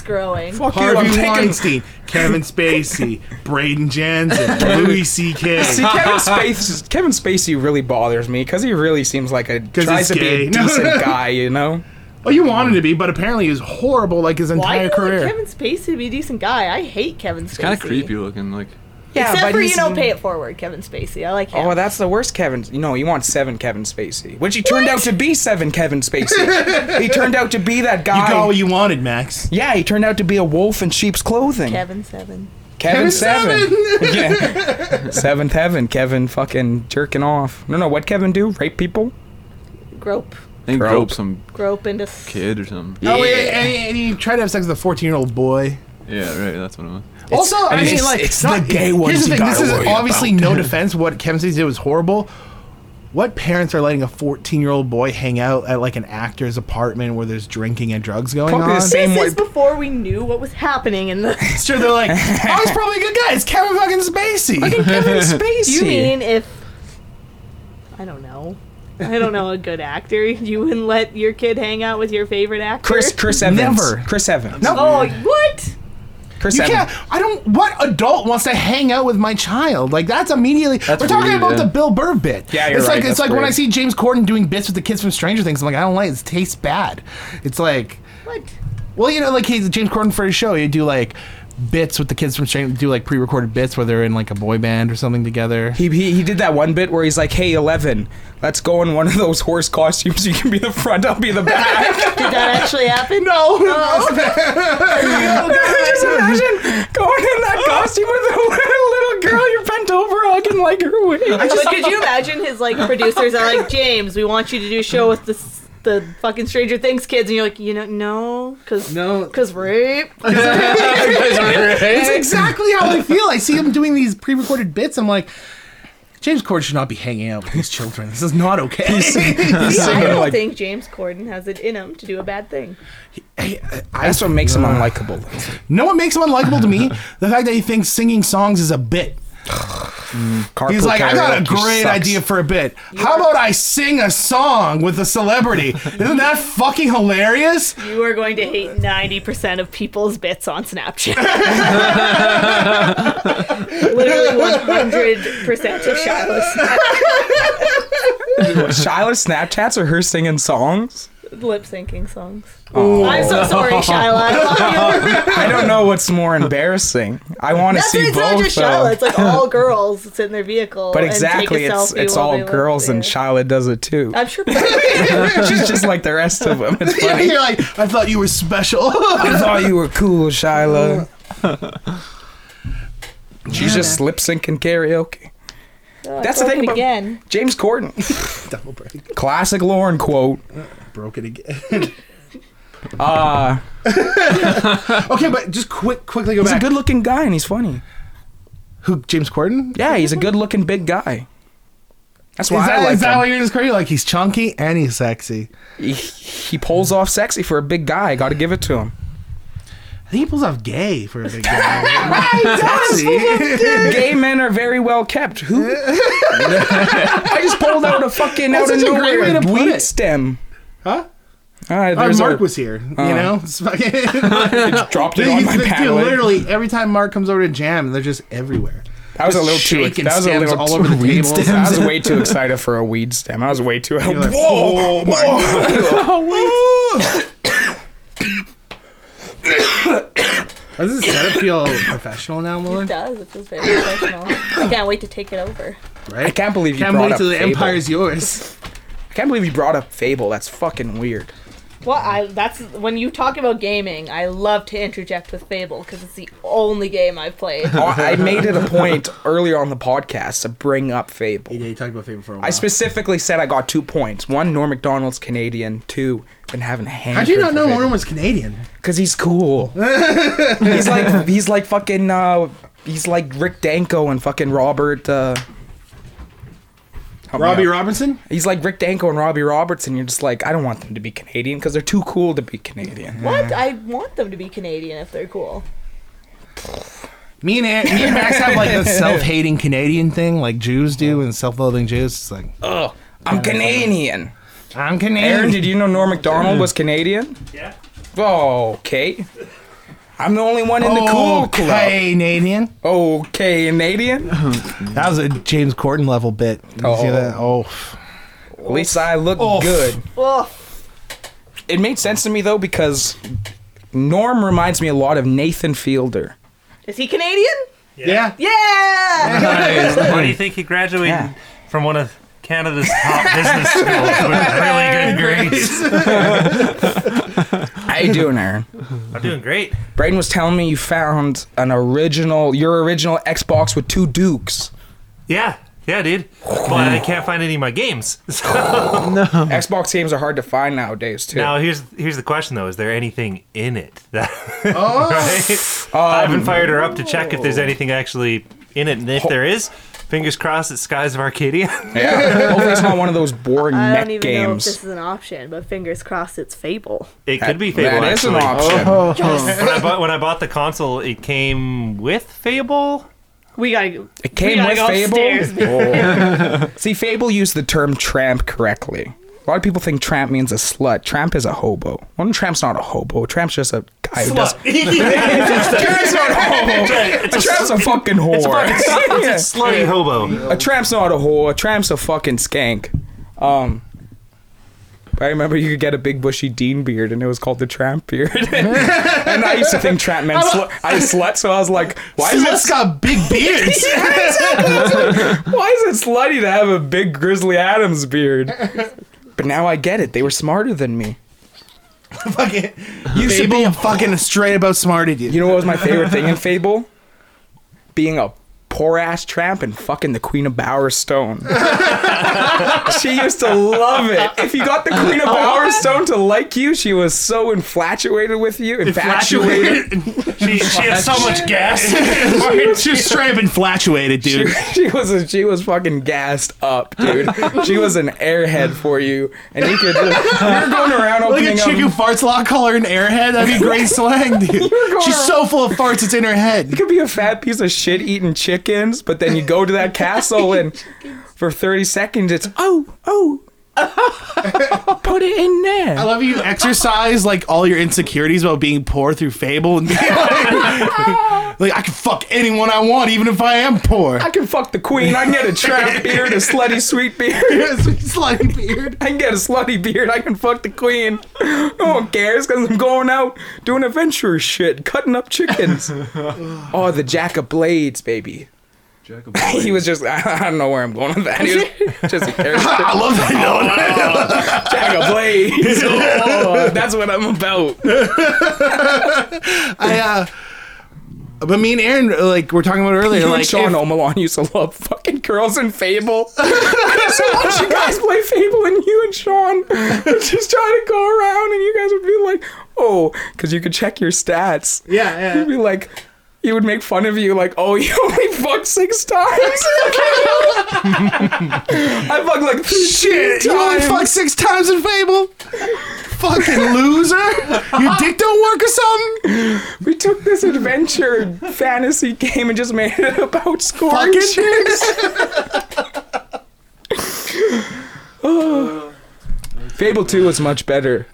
B: growing.
A: Fuck you, I'm
C: Harvey
A: taking-
C: Weinstein, Kevin Spacey, Braden Jansen, Louis C.K.
A: See, Kevin Spacey, Kevin Spacey really bothers me because he really seems like a tries
C: he's
A: to be
C: gay.
A: a decent guy, you know.
C: Well, you wanted to be, but apparently he was horrible like his
B: Why do
C: entire
B: you want
C: career.
B: Kevin Spacey to be a decent guy? I hate Kevin Spacey.
E: It's kind of creepy looking. Like
A: Yeah,
B: Except
A: but
B: for you
A: he's-
B: know, pay it forward, Kevin Spacey. I like him.
A: Oh, that's the worst Kevin. You know, you want seven Kevin Spacey, which he turned out to be seven Kevin Spacey. he turned out to be that
C: You
A: guy.
C: got what you wanted, Max.
A: yeah, he turned out to be a wolf in sheep's clothing.
B: Kevin Seven.
A: Kevin, Kevin Seven. yeah. Seventh Heaven. Kevin fucking jerking off. No, no. What Kevin do? Rape people?
B: Grope.
E: I think
A: Grope.
E: Grope some
B: Grope into. s-
E: kid or something.
C: Oh, wait, and, he- and he tried to have sex with a 14 year old boy.
E: Yeah, right. That's what it was.
C: also, I mean,
A: it's-
C: like,
A: it's the gay ones
C: Here's the
A: you
C: thing: this
A: gotta
C: is
A: worry
C: obviously no defense. What Kevin Spacey did was horrible. What parents are letting a 14 year old boy hang out at like an actor's apartment where there's drinking and drugs going
A: Probably the
C: on?
A: same-
B: This
A: Name
B: is
A: what-
B: before we knew what was happening in the.
C: Sure, they're like, "Oh, he's probably a good guy. It's Kevin fucking Spacey."
A: Kevin Spacey.
B: You mean if I don't know. I don't know a good actor. You wouldn't let your kid hang out with your favorite actor.
A: Chris? Chris Evans.
C: Never.
A: Chris Evans.
C: No.
B: Oh, what?
A: Chris
C: You
A: Evans.
C: can't. I don't. What adult wants to hang out with my child? Like that's immediately. we're talking
E: weird,
C: about
E: yeah.
C: the Bill Burr bit.
A: Yeah, you're
C: It's
A: right,
C: like it's
A: that's
C: like when
A: weird.
C: I see James Corden doing bits with the kids from Stranger Things. I'm like, I don't like. It, it tastes bad. It's like,
B: What?
C: well, you know, like he's James Corden for his show. He'd do like bits with the kids from Stranger. Do like pre-recorded bits where they're in like a boy band or something together.
A: He, he, he did that one bit where he's like, "Hey, Eleven, let's go in one of those horse costumes. You can be the front, I'll be the back."
B: Did that actually happen?
C: Oh, no.
A: Just imagine going in that costume with a little, little girl. You're bent over, hugging like her weight.
B: But could you imagine his like producers are like James, we want you to do a show with the s- the fucking Stranger Things kids, and you're like, you know, no, because
C: No.
B: because rape.
C: That's exactly how I feel. I see him doing these pre-recorded bits. I'm like. James Corden should not be hanging out with these children. This is not okay.
B: I
A: singing
B: don't
A: like-
B: think James Corden has it in him to do a bad thing.
A: That's what makes him unlikable.
C: No one makes him unlikable to me. The fact that he thinks singing songs is a bit. He's like, I got a great idea for a bit. How about I sing a song with a celebrity? Isn't that fucking hilarious?
B: You are going to hate ninety percent of people's bits on Snapchat. Literally one hundred percent of Shiloh's
A: Shila's Snapchats or her singing songs?
B: lip syncing songs. I'm so sorry, Shiloh. I love you.
A: I don't know what's more embarrassing. I want to
B: That's
A: see
B: it's not
A: both.
B: just Shiloh.
A: Though.
B: It's like all girls that's in their vehicle.
A: But
B: and take a
A: exactly, it's
B: selfie
A: it's
B: while
A: all
B: they look
A: girls, and
B: there.
A: Shyla does it too.
B: I'm sure.
A: She's just like the rest of them. It's funny.
C: You're like, I thought you were special.
A: I thought you were cool, Shyla. She's just lip syncing karaoke. That's the thing about-
B: again.
A: James Corden,
C: Double break.
A: classic Lauren quote.
C: Broke it again.
A: Uh,
C: okay, but just quick, quickly go
A: he's a
C: back.
A: good looking guy and he's funny.
C: Who, James Corden?
A: Yeah, he's a good looking big guy. That's why
C: Is that,
A: I like
C: is that
A: him.
C: why you're describing? Like, he's chunky and he's sexy.
A: he, he pulls off sexy for a big guy. Got to give it to him.
C: I think he pulls off gay for a big guy. sexy.
A: Gay men are very well kept. Who? I just pulled out a fucking out
C: That's
A: of
C: such a great way
A: nowhere
C: to put
A: weed
C: it.
A: stem.
C: Huh?
A: Uh,
C: Our
A: there's
C: Mark
A: our-
C: was here, you know? It's fucking-
A: dropped it
C: Dude,
A: on
C: he's-
A: my
C: dude,
A: pad.
C: literally, every time Mark comes over to jam, they're just everywhere.
A: That was a
C: Just
A: little too.
C: shaking
A: That was a
C: stems
A: little
C: all
A: too-
C: over the
A: weed
C: table.
A: stems. I was way too excited for a weed stem. I was way too.
C: like,
A: whoa, my
C: Does this setup feel professional now,
B: It
C: Mullen?
B: does. It feels very professional. I can't wait to take it over.
C: Right?
A: I can't believe you
C: Can't
A: brought
C: wait
A: up
C: till the
A: Fable.
C: empire's yours.
A: I can't believe you brought up Fable. That's fucking weird.
B: Well, I that's when you talk about gaming, I love to interject with Fable because it's the only game I've played.
A: Oh, I made it a point earlier on the podcast to bring up Fable.
C: Yeah, you talked about Fable for a while.
A: I specifically said I got two points. One, Norm McDonald's Canadian. Two, been having a hand.
C: How'd you not know Lauren was Canadian?
A: Because he's cool. he's like he's like fucking uh he's like Rick Danko and fucking Robert uh help me
C: Robbie
A: out.
C: Robinson?
A: He's like Rick Danko and Robbie Robertson. You're just like, I don't want them to be Canadian because they're too cool to be Canadian.
B: What? I want them to be Canadian if they're cool.
C: Me and, Aaron, me and Max have like the self-hating Canadian thing, like Jews do, and self-loathing Jews. It's like
A: Ugh. I'm Canadian.
C: I'm Canadian.
A: Aaron, did you know Norm MacDonald was Canadian? Yeah. Okay. I'm the only one in the cool club.
C: Oh, Canadian.
A: Okay, Canadian. At
C: That was a James Corden level bit. Did you see
A: Oh.
C: that? Oh,
A: least I look
C: Oof.
A: good.
B: Ugh.
A: It made sense to me though because Norm reminds me a lot of Nathan Fielder.
B: Is he Canadian?
C: yeah.
B: Yeah.
H: Why do you think he graduated
A: Yeah.
H: from one of Canada's top business schools with really good grades?
A: How you doing, Aaron?
H: I'm doing great.
A: Braden was telling me you found an original, your original Xbox with two Dukes.
H: Yeah, yeah, dude. But I can't find any of my games. So Mm-hmm.
A: Xbox games are hard to find nowadays too.
H: now here's here's the question though: Is there anything in it that?
A: Oh.
H: right? I haven't fired her up to check if there's anything actually in it, and if there is, fingers crossed it's Skies of Arcadia.
A: yeah. Hopefully it's not one of those boring
B: I
A: mech
B: don't even know if
A: games.
B: this is an option, but fingers crossed it's Fable.
H: It could be Fable.
A: That is an
H: actually. Oh.
A: option.
H: When I bought when I bought the console, it came with Fable.
B: We gotta.
A: It came
B: gotta
A: with
B: go upstairs,
A: Fable. See, Fable used the term tramp correctly. A lot of people think tramp means a slut. Tramp is a hobo. One tramp's not a hobo. Tramp's just a guy who does. Tramp's not a hobo.
H: it's
A: A tramp's a fucking whore. Yeah.
H: It's a slutty hobo.
A: A tramp's not a whore. A tramp's a fucking skank. Um, I remember you could get a big bushy dean beard, and it was called the tramp beard. and I used to think tramp meant slut. I slut, so I was like, why is it
C: Sluts got big beards.
A: Why is it slutty to have a big Grizzly Adams beard? But now I get it. They were smarter than me.
C: fucking, you should be fucking straight about smarted you.
A: You know what was my favorite thing in Fable? Being a poor ass tramp and fucking the Queen of Bower Stone. she used to love it. If you got the Queen of Bower Stone to like you, she was so infatuated with you. Infatuated.
H: She, she has so much gas.
G: Just straight up infatuated, dude.
A: she was a, she was fucking gassed up, dude. She was an airhead for you, and you could just, you're going around
C: Like a
A: opening
C: chick who
A: up.
C: farts, lock collar, and airhead. That'd be great slang, dude. She's so full of farts, it's in her head.
A: You could be a fat piece of shit eating chickens, but then you go to that castle and for 30 seconds it's, oh, oh, put it in there.
C: I love you. Exercise like all your insecurities about being poor through fable and being like, like I can fuck anyone I want, even if I am poor.
A: I can fuck the queen. I can get a trap beard, a slutty sweet beard.
C: Slutty beard.
A: I can get a slutty beard. I can fuck the queen. No one cares because I'm going out doing adventure shit, cutting up chickens. oh, the jack of blades, baby.
E: Jack of
A: He was just, I don't know where I'm going with that. He was just a character.
C: I love that.
A: Jack of blades. Oh, that's what I'm about.
C: I, uh, but me and Aaron, like we're talking about earlier,
A: You
C: like
A: and Sean
C: if-
A: Omalon used to love fucking girls in Fable. I used to watch you guys play Fable, and you and Sean would just try to go around, and you guys would be like, "Oh," because you could check your stats.
C: Yeah, yeah.
A: You'd be like, he would make fun of you, like, "Oh, you only fucked six times." I fucked like three
C: shit, you only
A: times.
C: fucked six times in Fable. Fucking loser! Your dick don't work or something?
A: We took this adventure fantasy game and just made it about scoring
C: Fucking-
A: chicks. Oh. Fable 2 was much better.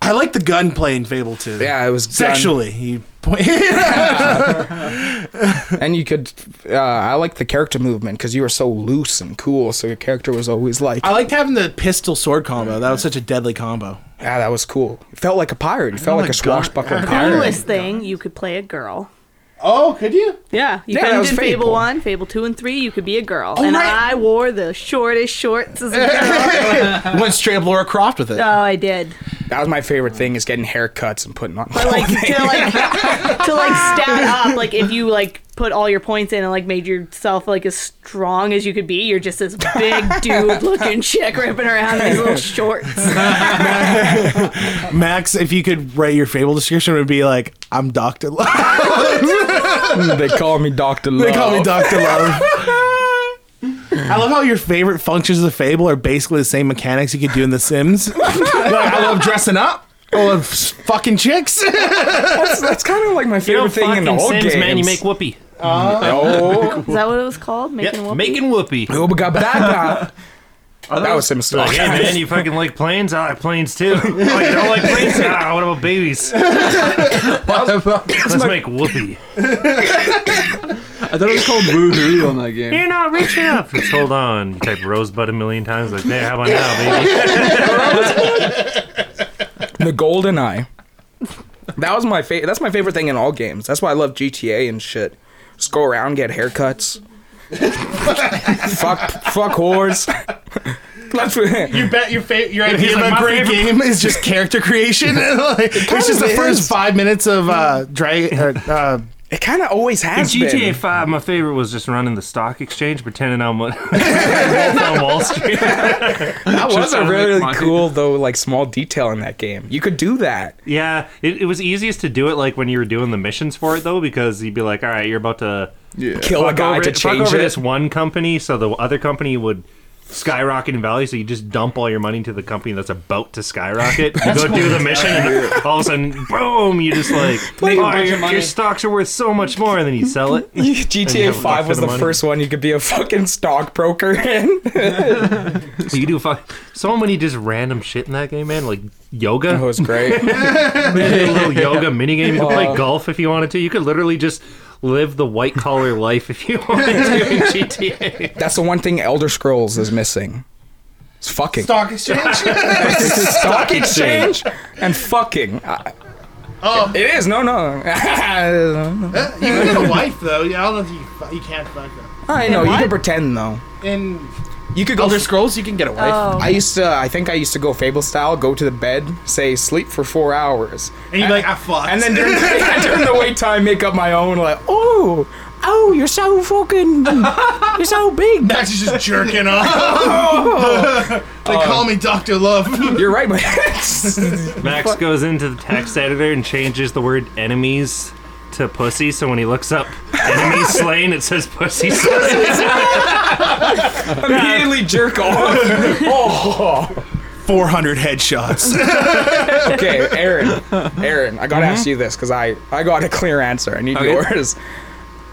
C: I like the gunplay in Fable too.
A: Yeah, it was done-
C: sexually. You point.
A: and you could. Uh, I like the character movement because you were so loose and cool, so your character was always like,
C: I liked having the pistol sword combo. That was such a deadly combo.
A: "Ah, that was cool." It felt like a pirate. It felt like a swashbuckling pirate.
B: Coolest thing, you could play a girl.
C: Oh, could you?
B: Yeah, you
A: Yeah, that
B: couldn't
A: was
B: do Fable.
A: Fable.
B: 1, Fable 2, and 3, you could be a girl. and
C: right.
B: I wore the shortest shorts as a girl.
C: Went straight up Laura Croft with it.
B: oh, I did.
A: That was my favorite thing: is getting haircuts and putting on.
B: But, like, to, like, to, like, stat up, like, if you, like, put all your points in and, like, made yourself, like, as strong as you could be, you're just this big dude-looking chick ripping around in these little shorts.
C: Max, if you could write your Fable description, it would be like, "I'm Doctor Love."
A: they call me Doctor Love.
C: they call me Doctor Love. I love how your favorite functions of Fable are basically the same mechanics you could do in The Sims. like, I love dressing up. I love s- fucking chicks.
A: That's, that's kind of like my
H: You
A: favorite
H: don't
A: thing in
H: fucking
A: all
H: Sims,
A: games.
H: man. You make whoopee.
A: oh.
B: Is that what it was called?
H: Yep,
B: Making a Whoopee?
H: making whoopee.
A: Oh, but got that. That was some stuff.
H: Like, hey Oh, man, you fucking like planes? I like planes too. Oh, you don't like planes? Ah, what about babies? Let's make whoopee.
E: I thought it was called Woohoo on that game.
H: You're not rich enough. Just hold on. You type rosebud a million times. Like, there, how about now, baby?
A: The Golden Eye. That was my favorite. That's my favorite thing in all games. That's why I love GTA and shit. Just go around, get haircuts. fuck, fuck whores. That's what,
C: You bet your fa- your
H: he's
C: idea
H: like,
C: of
H: "My
C: a great
H: favorite-
C: game is just character creation. Like, it's just the
A: of
C: first
A: is.
C: five minutes of uh, Dragon. Uh, uh,
A: it kind of always
H: In
A: has
H: GTA
A: been.
H: Five, my favorite was just running the stock exchange, pretending I'm what on Wall Street.
A: That was
E: Just
A: a
E: sound like
A: really
E: Monty.
A: cool though, like small detail in that game. You could do that.
H: yeah, it, it was easiest to do it like when you were doing the missions for it though, because you'd be like, "All right, you're about to
E: Yeah.
A: Kill a
H: fuck
A: guy
H: over,
A: to
H: fuck
A: change
H: over
A: it.
H: this one company, so the other company would." Skyrocket in value, so you just dump all your money to the company that's about to skyrocket. You go do the mission, and all of a sudden, boom! You just like,
A: Make a
H: "Oh,
A: bunch of
H: your,
A: money."
H: your stocks are worth so much more, and then you sell it. And you
A: GTA
H: have a
A: Five was
H: bucket
A: the
H: of money.
A: first one you could be a fucking stockbroker in.
H: You do fuck so many just random shit in that game, man. Like yoga,
A: That was great.
H: a little yoga mini game. You could play golf if you wanted to. You could literally just live the white collar life if you wanted to in GTA.
A: That's the one thing Elder Scrolls is missing. It's fucking
C: stock exchange.
A: stock exchange and fucking.
C: oh,
A: It is no no.
C: you can get a wife though. Yeah, I don't know if you fu- you can't fuck her.
A: I know you can pretend though.
C: In
A: You could go.
C: Elder Scrolls, you can get a wife.
A: I used to. I think I used to go fable style. Go to the bed, say sleep for four hours,
C: And you'd be like, "Ah, I fucked.
A: and then during, during the wait time, make up my own. Like oh. Oh, you're so fucking, you're so big.
C: Max is just jerking off. they call me Doctor Love.
A: You're right, but
H: Max goes into the text editor and changes the word enemies to pussy. So when he looks up enemies slain, it says pussy slain.
A: immediately jerk off. Oh.
C: 400 headshots.
A: Okay, Aaron, Aaron, I gotta ask you this because I I got a clear answer. I need
H: Mm-hmm. Okay.
A: yours.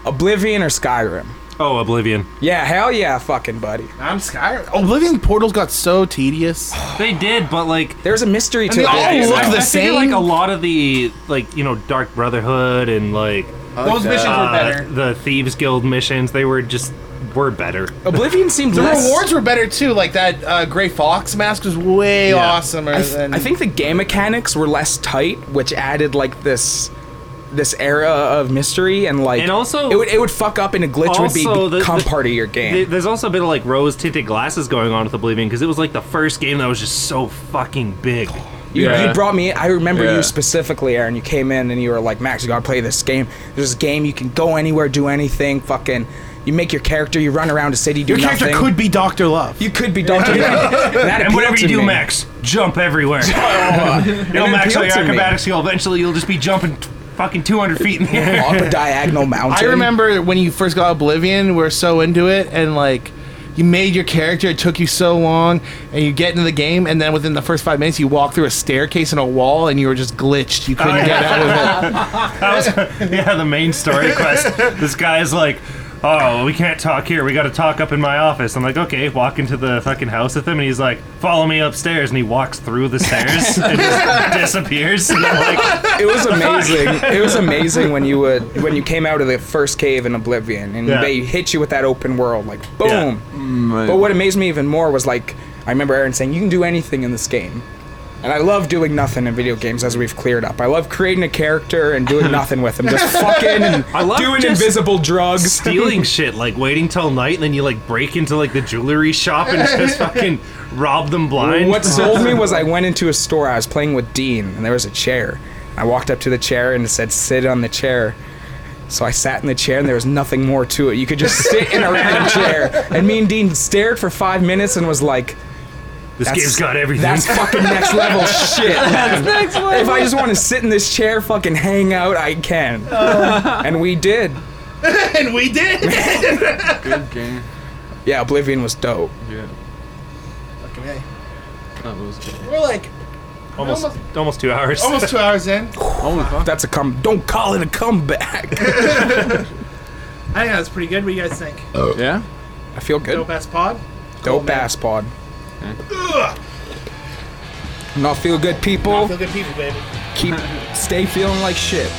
A: Oblivion or Skyrim?
H: Oh, Oblivion.
A: Yeah, hell yeah, fucking buddy.
C: I'm Skyrim. Oblivion portals got so tedious.
H: They did, but like
A: There's a mystery to
H: And
A: it.
H: the
C: all
H: thing is,
C: look
H: I-
C: the
H: I figure, Like
C: same.
H: a lot of the like you know Dark Brotherhood and like
C: Those missions were
H: uh,
C: better.
H: the Thieves Guild missions, they were just were better.
A: Oblivion seemed
C: The
A: less.
C: rewards were better too. Like that uh, Gray Fox mask was way
H: Yeah.
C: awesomer
A: I, th-
C: than.
A: I think the game mechanics were less tight, which added like this this era of mystery and like
H: And also-
A: it would it would fuck up and a glitch would be, become part of your game.
H: the- there's also a bit of like rose tinted glasses going on with Oblivion because it was like the first game that was just so fucking big.
A: You,
E: Yeah.
A: you brought me. I remember
E: Yeah.
A: you specifically, Aaron. You came in and you were like, "Max, you gotta play this game. There's this game you can go anywhere, do anything. Fucking, you make your character, you run around a city, do
C: your character
A: nothing.
C: could be Doctor Love.
A: you could be Doctor. that
H: And whatever you do,
A: Max.
H: Max, jump everywhere. no,
A: it
H: Max,
A: appealed
H: your
A: to me.
H: acrobatics skill. Eventually, you'll just be jumping t- fucking 200 feet in the air.
A: Up a diagonal mountain.
C: I remember when you first got Oblivion, we were so into it, and like you made your character. It took you so long, and you get into the game, and then within the first five minutes, you walk through a staircase and a wall, and you were just glitched. You couldn't
H: Oh, yeah.
C: get out of it.
H: yeah, the main story quest. This guy's like, oh, we can't talk here. We got to talk up in my office. I'm like, okay, walk into the fucking house with him, and he's like, follow me upstairs, and he walks through the stairs and just disappears. And I'm like,
A: it was amazing. it was amazing when you would when you came out of the first cave in Oblivion, and
H: Yeah.
A: they hit you with that open world, like boom.
H: Yeah.
A: But what amazed me even more was like I remember Aaron saying, "You can do anything in this game." And I love doing nothing in video games, as we've cleared up. I love creating a character and doing nothing with him, just fucking and
H: I love
A: doing
H: just
A: invisible drugs.
H: stealing shit, like waiting till night, and then you like break into like the jewelry shop and just fucking rob them blind.
A: What sold me was I went into a store. I was playing with Dean, and there was a chair. I walked up to the chair and it said, "Sit on the chair." So I sat in the chair, and there was nothing more to it. You could just sit in a random chair. And me and Dean stared for five minutes and was like,
H: This
A: That's-
H: game's got everything.
A: "That's fucking next level shit." man. If I just want to sit in this chair, fucking hang out, I can.
H: Oh.
A: and we did.
C: and we did.
E: Good game.
A: Yeah, Oblivion was dope.
E: Yeah. That was
C: We're like
H: almost, almost two hours.
C: almost two hours in.
A: That's a come. Don't call it a comeback.
C: I think that's pretty good. What do you guys think?
E: Yeah?
A: I feel good.
C: Dope ass pod.
A: Dope ass pod. Not feel good people.
C: Feel good people, baby.
A: Keep stay feeling like shit.